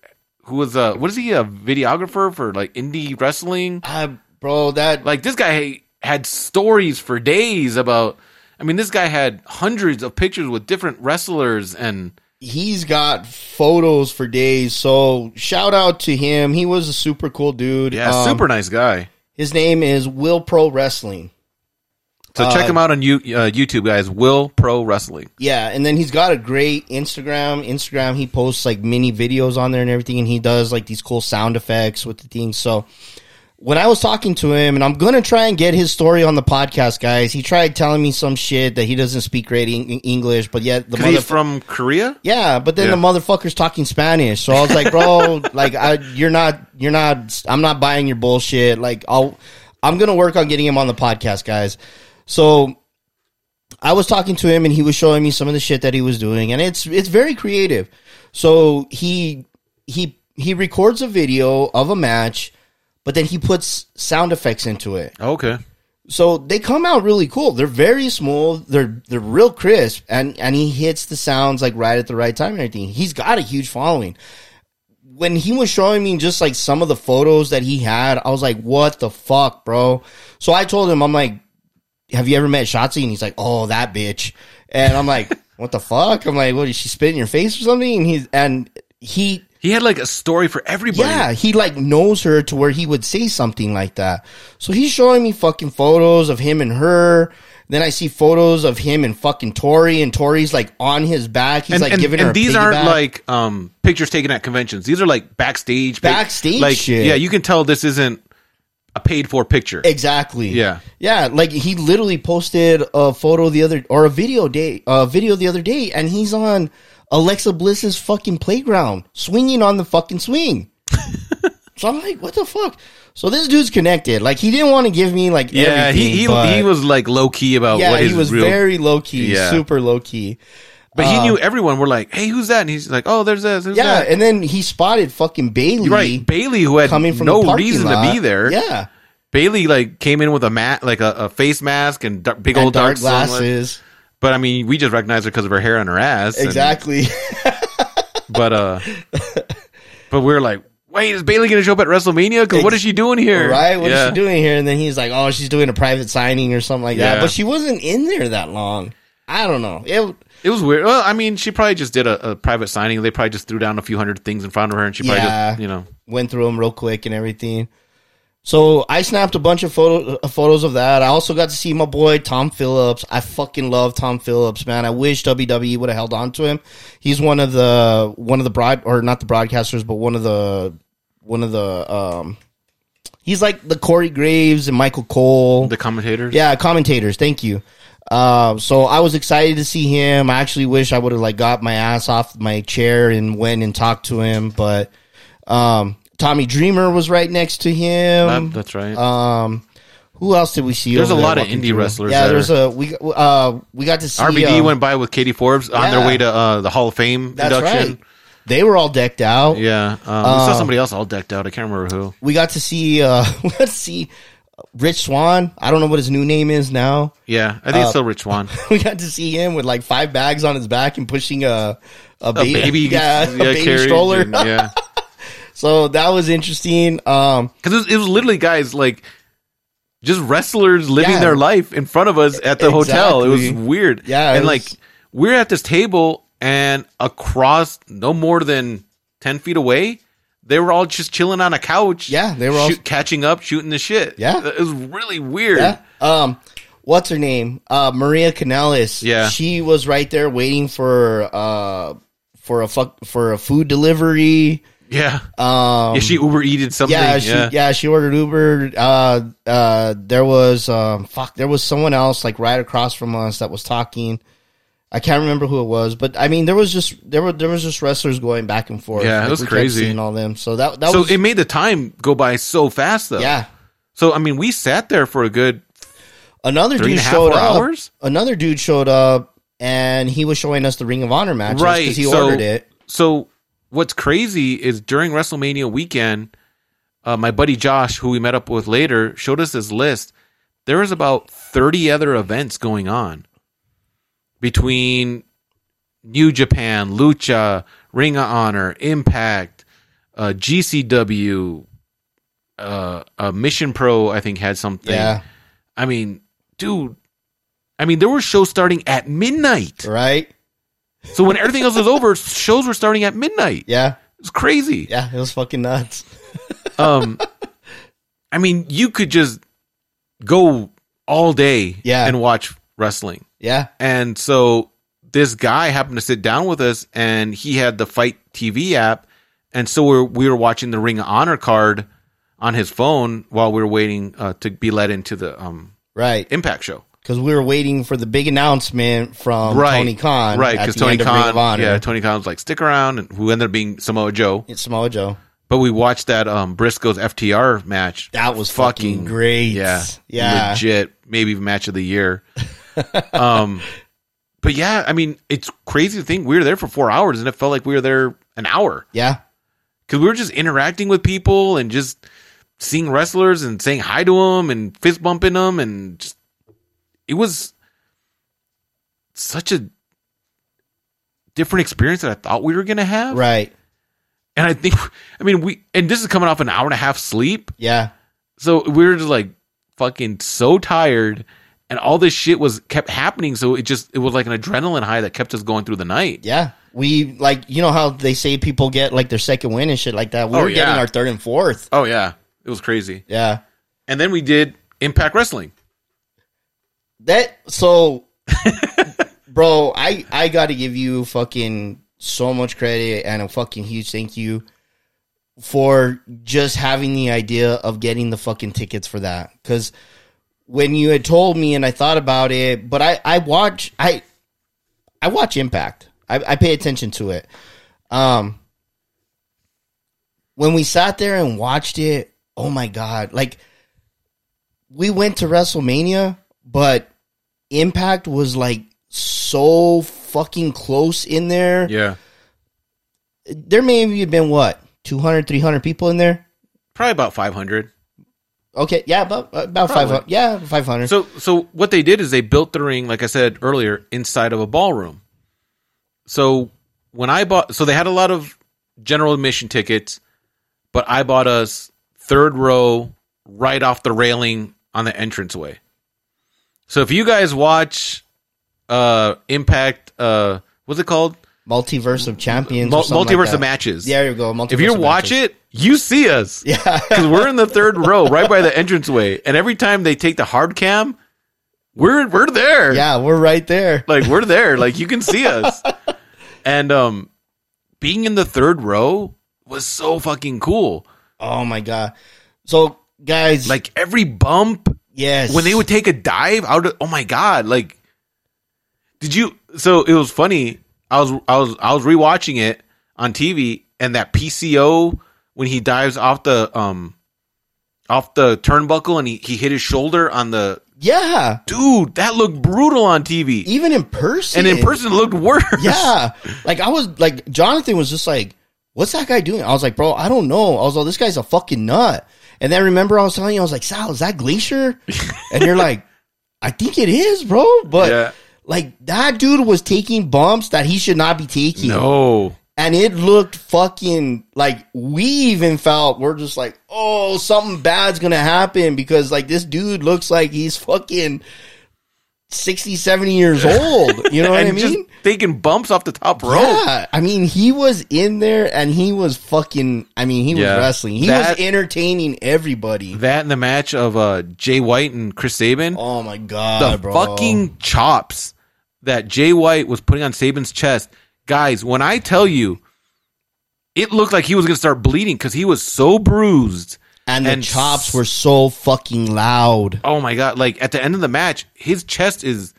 [SPEAKER 3] who was a what is he a videographer for like indie wrestling?
[SPEAKER 1] Ah, bro, that
[SPEAKER 3] Like this guy had stories for days about. I mean, this guy had hundreds of pictures with different wrestlers, and
[SPEAKER 1] he's got photos for days. So shout out to him. He was a super cool dude.
[SPEAKER 3] yeah,
[SPEAKER 1] Um,
[SPEAKER 3] super nice guy.
[SPEAKER 1] His name is Will Pro Wrestling.
[SPEAKER 3] So
[SPEAKER 1] uh,
[SPEAKER 3] check him out on you, uh, YouTube, guys. Will Pro Wrestling.
[SPEAKER 1] Yeah, and then he's got a great Instagram. Instagram, he posts like mini videos on there and everything, and he does like these cool sound effects with the things. So when I was talking to him, and I'm gonna try and get his story on the podcast, guys. He tried telling me some shit that he doesn't speak great en- English, but yet the
[SPEAKER 3] 'Cause he's
[SPEAKER 1] motherfucker.
[SPEAKER 3] from Korea.
[SPEAKER 1] Yeah, but then
[SPEAKER 3] Yeah.
[SPEAKER 1] the motherfucker's talking Spanish, so I was like, bro, like, I, you're not, you're not, I'm not buying your bullshit. Like, I'll, I'm gonna work on getting him on the podcast, guys. So, I was talking to him, and he was showing me some of the shit that he was doing, and it's, it's very creative. So he, he, he records a video of a match, but then he puts sound effects into it.
[SPEAKER 3] Okay.
[SPEAKER 1] So they come out really cool. They're very smooth. They're they're real crisp, and and he hits the sounds like right at the right time and everything. He's got a huge following. When he was showing me just like some of the photos that he had, I was like, "What the fuck, bro?" So I told him, "I'm like, have you ever met Shotzi?" And he's like, "Oh, that bitch." And I'm like, "What the fuck?" I'm like, "What is she spit in your face or something?" And he's and he
[SPEAKER 3] He had like a story for everybody.
[SPEAKER 1] yeah, he like knows her to where he would say something like that. So he's showing me fucking photos of him and her. Then I see photos of him and fucking Tori, and Tori's like on his back. He's
[SPEAKER 3] And,
[SPEAKER 1] like
[SPEAKER 3] and,
[SPEAKER 1] giving
[SPEAKER 3] and
[SPEAKER 1] her. a
[SPEAKER 3] these aren't
[SPEAKER 1] piggyback.
[SPEAKER 3] like um, pictures taken at conventions. These are like backstage, pic-
[SPEAKER 1] Backstage
[SPEAKER 3] like
[SPEAKER 1] shit.
[SPEAKER 3] yeah, you can tell this isn't a paid for picture.
[SPEAKER 1] exactly.
[SPEAKER 3] Yeah.
[SPEAKER 1] yeah. Like he literally posted a photo the other or a video day, a video the other day, and he's on Alexa Bliss's fucking playground, swinging on the fucking swing. so I'm like, what the fuck? So this dude's connected. Like he didn't want to give me like
[SPEAKER 3] yeah, he
[SPEAKER 1] everything,
[SPEAKER 3] he,
[SPEAKER 1] but-
[SPEAKER 3] he was like low key about
[SPEAKER 1] yeah,
[SPEAKER 3] what his
[SPEAKER 1] he was
[SPEAKER 3] real.
[SPEAKER 1] very low key,
[SPEAKER 3] Yeah.
[SPEAKER 1] super low key.
[SPEAKER 3] but he knew everyone. We're like, hey, who's that? And he's like, oh, there's this. There's
[SPEAKER 1] Yeah,
[SPEAKER 3] that.
[SPEAKER 1] and then he spotted fucking Bailey
[SPEAKER 3] You're right. Bailey, who had
[SPEAKER 1] coming from the
[SPEAKER 3] no
[SPEAKER 1] parking
[SPEAKER 3] reason to
[SPEAKER 1] lot.
[SPEAKER 3] be there.
[SPEAKER 1] Yeah,
[SPEAKER 3] Bailey like came in with a mat, like a, a face mask and dark, big
[SPEAKER 1] and
[SPEAKER 3] old
[SPEAKER 1] dark
[SPEAKER 3] dark, sunlight.
[SPEAKER 1] glasses.
[SPEAKER 3] But I mean, we just recognized her because of her hair and her ass. and-
[SPEAKER 1] Exactly.
[SPEAKER 3] but uh, but we are like, wait, is Bailey gonna show up at WrestleMania? Because what is she doing here?
[SPEAKER 1] right? What is
[SPEAKER 3] Yeah.
[SPEAKER 1] she doing here? And then he's like, "Oh, she's doing a private signing or something like that."
[SPEAKER 3] Yeah.
[SPEAKER 1] But she wasn't in there that long. I don't know. It,
[SPEAKER 3] It was weird. Well, I mean, she probably just did a, a private signing. They probably just threw down a few hundred things in front of her, and she probably
[SPEAKER 1] Yeah.
[SPEAKER 3] just, you know,
[SPEAKER 1] went through them real quick and everything. So I snapped a bunch of photo, uh, photos of that. I also got to see my boy Tom Phillips. I fucking love Tom Phillips, man. I wish WWE would have held on to him. He's one of the one of the broad or not the broadcasters, but one of the one of the um. He's like the Corey Graves and Michael Cole.
[SPEAKER 3] the commentators.
[SPEAKER 1] Yeah, commentators. Thank you. Uh, so I was excited to see him. I actually wish I would have like got my ass off my chair and went and talked to him. But um, Tommy Dreamer was right next to
[SPEAKER 3] That-
[SPEAKER 1] him.
[SPEAKER 3] that's right.
[SPEAKER 1] Um, who else did we see? over
[SPEAKER 3] There's a
[SPEAKER 1] there
[SPEAKER 3] lot of
[SPEAKER 1] walking
[SPEAKER 3] indie
[SPEAKER 1] through?
[SPEAKER 3] wrestlers
[SPEAKER 1] Yeah,
[SPEAKER 3] that
[SPEAKER 1] there's a we uh, we got to see
[SPEAKER 3] RBD
[SPEAKER 1] um,
[SPEAKER 3] went by with Katie Forbes on
[SPEAKER 1] yeah.
[SPEAKER 3] their way to uh, the Hall of Fame
[SPEAKER 1] That's
[SPEAKER 3] induction.
[SPEAKER 1] right. They were all decked out.
[SPEAKER 3] Yeah, um, we saw somebody else all decked out. I can't remember who.
[SPEAKER 1] We got to see uh, we got to see Rich Swan. I don't know what his new name is now.
[SPEAKER 3] Yeah, I think
[SPEAKER 1] uh,
[SPEAKER 3] it's still Rich Swan.
[SPEAKER 1] we got to see him with like five bags on his back and pushing a a,
[SPEAKER 3] A
[SPEAKER 1] ba-
[SPEAKER 3] baby,
[SPEAKER 1] yeah, a baby
[SPEAKER 3] carriage
[SPEAKER 1] stroller.
[SPEAKER 3] and- yeah,
[SPEAKER 1] So that was interesting. Um,
[SPEAKER 3] because it, was- it was literally guys like just wrestlers living
[SPEAKER 1] Yeah.
[SPEAKER 3] their life in front of us at the hotel. It was
[SPEAKER 1] Exactly.
[SPEAKER 3] weird.
[SPEAKER 1] Yeah, it
[SPEAKER 3] and
[SPEAKER 1] was-
[SPEAKER 3] like we're at this table, and across no more than ten feet away, they were all just chilling on a couch.
[SPEAKER 1] Yeah, they were all-
[SPEAKER 3] catching up, shooting the shit.
[SPEAKER 1] Yeah.
[SPEAKER 3] it was really weird.
[SPEAKER 1] yeah. Um, what's her name? Uh, Maria Canales.
[SPEAKER 3] Yeah.
[SPEAKER 1] she was right there waiting for uh for a fuck for a food delivery.
[SPEAKER 3] Yeah,
[SPEAKER 1] Um,
[SPEAKER 3] yeah she Uber eated something.
[SPEAKER 1] yeah, she, yeah, she ordered Uber. Uh, uh, there was um, fuck, there was someone else like right across from us that was talking. I can't remember who it was, but I mean, there was just there were there was just wrestlers going back and forth.
[SPEAKER 3] Yeah, it
[SPEAKER 1] Like,
[SPEAKER 3] was
[SPEAKER 1] we kept
[SPEAKER 3] crazy.
[SPEAKER 1] seeing all them. So that that
[SPEAKER 3] so
[SPEAKER 1] was
[SPEAKER 3] it made the time go by so fast, though.
[SPEAKER 1] yeah.
[SPEAKER 3] So I mean, we sat there for a good
[SPEAKER 1] Another
[SPEAKER 3] Three
[SPEAKER 1] dude
[SPEAKER 3] and a half,
[SPEAKER 1] showed
[SPEAKER 3] four
[SPEAKER 1] up.
[SPEAKER 3] hours?
[SPEAKER 1] Another dude showed up, and he was showing us the Ring of Honor matches
[SPEAKER 3] right.
[SPEAKER 1] because he
[SPEAKER 3] so,
[SPEAKER 1] ordered it.
[SPEAKER 3] So what's crazy is during WrestleMania weekend, uh, my buddy Josh, who we met up with later, showed us his list. There was about thirty other events going on between New Japan, Lucha, Ring of Honor, Impact, uh, GCW, uh, uh, Mission Pro. I think had something.
[SPEAKER 1] Yeah,
[SPEAKER 3] I mean, dude. I mean, there were shows starting at midnight.
[SPEAKER 1] right.
[SPEAKER 3] So when everything else was over, shows were starting at midnight.
[SPEAKER 1] Yeah,
[SPEAKER 3] It's crazy.
[SPEAKER 1] yeah. It was fucking nuts.
[SPEAKER 3] Um, I mean, you could just go all day
[SPEAKER 1] Yeah.
[SPEAKER 3] and watch wrestling.
[SPEAKER 1] Yeah,
[SPEAKER 3] And so this guy happened to sit down with us, and he had the Fight TV app, and so we were, we were watching the Ring of Honor card on his phone while we were waiting uh, to be let into the um,
[SPEAKER 1] right.
[SPEAKER 3] Impact show.
[SPEAKER 1] Because we were waiting for the big announcement from Tony Khan.
[SPEAKER 3] right?
[SPEAKER 1] at
[SPEAKER 3] Because
[SPEAKER 1] the
[SPEAKER 3] Tony
[SPEAKER 1] end of Ring of
[SPEAKER 3] Khan,
[SPEAKER 1] Honor.
[SPEAKER 3] yeah, Tony Khan was like, "Stick around," and who ended up being Samoa Joe.
[SPEAKER 1] it's Samoa Joe.
[SPEAKER 3] But we watched that um, Briscoe's FTR match.
[SPEAKER 1] That was fucking great.
[SPEAKER 3] Yeah,
[SPEAKER 1] Yeah.
[SPEAKER 3] legit. Maybe match of the year. um, but yeah, I mean, it's crazy to think we were there for four hours, and it felt like we were there an hour
[SPEAKER 1] Yeah,
[SPEAKER 3] because we were just interacting with people and just seeing wrestlers and saying hi to them and fist bumping them, and just it was such a different experience that I thought we were gonna have.
[SPEAKER 1] right.
[SPEAKER 3] And I think, I mean, we, and this is coming off an hour and a half sleep.
[SPEAKER 1] Yeah,
[SPEAKER 3] So we were just like fucking so tired. And all this shit was kept happening. So it just, it was like an adrenaline high that kept us going through the night.
[SPEAKER 1] yeah. We like you know how they say people get like their second win and shit like that. We
[SPEAKER 3] Oh,
[SPEAKER 1] were getting
[SPEAKER 3] yeah.
[SPEAKER 1] our third and fourth.
[SPEAKER 3] Oh, yeah. It was crazy.
[SPEAKER 1] Yeah,
[SPEAKER 3] And then we did Impact Wrestling.
[SPEAKER 1] that so, bro. I I got to give you fucking so much credit and a fucking huge thank you for just having the idea of getting the fucking tickets for that because when you had told me and I thought about it, but I I watch I I watch Impact. I, I pay attention to it. Um, when we sat there and watched it, oh my god! Like we went to WrestleMania, but Impact was like so fucking close in there.
[SPEAKER 3] Yeah.
[SPEAKER 1] There may have been what 200, 300 people in there.
[SPEAKER 3] Probably about 500.
[SPEAKER 1] Okay, yeah, about uh, about
[SPEAKER 3] Probably.
[SPEAKER 1] five hundred. Yeah, five hundred.
[SPEAKER 3] So, so what they did is they built the ring, like I said earlier, inside of a ballroom. So when I bought, so they had a lot of general admission tickets, but I bought us third row right off the railing on the entranceway. So if you guys watch uh Impact, uh what's it called?
[SPEAKER 1] multiverse of champions. or
[SPEAKER 3] Mul-
[SPEAKER 1] something
[SPEAKER 3] Multiverse
[SPEAKER 1] like that.
[SPEAKER 3] of Matches.
[SPEAKER 1] There you go. Multiverse
[SPEAKER 3] If you
[SPEAKER 1] of
[SPEAKER 3] watch
[SPEAKER 1] matches.
[SPEAKER 3] it, you see us.
[SPEAKER 1] yeah,
[SPEAKER 3] Because we're in the third row, right by the entranceway, and every time they take the hard cam, we're we're there.
[SPEAKER 1] yeah, we're right there.
[SPEAKER 3] Like we're there. Like you can see us. And um, being in the third row was so fucking cool.
[SPEAKER 1] Oh my god! So guys, like
[SPEAKER 3] Like every bump,
[SPEAKER 1] yes,
[SPEAKER 3] when they would take a dive, I would. Oh my god! Like, did you? So it was funny. I was I was I was rewatching it on TV, and that PCO when he dives off the um off the turnbuckle and he, he hit his shoulder on the
[SPEAKER 1] yeah,
[SPEAKER 3] dude that looked brutal on TV,
[SPEAKER 1] even in person,
[SPEAKER 3] and in person it looked worse.
[SPEAKER 1] yeah. Like I was like Jonathan was just like, "What's that guy doing?" I was like, "Bro, I don't know." I was like, "This guy's a fucking nut." And then remember, I was telling you, I was like, "Sal, is that Glacier?" And you're like, "I think it is, bro." But
[SPEAKER 3] Yeah.
[SPEAKER 1] like that dude was taking bumps that he should not be taking.
[SPEAKER 3] No.
[SPEAKER 1] and it looked fucking like we even felt we're just like, oh, something bad's gonna happen because like this dude looks like he's fucking 60, 70 years old. You know what I
[SPEAKER 3] and
[SPEAKER 1] mean?
[SPEAKER 3] just taking bumps off the top rope.
[SPEAKER 1] Yeah, I mean he was in there and he was fucking. I mean he was
[SPEAKER 3] Yeah.
[SPEAKER 1] wrestling. He
[SPEAKER 3] That-
[SPEAKER 1] was entertaining everybody.
[SPEAKER 3] That and the match of uh, Jay White and Chris Sabin.
[SPEAKER 1] oh my god,
[SPEAKER 3] the
[SPEAKER 1] bro!
[SPEAKER 3] fucking chops that Jay White was putting on Saban's chest. Guys, when I tell you, it looked like he was going to start bleeding because he was so bruised.
[SPEAKER 1] and the
[SPEAKER 3] and
[SPEAKER 1] chops
[SPEAKER 3] s-
[SPEAKER 1] were so fucking loud.
[SPEAKER 3] Oh my God. Like at the end of the match, his chest is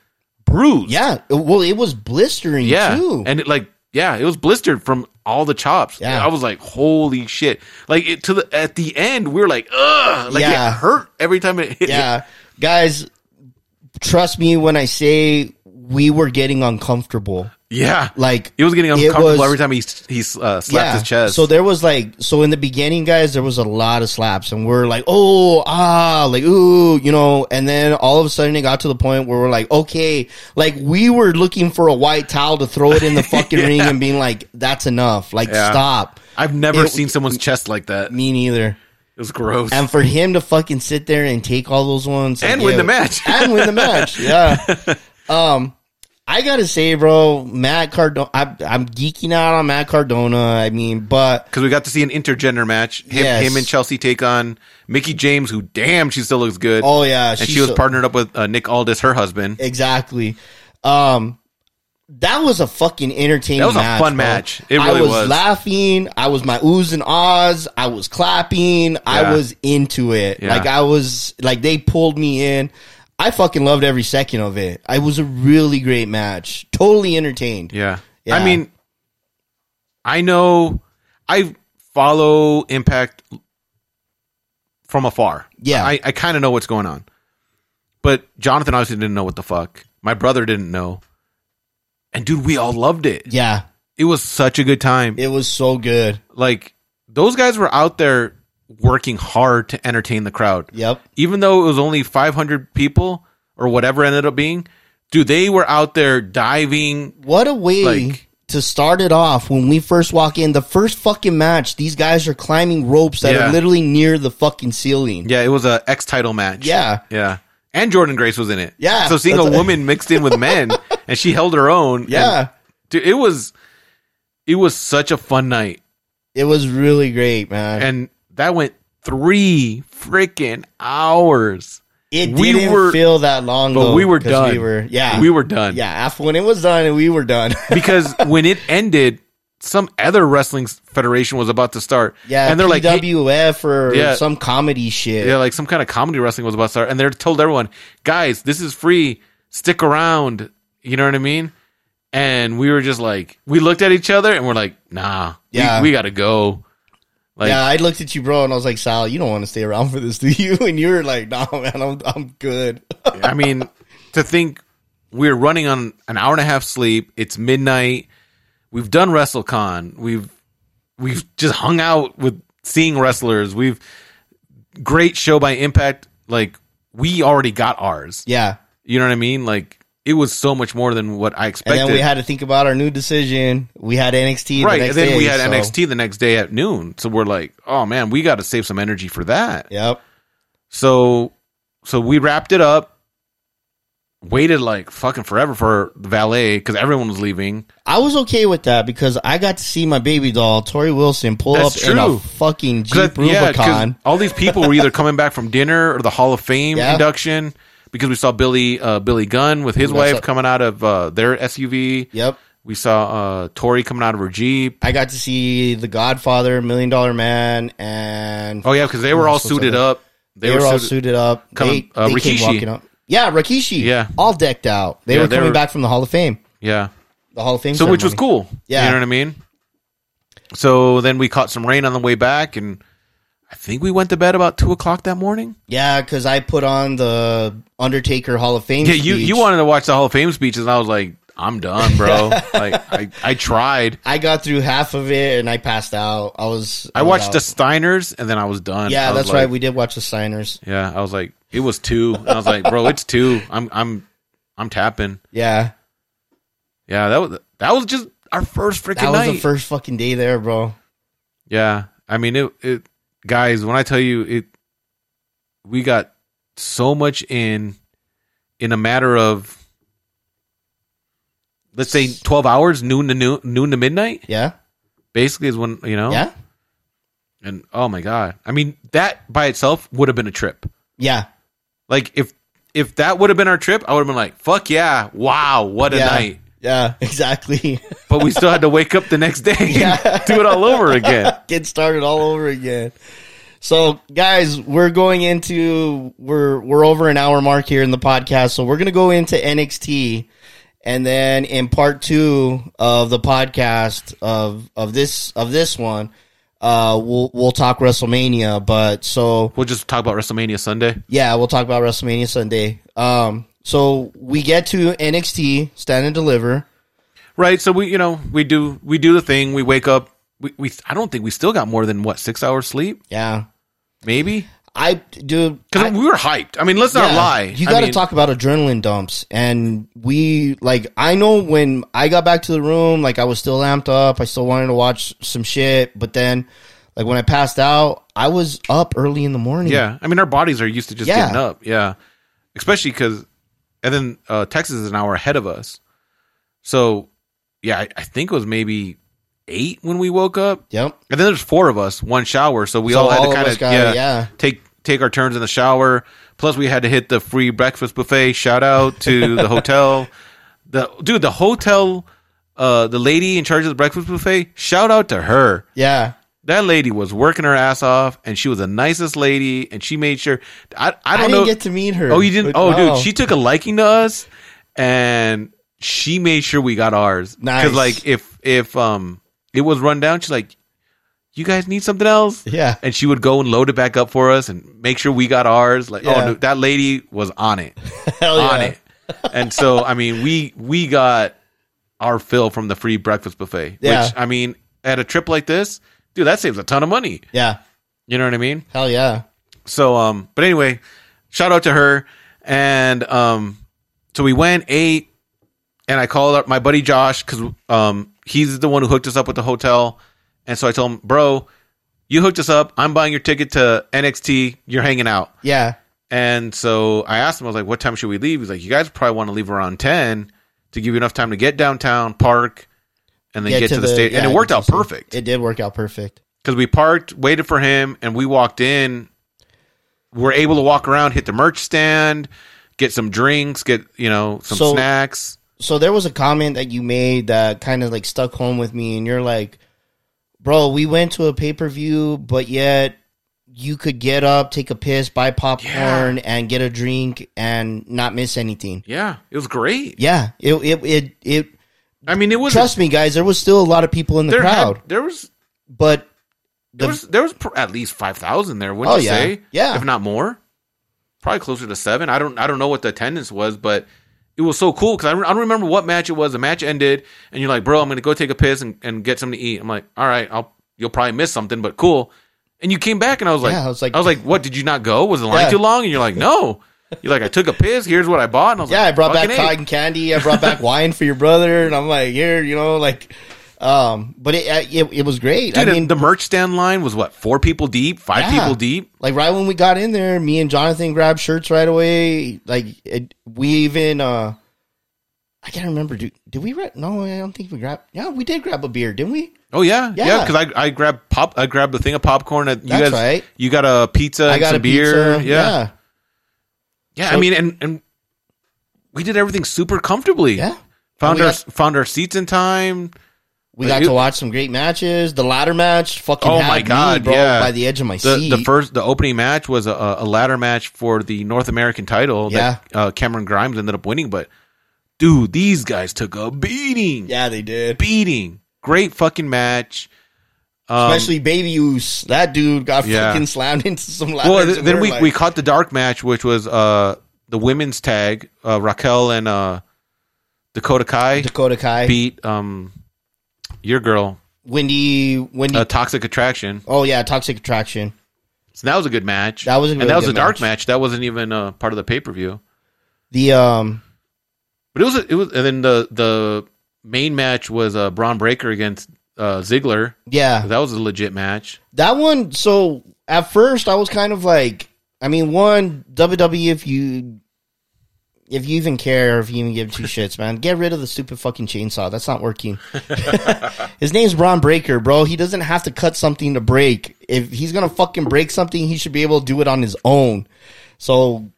[SPEAKER 3] bruised.
[SPEAKER 1] Yeah. Well, it was blistering
[SPEAKER 3] yeah,
[SPEAKER 1] too.
[SPEAKER 3] and it like yeah, it was blistered from all the chops.
[SPEAKER 1] Yeah.
[SPEAKER 3] I was like, holy shit! Like it, to the at the end, we were like, ugh, like
[SPEAKER 1] Yeah.
[SPEAKER 3] it hurt every time it hit.
[SPEAKER 1] yeah. Guys, trust me when I say we were getting uncomfortable.
[SPEAKER 3] yeah.
[SPEAKER 1] Like
[SPEAKER 3] He was getting
[SPEAKER 1] it
[SPEAKER 3] uncomfortable
[SPEAKER 1] was-
[SPEAKER 3] every time he he uh, slapped his chest.
[SPEAKER 1] So there was like so in the beginning, guys, there was a lot of slaps, and we're like, oh ah, like ooh, you know. And then all of a sudden, it got to the point where we're like, okay, like we were looking for a white towel to throw it in the fucking ring and being like, that's enough, like
[SPEAKER 3] Yeah.
[SPEAKER 1] stop.
[SPEAKER 3] I've never
[SPEAKER 1] it-
[SPEAKER 3] seen someone's chest like that. It
[SPEAKER 1] Me neither.
[SPEAKER 3] was gross.
[SPEAKER 1] And for him to fucking sit there and take all those ones
[SPEAKER 3] And
[SPEAKER 1] like,
[SPEAKER 3] win
[SPEAKER 1] yeah,
[SPEAKER 3] the match.
[SPEAKER 1] and win the match, yeah. Um, I gotta say, bro, Matt Cardona. I, I'm geeking out on Matt Cardona. I mean, but
[SPEAKER 3] because we got to see an intergender match. Him,
[SPEAKER 1] Yes.
[SPEAKER 3] him and Chelsea take on Mickey James, who damn, she still looks good.
[SPEAKER 1] oh yeah,
[SPEAKER 3] and she was
[SPEAKER 1] so-
[SPEAKER 3] partnered up with uh, Nick Aldis, her husband.
[SPEAKER 1] Exactly. Um, that was a fucking entertaining.
[SPEAKER 3] That was a
[SPEAKER 1] match,
[SPEAKER 3] fun
[SPEAKER 1] bro.
[SPEAKER 3] match. It
[SPEAKER 1] I
[SPEAKER 3] really
[SPEAKER 1] was,
[SPEAKER 3] was.
[SPEAKER 1] laughing. I was my oohs and ahs. I was clapping. I
[SPEAKER 3] Yeah.
[SPEAKER 1] was into it.
[SPEAKER 3] Yeah.
[SPEAKER 1] Like I was like they pulled me in. I fucking loved every second of it. It was a really great match. Totally entertained.
[SPEAKER 3] Yeah.
[SPEAKER 1] Yeah.
[SPEAKER 3] I mean, I know I follow Impact from afar.
[SPEAKER 1] Yeah.
[SPEAKER 3] I, I kind of know what's going on. But Jonathan obviously didn't know what the fuck. My brother didn't know. And dude, we all loved it.
[SPEAKER 1] Yeah.
[SPEAKER 3] It was such a good time.
[SPEAKER 1] It was so good.
[SPEAKER 3] like those guys were out there working hard to entertain the crowd.
[SPEAKER 1] Yep.
[SPEAKER 3] Even though it was only 500 people or whatever it ended up being, dude, they were out there diving.
[SPEAKER 1] What a way
[SPEAKER 3] Like-
[SPEAKER 1] to start it off when we first walk in. The first fucking match, these guys are climbing ropes that
[SPEAKER 3] Yeah.
[SPEAKER 1] are literally near the fucking ceiling.
[SPEAKER 3] Yeah, it was a X title match.
[SPEAKER 1] Yeah.
[SPEAKER 3] Yeah. And Jordan Grace was in it.
[SPEAKER 1] Yeah,
[SPEAKER 3] So seeing a
[SPEAKER 1] that's-
[SPEAKER 3] woman mixed in with men and she held her own. and-
[SPEAKER 1] Yeah.
[SPEAKER 3] dude, it was it was such a fun night.
[SPEAKER 1] It was really great, man.
[SPEAKER 3] And that went 3 freaking hours.
[SPEAKER 1] it
[SPEAKER 3] we
[SPEAKER 1] didn't
[SPEAKER 3] were-
[SPEAKER 1] feel that long,
[SPEAKER 3] But
[SPEAKER 1] though,
[SPEAKER 3] we were
[SPEAKER 1] 'cause
[SPEAKER 3] done.
[SPEAKER 1] We were, yeah,
[SPEAKER 3] We were done.
[SPEAKER 1] yeah. After when it was done, we were done.
[SPEAKER 3] because when it ended, some other wrestling federation was about to start.
[SPEAKER 1] yeah,
[SPEAKER 3] and they're like, hey-
[SPEAKER 1] WF or
[SPEAKER 3] Yeah.
[SPEAKER 1] some comedy shit.
[SPEAKER 3] yeah, like some kind of comedy wrestling was about to start, and they're told everyone, guys, this is free. Stick around. You know what I mean? And we were just like, we looked at each other and we're like, nah, we-
[SPEAKER 1] Yeah.
[SPEAKER 3] we, gotta go. Like,
[SPEAKER 1] yeah, I looked at you, bro, and I was like, Sal, you don't want to stay around for this, do you? And you were like, No, man, I'm I'm good.
[SPEAKER 3] I mean, to think we're running on an hour and a half sleep. It's midnight. We've done WrestleCon. We've we've just hung out with seeing wrestlers. We've great show by Impact. Like we already got ours.
[SPEAKER 1] yeah,
[SPEAKER 3] You know what I mean? Like it was so much more than what I
[SPEAKER 1] and
[SPEAKER 3] expected.
[SPEAKER 1] then we had to think about our new decision. We had NXT,
[SPEAKER 3] right,
[SPEAKER 1] The next
[SPEAKER 3] and then
[SPEAKER 1] day,
[SPEAKER 3] we had
[SPEAKER 1] so-
[SPEAKER 3] NXT the next day at noon. So we're like, oh man, we got to save some energy for that.
[SPEAKER 1] Yep.
[SPEAKER 3] So so we wrapped it up. Waited like fucking forever for the valet because everyone was leaving.
[SPEAKER 1] I was okay with that because I got to see my baby doll, Tori Wilson, pull
[SPEAKER 3] That's
[SPEAKER 1] up in a
[SPEAKER 3] true.
[SPEAKER 1] fucking
[SPEAKER 3] 'Cause
[SPEAKER 1] Jeep
[SPEAKER 3] I- yeah, 'cause
[SPEAKER 1] Rubicon.
[SPEAKER 3] all these people were either coming back from dinner or the Hall of Fame
[SPEAKER 1] Yeah.
[SPEAKER 3] induction because we saw Billy uh, Billy Gunn with his
[SPEAKER 1] That's
[SPEAKER 3] wife
[SPEAKER 1] up.
[SPEAKER 3] coming out of uh, their SUV.
[SPEAKER 1] Yep.
[SPEAKER 3] We saw uh, Tori coming out of her Jeep.
[SPEAKER 1] I got to see The Godfather, Million Dollar Man, and
[SPEAKER 3] Oh yeah, because they were all
[SPEAKER 1] else was
[SPEAKER 3] suited
[SPEAKER 1] there?
[SPEAKER 3] up.
[SPEAKER 1] they, were, all suited up.
[SPEAKER 3] Coming-
[SPEAKER 1] they
[SPEAKER 3] uh,
[SPEAKER 1] they
[SPEAKER 3] Rikishi.
[SPEAKER 1] came walking up. Yeah, Rikishi.
[SPEAKER 3] Yeah.
[SPEAKER 1] all decked out. They
[SPEAKER 3] Yeah,
[SPEAKER 1] were
[SPEAKER 3] they
[SPEAKER 1] coming
[SPEAKER 3] were-
[SPEAKER 1] back from the Hall of Fame.
[SPEAKER 3] Yeah.
[SPEAKER 1] The Hall of Fame.
[SPEAKER 3] So which was
[SPEAKER 1] ceremony.
[SPEAKER 3] cool.
[SPEAKER 1] Yeah.
[SPEAKER 3] You know what I mean? So then we caught some rain on the way back and I think we went to bed about two o'clock that morning.
[SPEAKER 1] Yeah, because I put on the Undertaker Hall of Fame.
[SPEAKER 3] Yeah, you, you
[SPEAKER 1] speech.
[SPEAKER 3] wanted to watch the Hall of Fame speeches and I was like, I'm done, bro. like I, I tried.
[SPEAKER 1] I got through half of it and I passed out. I was.
[SPEAKER 3] I watched the
[SPEAKER 1] was
[SPEAKER 3] Steiners and then I was done.
[SPEAKER 1] out. Yeah,
[SPEAKER 3] I was
[SPEAKER 1] that's
[SPEAKER 3] like-
[SPEAKER 1] right. We did watch the signers.
[SPEAKER 3] yeah, I was like, it was two. And I was like, bro, it's two. I'm I'm I'm tapping.
[SPEAKER 1] Yeah,
[SPEAKER 3] Yeah, that was that was just our first freaking
[SPEAKER 1] that was
[SPEAKER 3] night.
[SPEAKER 1] the first fucking day there, bro.
[SPEAKER 3] Yeah, I mean it. It guys, when I tell you it, we got so much in in a matter of let's say twelve hours, noon to noon, noon to midnight.
[SPEAKER 1] Yeah,
[SPEAKER 3] Basically, is when you know.
[SPEAKER 1] yeah,
[SPEAKER 3] And oh my god, I mean that by itself would have been a trip.
[SPEAKER 1] yeah.
[SPEAKER 3] Like if if that would have been our trip, I would have been like, fuck yeah, wow, what a
[SPEAKER 1] yeah.
[SPEAKER 3] night.
[SPEAKER 1] Yeah, exactly.
[SPEAKER 3] But we still had to wake up the next day and do it all over again.
[SPEAKER 1] Get started all over again. So, guys, we're going into we're we're over an hour mark here in the podcast, so we're gonna go into NXT, and then in part two of the podcast of of this of this one, uh, we'll we'll talk WrestleMania. But so
[SPEAKER 3] We'll just talk about WrestleMania Sunday.
[SPEAKER 1] yeah, we'll talk about WrestleMania Sunday. Um, so we get to NXT Stand and Deliver.
[SPEAKER 3] Right. So we, you know, we do we do the thing. We wake up. We, we I don't think we still got more than what six hours sleep,
[SPEAKER 1] Yeah,
[SPEAKER 3] maybe.
[SPEAKER 1] I do.
[SPEAKER 3] Because we were hyped. I mean, let's not
[SPEAKER 1] Yeah.
[SPEAKER 3] lie.
[SPEAKER 1] You
[SPEAKER 3] I
[SPEAKER 1] got to
[SPEAKER 3] mean,
[SPEAKER 1] talk about adrenaline dumps. And we, like, I know when I got back to the room, like, I was still amped up. I still wanted to watch some shit. But then, like, when I passed out, I was up early in the morning.
[SPEAKER 3] Yeah, I mean, our bodies are used to just
[SPEAKER 1] Yeah.
[SPEAKER 3] getting up. Yeah, especially because, and then uh, Texas is an hour ahead of us. So, yeah, I, I think it was maybe eight when we woke up.
[SPEAKER 1] Yep.
[SPEAKER 3] And then there's four of us, one shower, so we
[SPEAKER 1] So
[SPEAKER 3] all had
[SPEAKER 1] all
[SPEAKER 3] to
[SPEAKER 1] of
[SPEAKER 3] kind
[SPEAKER 1] us
[SPEAKER 3] of
[SPEAKER 1] got-
[SPEAKER 3] yeah,
[SPEAKER 1] yeah.
[SPEAKER 3] take take our turns in the shower. Plus, we had to hit the free breakfast buffet. Shout out to the hotel, the dude, the hotel, uh, the lady in charge of the breakfast buffet. Shout out to her
[SPEAKER 1] Yeah.
[SPEAKER 3] that lady was working her ass off, and she was the nicest lady, and she made sure. I I
[SPEAKER 1] I,
[SPEAKER 3] don't
[SPEAKER 1] didn't
[SPEAKER 3] know.
[SPEAKER 1] get to meet her.
[SPEAKER 3] oh, you didn't.
[SPEAKER 1] But-
[SPEAKER 3] Oh,
[SPEAKER 1] no.
[SPEAKER 3] dude, she took a liking to us, and she made sure we got ours.
[SPEAKER 1] Nice.
[SPEAKER 3] like if if um it was run down, she's like, "You guys need something else."
[SPEAKER 1] Yeah.
[SPEAKER 3] And she would go and load it back up for us and make sure we got ours. Like,
[SPEAKER 1] Yeah.
[SPEAKER 3] oh, dude, that lady was on it,
[SPEAKER 1] Hell Oh, yeah.
[SPEAKER 3] on it. And so, I mean, we we got our fill from the free breakfast buffet.
[SPEAKER 1] Yeah.
[SPEAKER 3] Which I mean, at a trip like this, dude, that saves a ton of money.
[SPEAKER 1] Yeah.
[SPEAKER 3] You know what I mean?
[SPEAKER 1] Hell yeah.
[SPEAKER 3] So um but anyway, shout out to her and um so we went ate and I called up my buddy Josh cuz um he's the one who hooked us up with the hotel and so I told him, "Bro, you hooked us up. I'm buying your ticket to NXT. You're hanging out."
[SPEAKER 1] Yeah.
[SPEAKER 3] And so I asked him, I was like, what time should we leave? He's like, you guys probably want to leave around 10 to give you enough time to get downtown, park, and then get, to, the, stage. and
[SPEAKER 1] yeah,
[SPEAKER 3] it worked out
[SPEAKER 1] to the-
[SPEAKER 3] perfect
[SPEAKER 1] It did work out perfect.
[SPEAKER 3] because we parked, waited for him, and we walked in. We're able to walk around, hit the merch stand, get some drinks, get, you know, some
[SPEAKER 1] So-
[SPEAKER 3] snacks.
[SPEAKER 1] so there was a comment that you made that kind of like stuck home with me and you're like bro we went to a pay-per-view but yet you could get up take a piss buy popcorn and get a drink and not miss anything
[SPEAKER 3] Yeah, it was great.
[SPEAKER 1] yeah it it it, it
[SPEAKER 3] I mean, it was
[SPEAKER 1] trust me guys there was still a lot of people in the
[SPEAKER 3] there, had-
[SPEAKER 1] crowd
[SPEAKER 3] there was
[SPEAKER 1] but
[SPEAKER 3] there
[SPEAKER 1] The-
[SPEAKER 3] was there was pr- at least five thousand there, wouldn't
[SPEAKER 1] Oh,
[SPEAKER 3] you
[SPEAKER 1] yeah.
[SPEAKER 3] say?
[SPEAKER 1] Yeah.
[SPEAKER 3] if not more, probably closer to seven. I don't I don't know what the attendance was, but it was so cool because I, re- I don't remember what match it was. The match ended, and you're like, "Bro, I'm gonna go take a piss and, and get something to eat." I'm like, "All right, I'll you'll probably miss something, but cool." And you came back, and I was like,
[SPEAKER 1] Yeah, I was like-
[SPEAKER 3] what? Did you not go? Was the line
[SPEAKER 1] Yeah.
[SPEAKER 3] too long?" And you're like, "No." You're like, "I took a piss. Here's what I bought." And I was
[SPEAKER 1] yeah
[SPEAKER 3] like,
[SPEAKER 1] i brought back
[SPEAKER 3] "Fucking A."
[SPEAKER 1] cotton candy i brought back wine for your brother and i'm like here you know like um but it uh, it, it was great
[SPEAKER 3] Dude,
[SPEAKER 1] i mean
[SPEAKER 3] the merch stand line was what four people deep, five
[SPEAKER 1] Yeah.
[SPEAKER 3] people deep.
[SPEAKER 1] Like right when we got in there, me and Jonathan grabbed shirts right away. Like it, we even uh I can't remember. Did, did we? Re- no, I don't think we grabbed. Yeah, we did grab a beer, didn't we?
[SPEAKER 3] Oh yeah,
[SPEAKER 1] Yeah.
[SPEAKER 3] yeah. Because I I grabbed pop, I grabbed the thing of popcorn. That you
[SPEAKER 1] That's
[SPEAKER 3] guys,
[SPEAKER 1] right.
[SPEAKER 3] you got a pizza. and
[SPEAKER 1] I got
[SPEAKER 3] some
[SPEAKER 1] a
[SPEAKER 3] beer.
[SPEAKER 1] pizza.
[SPEAKER 3] Yeah, yeah. I
[SPEAKER 1] So-
[SPEAKER 3] mean, and and we did everything super comfortably.
[SPEAKER 1] yeah, yeah.
[SPEAKER 3] Found
[SPEAKER 1] We
[SPEAKER 3] our
[SPEAKER 1] got-
[SPEAKER 3] found our seats in time.
[SPEAKER 1] We
[SPEAKER 3] Like,
[SPEAKER 1] got
[SPEAKER 3] it-
[SPEAKER 1] to watch some great matches. The ladder match, fucking
[SPEAKER 3] Oh
[SPEAKER 1] had
[SPEAKER 3] my
[SPEAKER 1] me,
[SPEAKER 3] God,
[SPEAKER 1] bro,
[SPEAKER 3] yeah.
[SPEAKER 1] by the edge of my
[SPEAKER 3] The
[SPEAKER 1] seat.
[SPEAKER 3] the first the opening match was a, a ladder match for the North American title. That, uh, Cameron Grimes ended up winning, but dude, these guys took a beating.
[SPEAKER 1] yeah, they did.
[SPEAKER 3] beating. Great fucking match. Um,
[SPEAKER 1] Especially Baby Oos. That dude got
[SPEAKER 3] Yeah.
[SPEAKER 1] fucking slammed into some ladders.
[SPEAKER 3] well, th-
[SPEAKER 1] and
[SPEAKER 3] then
[SPEAKER 1] we're
[SPEAKER 3] we,
[SPEAKER 1] like-
[SPEAKER 3] we caught the dark match, which was uh, the women's tag. Uh, Raquel and uh, Dakota Kai
[SPEAKER 1] Dakota Kai,
[SPEAKER 3] beat um, your girl,
[SPEAKER 1] Wendy, Wendy.
[SPEAKER 3] uh, Toxic Attraction.
[SPEAKER 1] oh yeah, Toxic Attraction.
[SPEAKER 3] So that was a good match.
[SPEAKER 1] That was a
[SPEAKER 3] and
[SPEAKER 1] really
[SPEAKER 3] that was
[SPEAKER 1] good
[SPEAKER 3] a dark
[SPEAKER 1] match.
[SPEAKER 3] match. That wasn't even uh, part of the pay per view.
[SPEAKER 1] The um,
[SPEAKER 3] But it was a, it was, and then the the main match was uh, Braun Breaker against uh, Ziggler.
[SPEAKER 1] yeah,
[SPEAKER 3] That was a legit match.
[SPEAKER 1] That one, so at first I was kind of like, I mean, one WWE, if you if you even care, if you even give two shits, man, get rid of the stupid fucking chainsaw. That's not working. His name's Braun Breaker, bro. He doesn't have to cut something to break. If he's gonna fucking break something, he should be able to do it on his own. So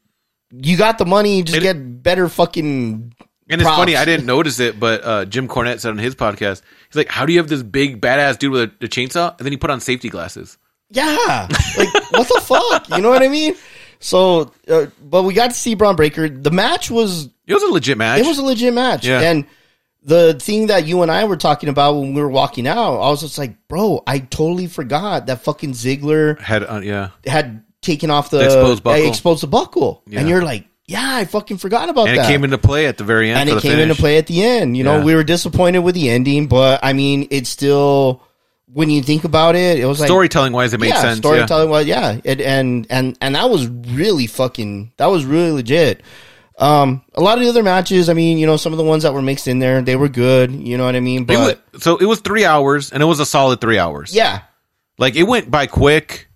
[SPEAKER 1] you got the money, just
[SPEAKER 3] It-
[SPEAKER 1] get better fucking.
[SPEAKER 3] And it's
[SPEAKER 1] props.
[SPEAKER 3] funny, I didn't notice it, but uh, Jim Cornette said on his podcast, he's like, "How do you have this big badass dude with a, a chainsaw?" And then he put on safety glasses.
[SPEAKER 1] Yeah. Like, what the fuck? You know what I mean? So, uh, but we got to see Braun Breaker. The match was,
[SPEAKER 3] It was a legit match.
[SPEAKER 1] it was a legit match.
[SPEAKER 3] Yeah.
[SPEAKER 1] And the thing that you and I were talking about when we were walking out, I was just like, bro, I totally forgot that fucking Ziggler
[SPEAKER 3] had uh, yeah.
[SPEAKER 1] had taken off the,
[SPEAKER 3] The exposed buckle.
[SPEAKER 1] uh, exposed the buckle.
[SPEAKER 3] Yeah.
[SPEAKER 1] And you're like, yeah, I fucking forgot about
[SPEAKER 3] And
[SPEAKER 1] that.
[SPEAKER 3] it came into play at the very end.
[SPEAKER 1] and
[SPEAKER 3] for
[SPEAKER 1] it
[SPEAKER 3] the
[SPEAKER 1] came
[SPEAKER 3] finish.
[SPEAKER 1] into play at the end. You know,
[SPEAKER 3] Yeah.
[SPEAKER 1] we were disappointed with the ending, but I mean, it's still, when you think about it, it was like,
[SPEAKER 3] Storytelling wise, it made
[SPEAKER 1] yeah,
[SPEAKER 3] sense. yeah.
[SPEAKER 1] Storytelling was yeah, it, and and and that was really fucking that was really legit. Um, a lot of the other matches, I mean, you know, some of the ones that were mixed in there, they were good. You know what I mean?
[SPEAKER 3] It
[SPEAKER 1] But
[SPEAKER 3] was- so it was three hours, and it was a solid three hours.
[SPEAKER 1] yeah,
[SPEAKER 3] like it went by quick.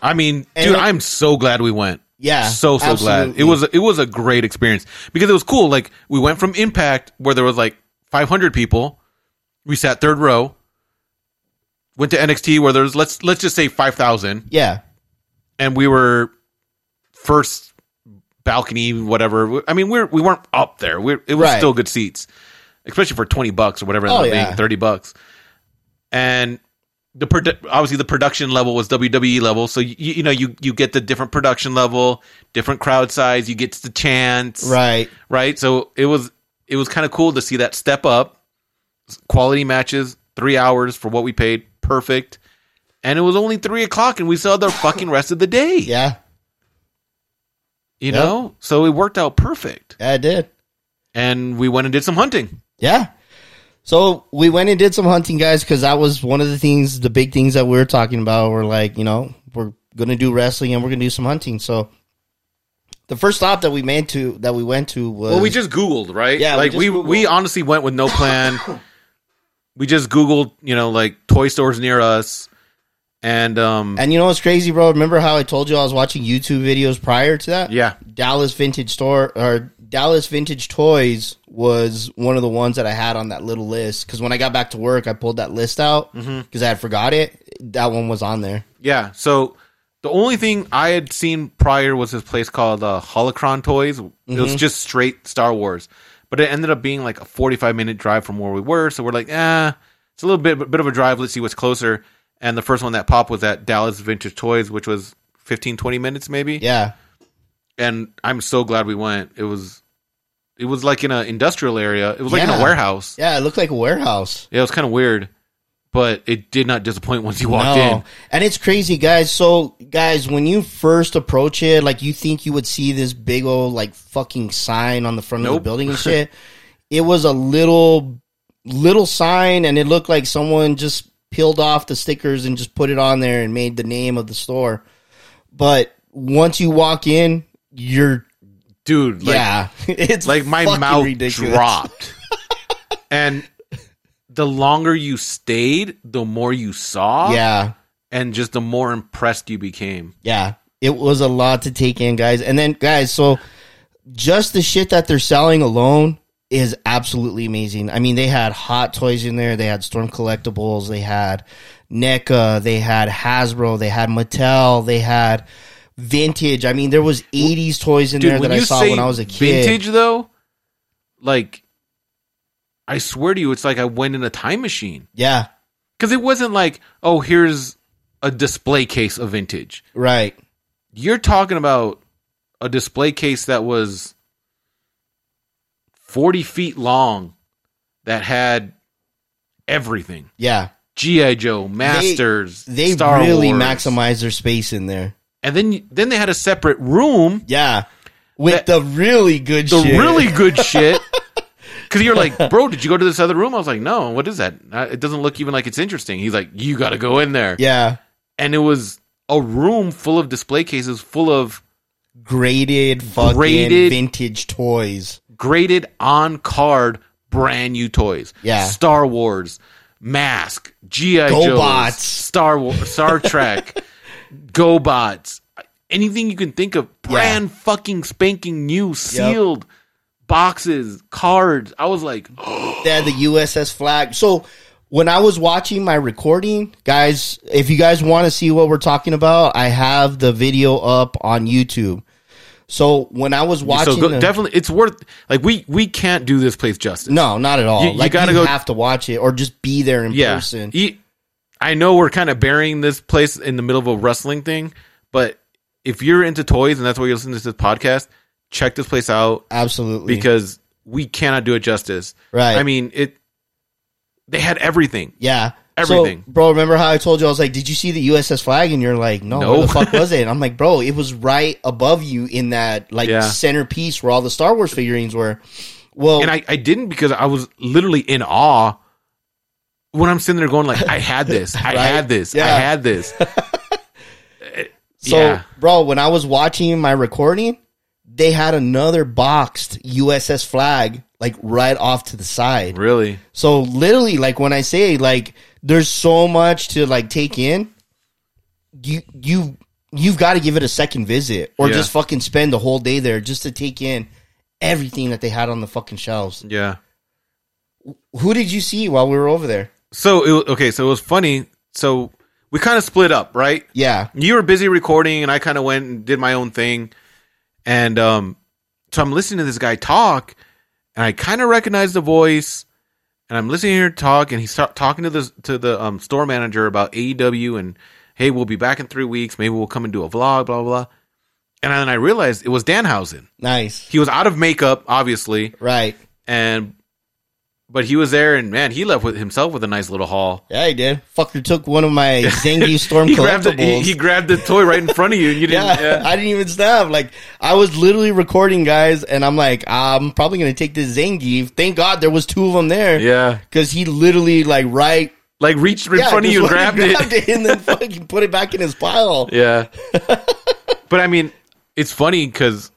[SPEAKER 3] I mean,
[SPEAKER 1] And
[SPEAKER 3] dude,
[SPEAKER 1] it-
[SPEAKER 3] I'm so glad we went.
[SPEAKER 1] yeah,
[SPEAKER 3] so so glad
[SPEAKER 1] absolutely.
[SPEAKER 3] it was. It was a great experience because it was cool. Like we went from Impact where there was like 500 people, we sat third row. Went to NXT where there's let's let's just say 5,000,
[SPEAKER 1] yeah,
[SPEAKER 3] and we were first balcony, whatever. I mean, we're we weren't up there. We're, it was
[SPEAKER 1] Right.
[SPEAKER 3] still good seats, especially for twenty bucks or whatever. it
[SPEAKER 1] Oh,
[SPEAKER 3] ended up being,
[SPEAKER 1] yeah.
[SPEAKER 3] thirty bucks, and the produ- obviously the production level was WWE level, so you, you know you you get the different production level, different crowd size, you get the chance,
[SPEAKER 1] right,
[SPEAKER 3] right? So it was it was kind of cool to see that step up, quality matches, three hours for what we paid, perfect. And it was only three o'clock, and we saw the fucking rest of the day.
[SPEAKER 1] yeah,
[SPEAKER 3] You
[SPEAKER 1] Yep.
[SPEAKER 3] know? So it worked out perfect.
[SPEAKER 1] yeah, it did,
[SPEAKER 3] And we went and did some hunting.
[SPEAKER 1] yeah. So we went and did some hunting, guys, because that was one of the things, the big things that we were talking about. We're like, you know, we're gonna do wrestling and we're gonna do some hunting. So the first stop that we made to that we went to was
[SPEAKER 3] Well, we just Googled, right?
[SPEAKER 1] Yeah, we
[SPEAKER 3] Like
[SPEAKER 1] just
[SPEAKER 3] we we,
[SPEAKER 1] Googled.
[SPEAKER 3] honestly went with no plan. we just Googled, you know, like toy stores near us. And um
[SPEAKER 1] And you know what's crazy, bro? Remember how I told you I was watching YouTube videos prior to that?
[SPEAKER 3] yeah.
[SPEAKER 1] Dallas Vintage Store or Dallas Vintage Toys was one of the ones that I had on that little list because when I got back to work, I pulled that list out because I had forgot it. That one was on there.
[SPEAKER 3] Yeah. So the only thing I had seen prior was this place called uh, Holocron Toys. It
[SPEAKER 1] Mm-hmm.
[SPEAKER 3] was just straight Star Wars, but it ended up being like a 45 minute drive from where we were. So we're like, ah, it's a little bit bit of a drive. Let's see what's closer. And the first one that popped was at Dallas Vintage Toys, which was 15, 20 minutes maybe.
[SPEAKER 1] Yeah,
[SPEAKER 3] And I'm so glad we went. It was, it was like in an industrial area. It was like in
[SPEAKER 1] Yeah.
[SPEAKER 3] a warehouse.
[SPEAKER 1] yeah, it looked like a warehouse.
[SPEAKER 3] Yeah, it was kind of weird, but it did not disappoint once you walked
[SPEAKER 1] No.
[SPEAKER 3] in.
[SPEAKER 1] And it's crazy, guys. So, guys, when you first approach it, like you think you would see this big old like fucking sign on the front of the
[SPEAKER 3] Nope.
[SPEAKER 1] building and shit. it was a little little sign and it looked like someone just peeled off the stickers and just put it on there and made the name of the store. But once you walk in, you're
[SPEAKER 3] Dude, like,
[SPEAKER 1] yeah, it's
[SPEAKER 3] like my
[SPEAKER 1] fucking
[SPEAKER 3] mouth
[SPEAKER 1] ridiculous.
[SPEAKER 3] dropped and the longer you stayed the more you saw
[SPEAKER 1] Yeah.
[SPEAKER 3] and just the more impressed you became
[SPEAKER 1] Yeah, it was a lot to take in, guys. And then, guys, so just the shit that they're selling alone is absolutely amazing. I mean, they had hot toys in there. They had Storm Collectibles. They had NECA. They had Hasbro. They had Mattel. They had vintage. I mean, there was '80s toys in
[SPEAKER 3] dude
[SPEAKER 1] there
[SPEAKER 3] when
[SPEAKER 1] that I
[SPEAKER 3] you
[SPEAKER 1] saw
[SPEAKER 3] say
[SPEAKER 1] when I was a kid.
[SPEAKER 3] vintage though like i swear to you it's like i went in a time machine
[SPEAKER 1] Yeah,
[SPEAKER 3] because it wasn't like oh here's a display case of vintage
[SPEAKER 1] right.
[SPEAKER 3] you're talking about a display case that was 40 feet long that had everything
[SPEAKER 1] Yeah,
[SPEAKER 3] gi joe masters
[SPEAKER 1] they
[SPEAKER 3] Star
[SPEAKER 1] really
[SPEAKER 3] Wars.
[SPEAKER 1] maximized their space in there.
[SPEAKER 3] and then then they had a separate room
[SPEAKER 1] Yeah, with
[SPEAKER 3] That-
[SPEAKER 1] the really good,
[SPEAKER 3] the
[SPEAKER 1] shit.
[SPEAKER 3] really good shit because you're like bro did you go to this other room i was like no what is that Uh, it doesn't look even like it's interesting he's like you gotta go in there
[SPEAKER 1] yeah,
[SPEAKER 3] and it was a room full of display cases full of
[SPEAKER 1] graded fucking
[SPEAKER 3] Graded-
[SPEAKER 1] vintage toys.
[SPEAKER 3] graded on card brand new toys.
[SPEAKER 1] Yeah.
[SPEAKER 3] Star Wars, Mask, G.I.
[SPEAKER 1] GoBots.
[SPEAKER 3] Joe's, Star Wars, Star Trek, GoBots, anything you can think of, brand fucking spanking new, sealed boxes, cards. I was like, oh,
[SPEAKER 1] They had the USS flag. So when I was watching my recording, guys, if you guys want to see what we're talking about, I have the video up on YouTube. So when I was watching,
[SPEAKER 3] so go,
[SPEAKER 1] the-
[SPEAKER 3] definitely, it's worth. Like we we can't do this place justice.
[SPEAKER 1] no, not at all.
[SPEAKER 3] You- you
[SPEAKER 1] like
[SPEAKER 3] gotta
[SPEAKER 1] you
[SPEAKER 3] go-
[SPEAKER 1] have to watch it or just be there in
[SPEAKER 3] yeah.
[SPEAKER 1] person.
[SPEAKER 3] E- I know we're kind of burying this place in the middle of a wrestling thing, but if you're into toys and that's why you're listening to this podcast, check this place out
[SPEAKER 1] Absolutely.
[SPEAKER 3] because we cannot do it justice.
[SPEAKER 1] right.
[SPEAKER 3] I mean, it. They had everything.
[SPEAKER 1] yeah. So,
[SPEAKER 3] everything.
[SPEAKER 1] bro, remember how I told you I was like, Did you see the USS flag? And you're like, No,
[SPEAKER 3] No.
[SPEAKER 1] where the fuck was it? And I'm like, Bro, it was right above you in that like
[SPEAKER 3] Yeah.
[SPEAKER 1] centerpiece where all the Star Wars figurines were. Well
[SPEAKER 3] and I, I didn't because I was literally in awe when I'm sitting there going like I had this, I
[SPEAKER 1] Right?
[SPEAKER 3] had this, I
[SPEAKER 1] Yeah.
[SPEAKER 3] had this. Uh,
[SPEAKER 1] So,
[SPEAKER 3] Yeah.
[SPEAKER 1] bro, when I was watching my recording, they had another boxed USS flag like right off to the side.
[SPEAKER 3] Really,
[SPEAKER 1] So literally, like when I say like there's so much to like take in, you you you've got to give it a second visit or
[SPEAKER 3] Yeah.
[SPEAKER 1] just fucking spend the whole day there just to take in everything that they had on the fucking shelves.
[SPEAKER 3] yeah.
[SPEAKER 1] Who did you see while we were over there?
[SPEAKER 3] So it, wa- okay, so it was funny. So we kind of split up, right?
[SPEAKER 1] Yeah,
[SPEAKER 3] you were busy recording and I kind of went and did my own thing. And um so I'm listening to this guy talk and I kind of recognize the voice and I'm listening here talk and he's ta- talking to the to the um, store manager about AEW and hey, we'll be back in 3 weeks, maybe we'll come and do a vlog, blah blah. blah. And then I realized it was Danhausen.
[SPEAKER 1] nice,
[SPEAKER 3] He was out of makeup, obviously,
[SPEAKER 1] right?
[SPEAKER 3] and but he was there and man, he left with himself with a nice little haul.
[SPEAKER 1] Yeah, he did. Fucker took one of my Zangief Storm
[SPEAKER 3] He grabbed, the,
[SPEAKER 1] collectibles.
[SPEAKER 3] he, he grabbed the toy right in front of you and you didn't
[SPEAKER 1] yeah,
[SPEAKER 3] yeah.
[SPEAKER 1] I didn't even snap. Like I was literally recording, guys, and I'm like, I'm probably gonna take this Zangief. Thank God there was two of them there.
[SPEAKER 3] yeah.
[SPEAKER 1] Because he literally like right
[SPEAKER 3] like reached in
[SPEAKER 1] yeah,
[SPEAKER 3] front of
[SPEAKER 1] just
[SPEAKER 3] you, and
[SPEAKER 1] went
[SPEAKER 3] grabbed,
[SPEAKER 1] and
[SPEAKER 3] it.
[SPEAKER 1] and then fucking put it back in his pile.
[SPEAKER 3] Yeah. but I mean, it's funny because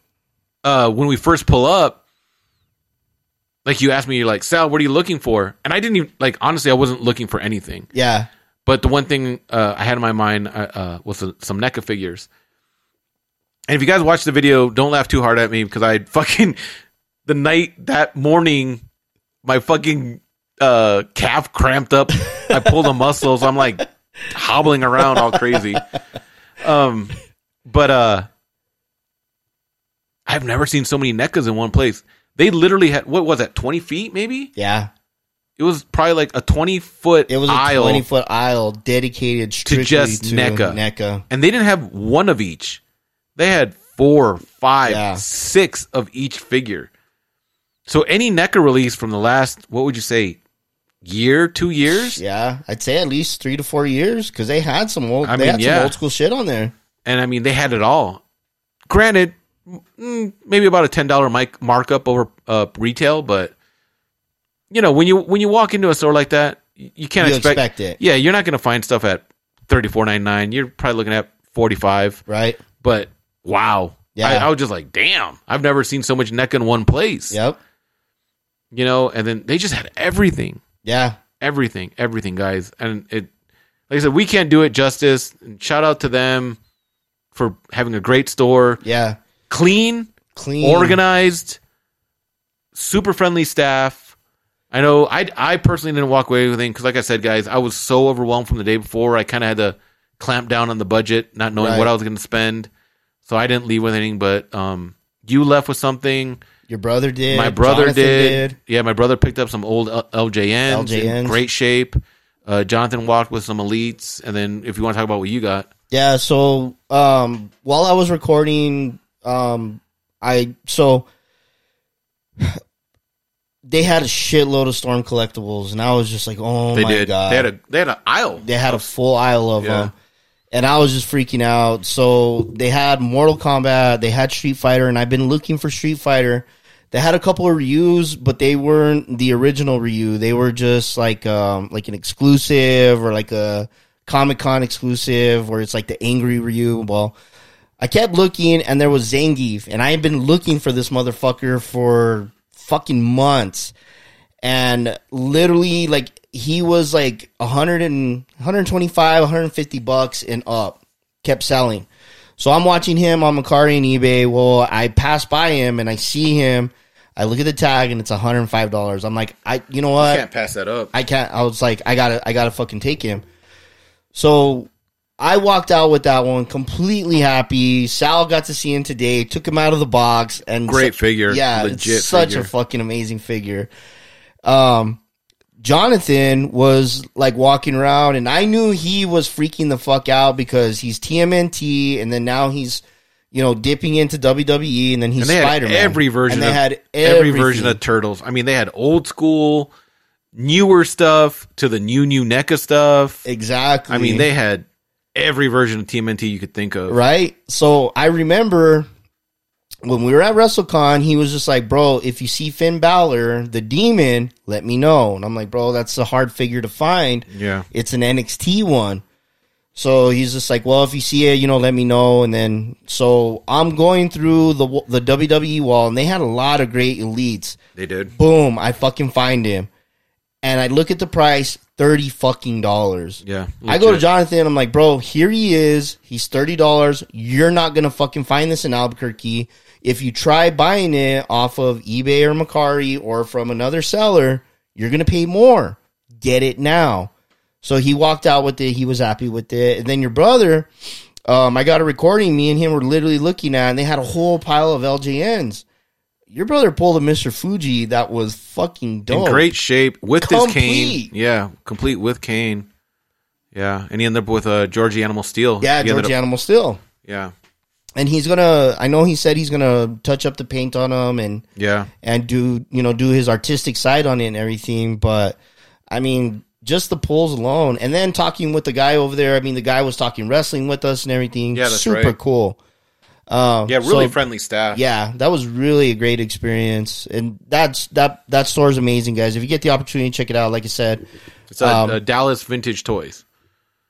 [SPEAKER 3] uh, when we first pull up, like you asked me, you're like, Sal, what are you looking for? And I didn't even, like, honestly, I wasn't looking for anything.
[SPEAKER 1] Yeah,
[SPEAKER 3] But the one thing uh, I had in my mind uh, uh, was some, some NECA figures. And if you guys watch the video, don't laugh too hard at me because I fucking, the night that morning, my fucking uh, calf cramped up. I pulled a muscle, so I'm like hobbling around all crazy. Um, but uh, I've never seen so many NECAs in one place. They literally had, what was that, 20 feet maybe?
[SPEAKER 1] yeah.
[SPEAKER 3] It was probably like a 20 foot
[SPEAKER 1] It was a
[SPEAKER 3] aisle.
[SPEAKER 1] twenty foot aisle dedicated strictly to
[SPEAKER 3] just
[SPEAKER 1] just
[SPEAKER 3] NECA.
[SPEAKER 1] NECA. NECA.
[SPEAKER 3] and they didn't have one of each. They had four, five, six
[SPEAKER 1] Yeah.
[SPEAKER 3] of each figure. So any NECA release from the last, what would you say, year, two years?
[SPEAKER 1] Yeah, I'd say at least three to four years because they had some old,
[SPEAKER 3] I
[SPEAKER 1] they
[SPEAKER 3] mean,
[SPEAKER 1] had
[SPEAKER 3] yeah.
[SPEAKER 1] some old school shit on there.
[SPEAKER 3] And I mean, they had it all. Granted, mm, maybe about a ten dollar mic markup over uh, retail, but you know when you when you walk into a store like that, y- you can't
[SPEAKER 1] You
[SPEAKER 3] expect,
[SPEAKER 1] expect it.
[SPEAKER 3] Yeah, you're not going to find stuff at thirty four ninety nine. You're probably looking at forty five.
[SPEAKER 1] Right.
[SPEAKER 3] but wow.
[SPEAKER 1] Yeah.
[SPEAKER 3] I, I was just like, damn, I've never seen so much neck in one place.
[SPEAKER 1] Yep.
[SPEAKER 3] You know, and then they just had everything,
[SPEAKER 1] Yeah.
[SPEAKER 3] everything, everything, guys. And it, like I said, we can't do it justice. And shout out to them for having a great store,
[SPEAKER 1] Yeah.
[SPEAKER 3] clean,
[SPEAKER 1] Clean.
[SPEAKER 3] organized, super friendly staff. I know I, I personally didn't walk away with anything because, like I said, guys, I was so overwhelmed from the day before. I kind of had to clamp down on the budget, not knowing
[SPEAKER 1] Right.
[SPEAKER 3] what I was going to spend. So I didn't leave with anything, but um, you left with something.
[SPEAKER 1] Your brother did.
[SPEAKER 3] my brother
[SPEAKER 1] Jonathan
[SPEAKER 3] did. Yeah, my brother picked up some old L- LJNs,
[SPEAKER 1] LJNs.
[SPEAKER 3] in great shape. Uh, Jonathan walked with some elites. And then if you want to talk about what you got,
[SPEAKER 1] Yeah, so um while I was recording um I so they had a shitload of storm collectibles and I was just like, "Oh
[SPEAKER 3] they
[SPEAKER 1] my
[SPEAKER 3] did.
[SPEAKER 1] god."
[SPEAKER 3] They had a they had an aisle.
[SPEAKER 1] They had a full aisle of
[SPEAKER 3] Yeah.
[SPEAKER 1] them. And I was just freaking out. So they had Mortal Kombat, they had Street Fighter, and I've been looking for Street Fighter. They had a couple of Ryu's, but they weren't the original Ryu. They were just like um like an exclusive or like a Comic Con exclusive where it's like the angry Ryu. Well, I kept looking and there was Zangief, and I had been looking for this motherfucker for fucking months and literally like he was like 100 and 125 150 bucks and up kept selling so i'm watching him on macari and ebay well i pass by him and i see him i look at the tag and it's $105 i'm like i you know what
[SPEAKER 3] Can't pass that up.
[SPEAKER 1] I can't. I was like, I gotta, I gotta fucking take him. So I walked out with that one completely happy. Sal got to see him today, took him out of the box, and
[SPEAKER 3] Great figure.
[SPEAKER 1] Yeah,
[SPEAKER 3] Legit
[SPEAKER 1] it's such
[SPEAKER 3] figure.
[SPEAKER 1] a fucking amazing figure. Um, Jonathan was like walking around, and I knew he was freaking the fuck out because he's TMNT, and then now he's you know dipping into WWE, and then he's
[SPEAKER 3] And they
[SPEAKER 1] Spider Man.
[SPEAKER 3] had every version.
[SPEAKER 1] And they
[SPEAKER 3] of,
[SPEAKER 1] had
[SPEAKER 3] every version
[SPEAKER 1] everything.
[SPEAKER 3] of Turtles. I mean, they had old school, newer stuff to the new new NECA stuff.
[SPEAKER 1] exactly.
[SPEAKER 3] I mean, they had every version of TMNT you could think of.
[SPEAKER 1] right? So I remember when we were at WrestleCon, he was just like, "Bro, if you see Finn Balor, the Demon, let me know." And I'm like, "Bro, that's a hard figure to find.
[SPEAKER 3] Yeah.
[SPEAKER 1] It's an NXT one." So he's just like, "Well, if you see it, you know, let me know." And then so I'm going through the w- the WWE wall, and they had a lot of great elites.
[SPEAKER 3] They did.
[SPEAKER 1] Boom! I fucking find him, and I look at the price, thirty fucking dollars.
[SPEAKER 3] Yeah.
[SPEAKER 1] I go to
[SPEAKER 3] legit.
[SPEAKER 1] Jonathan. I'm like, bro, here he is. He's thirty dollars. You're not gonna fucking find this in Albuquerque. If you try buying it off of eBay or Macari or from another seller, you're gonna pay more. Get it now. So he walked out with it. He was happy with it. And then your brother, um, I got a recording. Me and him were literally looking at, and they had a whole pile of LJNs. Your brother pulled a Mr. Fuji that was fucking
[SPEAKER 3] in
[SPEAKER 1] dope.
[SPEAKER 3] great shape with this cane.
[SPEAKER 1] Complete.
[SPEAKER 3] Yeah, complete with cane. Yeah, and he ended up with uh, Georgie Animal Steel.
[SPEAKER 1] Yeah,
[SPEAKER 3] He ended
[SPEAKER 1] George
[SPEAKER 3] up-
[SPEAKER 1] Animal still.
[SPEAKER 3] Yeah,
[SPEAKER 1] and he's gonna i know he said he's gonna touch up the paint on him and
[SPEAKER 3] yeah,
[SPEAKER 1] and do you know do his artistic side on it and everything but i mean just the pulls alone and then talking with the guy over there i mean the guy was talking wrestling with us and everything
[SPEAKER 3] Yeah, that's
[SPEAKER 1] super
[SPEAKER 3] right.
[SPEAKER 1] cool um,
[SPEAKER 3] yeah. Really
[SPEAKER 1] so,
[SPEAKER 3] friendly staff.
[SPEAKER 1] yeah that was really a great experience and that's that that store is amazing guys if you get the opportunity check it out like i said
[SPEAKER 3] it's a,
[SPEAKER 1] um,
[SPEAKER 3] a Dallas Vintage Toys.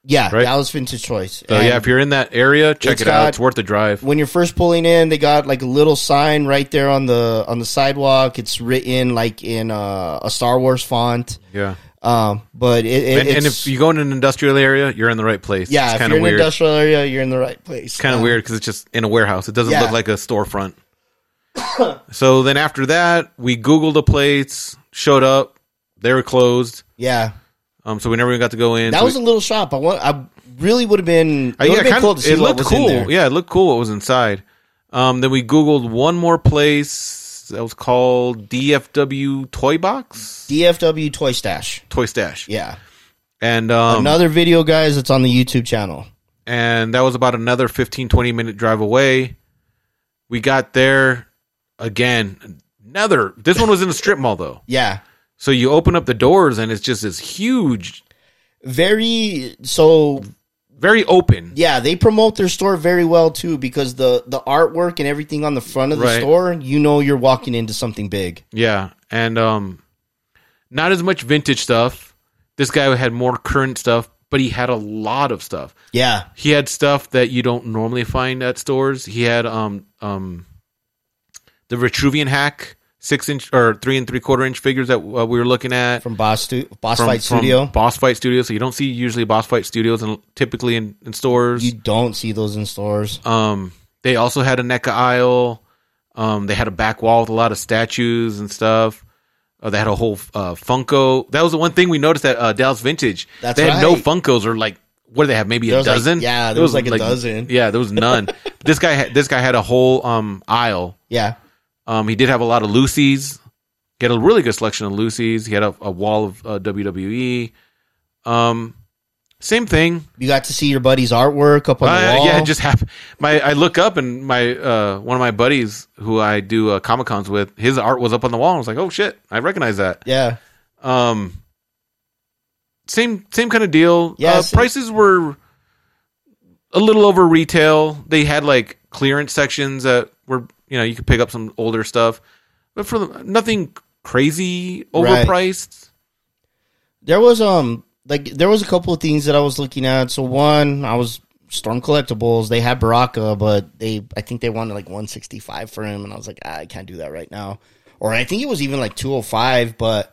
[SPEAKER 1] yeah
[SPEAKER 3] Right.
[SPEAKER 1] that was vintage choice
[SPEAKER 3] So yeah, if you're in that area, check
[SPEAKER 1] It's
[SPEAKER 3] it out.
[SPEAKER 1] got-
[SPEAKER 3] It's worth the drive.
[SPEAKER 1] when you're first pulling in, they got like a little sign right there on the on the sidewalk. It's written like in uh, a Star Wars font.
[SPEAKER 3] Yeah,
[SPEAKER 1] Um, but it, it,
[SPEAKER 3] and,
[SPEAKER 1] it's
[SPEAKER 3] and if you go in an industrial area, you're in the right place.
[SPEAKER 1] yeah,
[SPEAKER 3] it's
[SPEAKER 1] if
[SPEAKER 3] kind
[SPEAKER 1] you're
[SPEAKER 3] of
[SPEAKER 1] in
[SPEAKER 3] weird.
[SPEAKER 1] an industrial area, you're in the right place.
[SPEAKER 3] kind of weird because it's just in a warehouse. It doesn't
[SPEAKER 1] Yeah.
[SPEAKER 3] look like a storefront. so then after that, we googled the plates, showed up, they were closed.
[SPEAKER 1] Yeah,
[SPEAKER 3] Um, so we never even got to go in.
[SPEAKER 1] that
[SPEAKER 3] So we-
[SPEAKER 1] was a little shop. I want. I really would have been. It
[SPEAKER 3] Uh,
[SPEAKER 1] would have been
[SPEAKER 3] kinda-
[SPEAKER 1] cool to see
[SPEAKER 3] it
[SPEAKER 1] what
[SPEAKER 3] looked
[SPEAKER 1] was in
[SPEAKER 3] cool.
[SPEAKER 1] there.
[SPEAKER 3] Yeah, it looked cool what was inside. Um, then we Googled one more place that was called DFW Toy Box,
[SPEAKER 1] DFW Toy Stash.
[SPEAKER 3] Toy Stash,
[SPEAKER 1] Yeah,
[SPEAKER 3] and um,
[SPEAKER 1] another video, guys. That's on the YouTube channel.
[SPEAKER 3] and that was about another 15, 20 minute drive away. We got there again. Another. This one was in a strip mall though,
[SPEAKER 1] Yeah,
[SPEAKER 3] so you open up the doors and it's just this huge,
[SPEAKER 1] very. So
[SPEAKER 3] very open.
[SPEAKER 1] Yeah, they promote their store very well too because the the artwork and everything on the front of the
[SPEAKER 3] Right.
[SPEAKER 1] store, you know, you're walking into something big.
[SPEAKER 3] Yeah, and um, not as much vintage stuff. This guy had more current stuff, but he had a lot of stuff.
[SPEAKER 1] Yeah,
[SPEAKER 3] He had stuff that you don't normally find at stores. He had um um the Vitruvian hack six inch or three and three quarter inch figures that uh, we were looking at
[SPEAKER 1] from Boss Stu- Boss
[SPEAKER 3] from-
[SPEAKER 1] Fight
[SPEAKER 3] from
[SPEAKER 1] Studio,
[SPEAKER 3] Boss Fight Studio. So you don't see usually Boss Fight Studios and typically in, in stores.
[SPEAKER 1] you don't see those in stores.
[SPEAKER 3] Um, they also had a NECA aisle. Um, they had a back wall with a lot of statues and stuff. Uh, they had a whole uh, Funko. That was the one thing we noticed at uh, Dallas Vintage.
[SPEAKER 1] That's
[SPEAKER 3] they had no
[SPEAKER 1] right.
[SPEAKER 3] Funkos or like what do they have? Maybe
[SPEAKER 1] There
[SPEAKER 3] a
[SPEAKER 1] was, like-
[SPEAKER 3] dozen.
[SPEAKER 1] yeah, there was, like, a dozen.
[SPEAKER 3] Yeah, there was none. this guy had this guy had a whole um aisle.
[SPEAKER 1] Yeah,
[SPEAKER 3] Um, he did have a lot of Lucy's. He had a really good selection of Lucy's. He had a, a wall of uh, WWE. Um, same thing.
[SPEAKER 1] you got to see your buddy's artwork up on the
[SPEAKER 3] Uh,
[SPEAKER 1] wall.
[SPEAKER 3] yeah, it just happened. My I look up and my uh, one of my buddies who I do uh, comic cons with, his art was up on the wall. I was like, oh shit, I recognize that.
[SPEAKER 1] yeah,
[SPEAKER 3] Um, same same kind of deal.
[SPEAKER 1] Yeah,
[SPEAKER 3] uh,
[SPEAKER 1] same-
[SPEAKER 3] prices were a little over retail. They had like clearance sections that were you know you could pick up some older stuff, but for the, nothing crazy
[SPEAKER 1] Right.
[SPEAKER 3] overpriced.
[SPEAKER 1] there was um like there was a couple of things that I was looking at. So one, I was Storm Collectibles. They had Baraka, but they I think they wanted like 165 for him, and I was like, ah, I can't do that right now. Or I think it was even like 205, but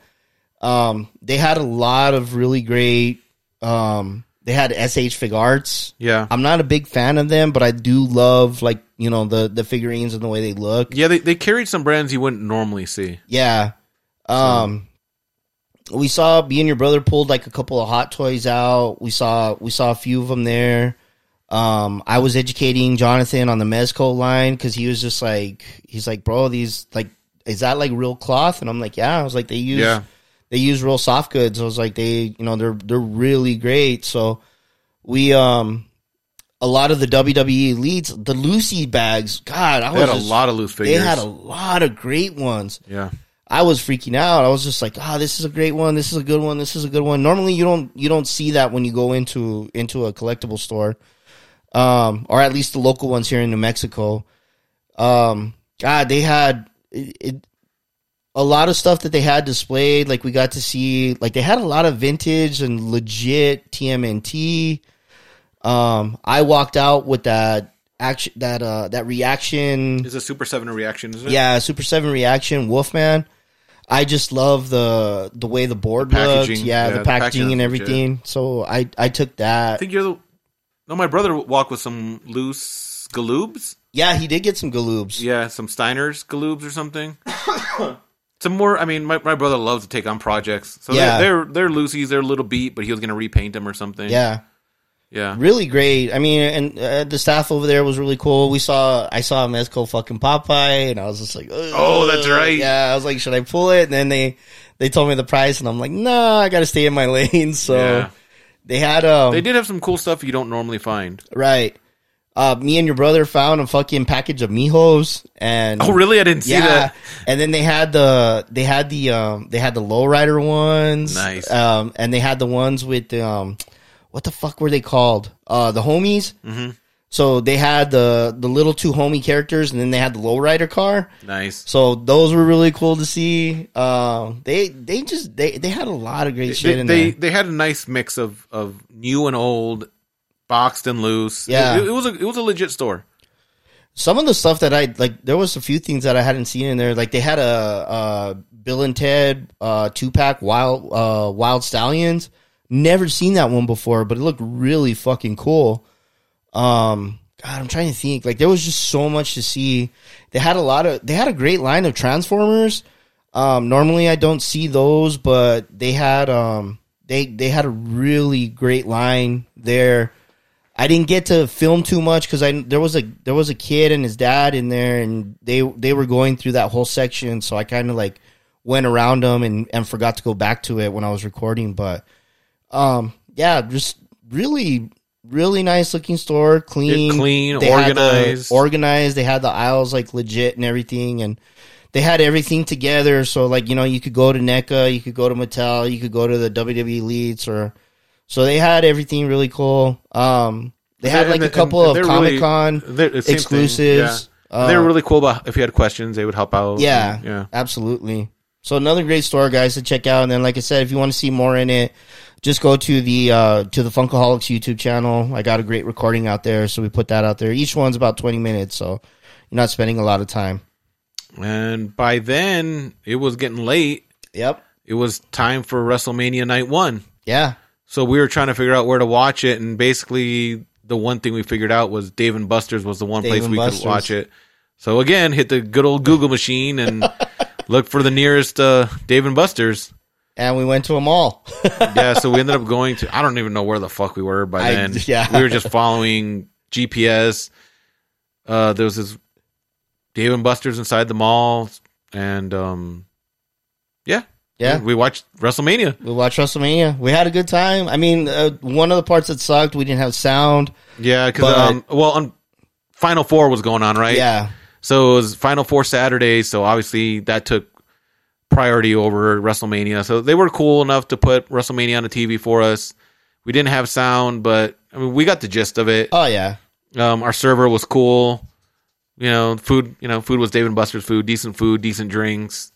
[SPEAKER 1] um they had a lot of really great um they had SH Fig Arts.
[SPEAKER 3] Yeah,
[SPEAKER 1] I'm not a big fan of them, but I do love like you know the the figurines and the way they look.
[SPEAKER 3] yeah. They they carried some brands you wouldn't normally see.
[SPEAKER 1] Yeah. Um we saw me and your brother pulled like a couple of hot toys out. We saw we saw a few of them there. Um I was educating Jonathan on the Mezco line cuz he was just like he's like, "Bro, these like is that like real cloth?" And I'm like, "Yeah." I was like, "They use
[SPEAKER 3] Yeah.
[SPEAKER 1] they use real soft goods. I was like, they, you know, they're they're really great. So we, um, a lot of the WWE leads, the Lucy bags. God, I
[SPEAKER 3] They
[SPEAKER 1] was
[SPEAKER 3] had a
[SPEAKER 1] just-
[SPEAKER 3] lot of loose
[SPEAKER 1] They
[SPEAKER 3] figures.
[SPEAKER 1] had a lot of great ones.
[SPEAKER 3] yeah.
[SPEAKER 1] I was freaking out. I was just like, "Ah, this is a great one. This is a good one. This is a good one." Normally, you don't you don't see that when you go into into a collectible store, um, or at least the local ones here in New Mexico. Um, God, they had it, it, a lot of stuff that they had displayed. Like we got to see, like they had a lot of vintage and legit TMNT. Um, I walked out with that action, that uh, that reaction.
[SPEAKER 3] It's a Super 7 reaction, isn't it?
[SPEAKER 1] Yeah, Super Seven reaction, Wolfman. I just love the the way the board
[SPEAKER 3] The packaging,
[SPEAKER 1] looked. Yeah,
[SPEAKER 3] yeah,
[SPEAKER 1] the
[SPEAKER 3] the
[SPEAKER 1] packaging
[SPEAKER 3] packaging
[SPEAKER 1] and
[SPEAKER 3] is
[SPEAKER 1] everything. So I I took
[SPEAKER 3] I
[SPEAKER 1] that.
[SPEAKER 3] think you're the. No, my brother walked with some loose galoobs.
[SPEAKER 1] yeah, he did get some galoobs.
[SPEAKER 3] Yeah, some Steiner's galoobs or something. some more. I mean, my, my brother loves to take on projects. So
[SPEAKER 1] Yeah.
[SPEAKER 3] they're, they're, they're Lucy's. They're a little beat, but he was going to repaint them or something.
[SPEAKER 1] Yeah,
[SPEAKER 3] Yeah.
[SPEAKER 1] really great. I mean, and uh, the staff over there was really cool. We saw I saw a Mezco fucking Popeye, and I was just like,
[SPEAKER 3] Oh, that's
[SPEAKER 1] "Ugh."
[SPEAKER 3] right.
[SPEAKER 1] Yeah, I was like, should I pull it? And then they they told me the price, and I'm like, no, I got to stay in my lane. So
[SPEAKER 3] Yeah.
[SPEAKER 1] they had um
[SPEAKER 3] They did have some cool stuff you don't normally find.
[SPEAKER 1] right. Uh, me and your brother found a fucking package of Mijos and
[SPEAKER 3] Oh, really? I didn't see
[SPEAKER 1] yeah.
[SPEAKER 3] that.
[SPEAKER 1] And then they had the they had the um they had the lowrider ones.
[SPEAKER 3] Nice.
[SPEAKER 1] Um and they had the ones with um what the fuck were they called? Uh the homies. Mm-hmm. So they had the the little two homie characters and then they had the lowrider car.
[SPEAKER 3] Nice.
[SPEAKER 1] So those were really cool to see. Um they they just they they had a lot of great shit
[SPEAKER 3] They,
[SPEAKER 1] in
[SPEAKER 3] they
[SPEAKER 1] there.
[SPEAKER 3] they had a nice mix of of new and old, boxed and loose.
[SPEAKER 1] Yeah.
[SPEAKER 3] it, it was a it was a legit store.
[SPEAKER 1] Some of the stuff that I like there was a few things that I hadn't seen in there. Like they had a uh Bill and Ted uh two pack wild uh wild stallions. Never seen that one before, but it looked really fucking cool. Um God, I'm trying to think. Like there was just so much to see. They had a lot of they had a great line of Transformers. Um normally I don't see those, but they had um they they had a really great line there. I didn't get to film too much because I there was a there was a kid and his dad in there and they they were going through that whole section so I kind of like went around them and and forgot to go back to it when I was recording but um yeah just really really nice looking store clean
[SPEAKER 3] Yeah, clean,
[SPEAKER 1] had the-
[SPEAKER 3] organized.
[SPEAKER 1] organized they had the aisles like legit and everything and they had everything together so like you know you could go to NECA you could go to Mattel you could go to the WWE leads or so they had everything really cool. Um, they had like
[SPEAKER 3] And-
[SPEAKER 1] a
[SPEAKER 3] and-
[SPEAKER 1] couple
[SPEAKER 3] and
[SPEAKER 1] of
[SPEAKER 3] they're
[SPEAKER 1] Comic
[SPEAKER 3] really-
[SPEAKER 1] Con
[SPEAKER 3] they're- it's the same thing,
[SPEAKER 1] exclusives.
[SPEAKER 3] yeah. they were
[SPEAKER 1] Uh,
[SPEAKER 3] really cool. About if you had questions, they would help out.
[SPEAKER 1] yeah,
[SPEAKER 3] and- yeah.
[SPEAKER 1] absolutely. So another great store, guys, to check out. And then, like I said, if you want to see more in it, just go to the uh, to the Funkaholics YouTube channel. I got a great recording out there, so we put that out there. Each one's about twenty minutes, so you're not spending a lot of time.
[SPEAKER 3] And by then, it was getting late.
[SPEAKER 1] Yep.
[SPEAKER 3] It was time for WrestleMania Night One.
[SPEAKER 1] Yeah.
[SPEAKER 3] So we were trying to figure out where to watch it, and basically the one thing we figured out was Dave and Buster's was the one
[SPEAKER 1] Dave
[SPEAKER 3] place
[SPEAKER 1] and
[SPEAKER 3] we
[SPEAKER 1] Buster's.
[SPEAKER 3] could watch it. So again, hit the good old Google machine and look for the nearest uh, Dave and Buster's.
[SPEAKER 1] And we went to a mall.
[SPEAKER 3] Yeah, so we ended up going to I don't even know where the fuck we were by
[SPEAKER 1] I-
[SPEAKER 3] then.
[SPEAKER 1] yeah.
[SPEAKER 3] We were just following GPS. Uh there was this Dave and Buster's inside the mall and um yeah.
[SPEAKER 1] Yeah.
[SPEAKER 3] We watched WrestleMania.
[SPEAKER 1] We watched WrestleMania. We had a good time. I mean, uh, one of the parts that sucked, we didn't have sound.
[SPEAKER 3] Yeah, cuz
[SPEAKER 1] But-
[SPEAKER 3] um well on Final 4 was going on, right?
[SPEAKER 1] uh, Yeah.
[SPEAKER 3] So it was Final Four Saturday. So obviously that took priority over WrestleMania. So they were cool enough to put WrestleMania on the TV for us. We didn't have sound, but I mean, we got the gist of it.
[SPEAKER 1] Oh yeah.
[SPEAKER 3] Um, our server was cool. You know, food. You know, food was Dave and Buster's food. Decent food, decent drinks.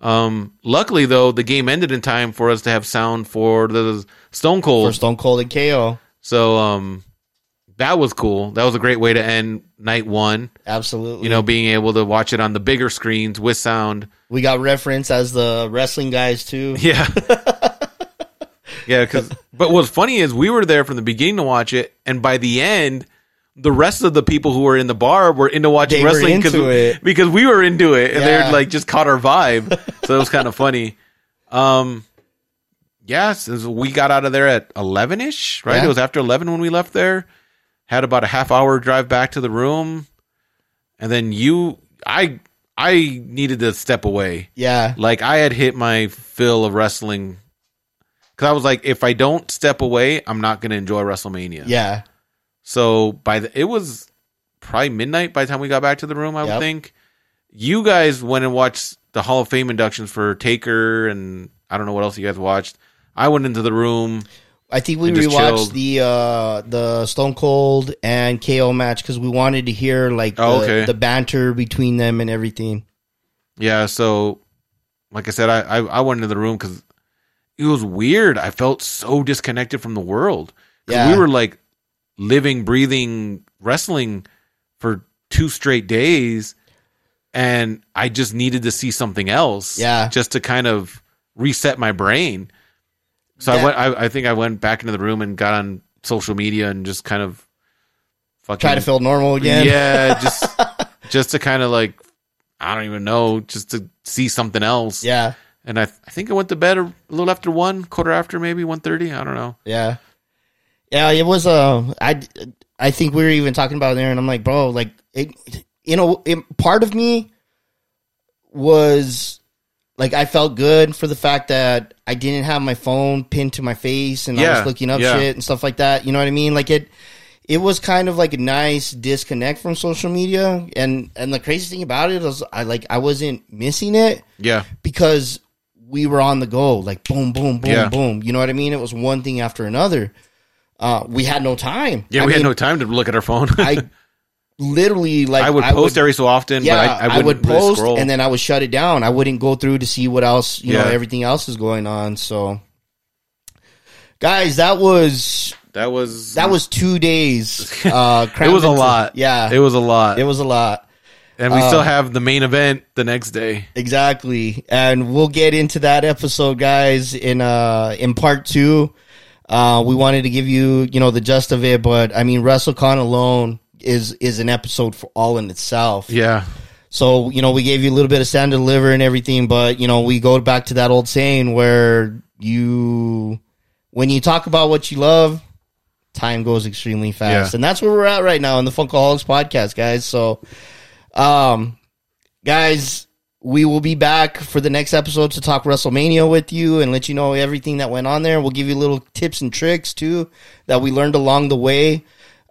[SPEAKER 3] Um, luckily though, the game ended in time for us to have sound for the Stone Cold.
[SPEAKER 1] for Stone Cold and KO.
[SPEAKER 3] So um, that was cool. That was a great way to end night one
[SPEAKER 1] Absolutely.
[SPEAKER 3] you know, being able to watch it on the bigger screens with sound.
[SPEAKER 1] we got referenced as the wrestling guys too.
[SPEAKER 3] Yeah. yeah, cuz but what's funny is we were there from the beginning to watch it and by the end the rest of the people who were in the bar were into watching
[SPEAKER 1] They were
[SPEAKER 3] wrestling because
[SPEAKER 1] into it.
[SPEAKER 3] because we were into it and
[SPEAKER 1] Yeah.
[SPEAKER 3] they're like just caught our vibe. so it was kind of funny. Um yes, as we got out of there at 11ish, right?
[SPEAKER 1] Yeah.
[SPEAKER 3] It was after 11 when we left there. Had about a half hour drive back to the room. and then you i I needed to step away.
[SPEAKER 1] Yeah.
[SPEAKER 3] Like I had hit my fill of wrestling because I was like, if I don't step away, I'm not going to enjoy WrestleMania.
[SPEAKER 1] Yeah.
[SPEAKER 3] So by the it was probably midnight by the time we got back to the room. I would
[SPEAKER 1] Yep.
[SPEAKER 3] think you guys went and watched the Hall of Fame inductions for Taker and I don't know what else you guys watched. I went into the room.
[SPEAKER 1] I think we
[SPEAKER 3] And just
[SPEAKER 1] rewatched
[SPEAKER 3] chilled.
[SPEAKER 1] the uh, the Stone Cold and KO match because we wanted to hear like the,
[SPEAKER 3] Oh, okay.
[SPEAKER 1] the banter between them and everything.
[SPEAKER 3] Yeah, so like I said, I I, I went into the room because it was weird. I felt so disconnected from the world. 'Cause
[SPEAKER 1] Yeah.
[SPEAKER 3] we were like living, breathing wrestling for two straight days, and I just needed to see something else.
[SPEAKER 1] Yeah.
[SPEAKER 3] just to kind of reset my brain. So
[SPEAKER 1] Yeah.
[SPEAKER 3] I went. I, I think I went back into the room and got on social media and just kind of fucking
[SPEAKER 1] Try to feel normal again.
[SPEAKER 3] Mm. yeah, just just to kind of like I don't even know, just to see something else.
[SPEAKER 1] Yeah.
[SPEAKER 3] And I, I think I went to bed a little after one, quarter after maybe one thirty. I don't know.
[SPEAKER 1] Yeah. Yeah, it was uh I I think we were even talking about it there and I'm like, bro, like it, you know, it, part of me was like I felt good for the fact that I didn't have my phone pinned to my face and I
[SPEAKER 3] Yeah,
[SPEAKER 1] was looking up
[SPEAKER 3] yeah.
[SPEAKER 1] shit and stuff like that. You know what I mean? Like it it was kind of like a nice disconnect from social media and and the crazy thing about it was I like I wasn't missing it
[SPEAKER 3] Yeah,
[SPEAKER 1] because we were on the go, like boom, boom, boom,
[SPEAKER 3] Yeah.
[SPEAKER 1] boom. You know what I mean? It was one thing after another. Uh, we had no time.
[SPEAKER 3] yeah.
[SPEAKER 1] I
[SPEAKER 3] we
[SPEAKER 1] mean,
[SPEAKER 3] had no time to look at our phone. I,
[SPEAKER 1] I literally like
[SPEAKER 3] would post every so often,
[SPEAKER 1] yeah,
[SPEAKER 3] but I, I,
[SPEAKER 1] I,
[SPEAKER 3] wouldn't
[SPEAKER 1] would
[SPEAKER 3] really
[SPEAKER 1] post
[SPEAKER 3] scroll.
[SPEAKER 1] and then I would shut it down. I wouldn't go through to see what else you know
[SPEAKER 3] Yeah.
[SPEAKER 1] everything else is going on. So, guys, that was
[SPEAKER 3] that was
[SPEAKER 1] that was two days. Uh,
[SPEAKER 3] it
[SPEAKER 1] crammed
[SPEAKER 3] was a
[SPEAKER 1] into-
[SPEAKER 3] lot.
[SPEAKER 1] Yeah, Uh,
[SPEAKER 3] it was a lot.
[SPEAKER 1] it was a lot.
[SPEAKER 3] and we still have the main event the next day.
[SPEAKER 1] Exactly. And we'll get into that episode, guys, in uh in part two. Uh we wanted to give you, you know, the gist of it, but I mean WrestleCon alone is is an episode for all in itself.
[SPEAKER 3] Yeah,
[SPEAKER 1] So, you know, we gave you a little bit of stand to deliver and everything, but you know, we go back to that old saying where you when you talk about what you love, time goes extremely fast.
[SPEAKER 3] Yeah.
[SPEAKER 1] And that's where we're at right now in the Funkaholics podcast, guys. So um guys, we will be back for the next episode to talk WrestleMania with you and let you know everything that went on there. We'll give you little tips and tricks too that we learned along the way.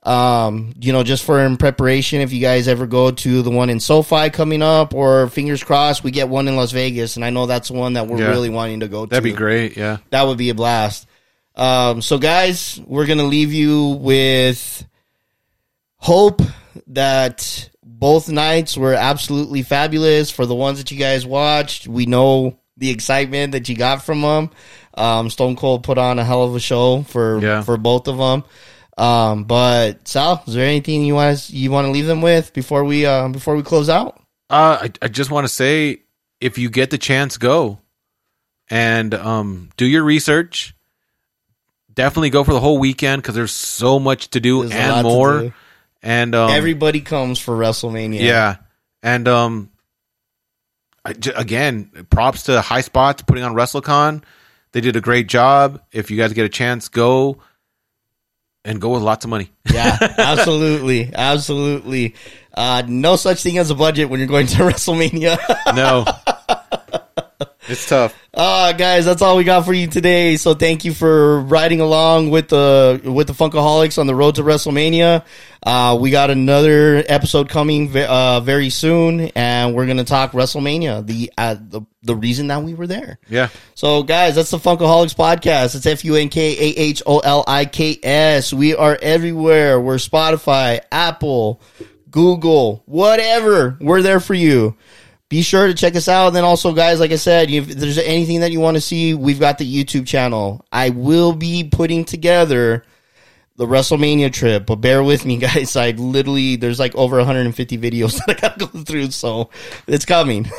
[SPEAKER 1] Um, you know, just for in preparation, if you guys ever go to the one in SoFi coming up, or fingers crossed, we get one in Las Vegas, and I know that's one that we're
[SPEAKER 3] Yeah.
[SPEAKER 1] really wanting to go to.
[SPEAKER 3] that'd be great. Yeah,
[SPEAKER 1] That would be a blast. Um, so, guys, we're going to leave you with hope that both nights were absolutely fabulous for the ones that you guys watched. We know the excitement that you got from them. Um, Stone Cold put on a hell of a show for
[SPEAKER 3] Yeah.
[SPEAKER 1] for both of them. Um, but Sal, is there anything you want you want to leave them with before we uh, before we close out?
[SPEAKER 3] Uh, I, I just want to say if you get the chance, go and um, do your research. Definitely go for the whole weekend because there's so much to do
[SPEAKER 1] There's a lot
[SPEAKER 3] and
[SPEAKER 1] to
[SPEAKER 3] more.
[SPEAKER 1] do.
[SPEAKER 3] And um,
[SPEAKER 1] Everybody comes for WrestleMania.
[SPEAKER 3] yeah. and um, I j- again, props to High Spots putting on WrestleCon. They did a great job. If you guys get a chance, go and go with lots of money.
[SPEAKER 1] yeah, absolutely, absolutely. Uh, no such thing as a budget when you're going to WrestleMania.
[SPEAKER 3] no, it's tough.
[SPEAKER 1] uh, guys, that's all we got for you today. So thank you for riding along with the with the Funkaholics on the road to WrestleMania. Uh, we got another episode coming ve- uh, very soon, and we're gonna talk WrestleMania, the uh, the the reason that we were there.
[SPEAKER 3] Yeah,
[SPEAKER 1] So, guys, that's the Funkaholics podcast. It's F U N K A H O L I K S. We are everywhere. We're Spotify, Apple, Google, whatever. We're there for you. Be sure to check us out. And then also, guys, like I said, if there's anything that you want to see, we've got the YouTube channel. I will be putting together the WrestleMania trip, but bear with me, guys. I literally, there's like over 150 videos that I got to go through, so it's coming.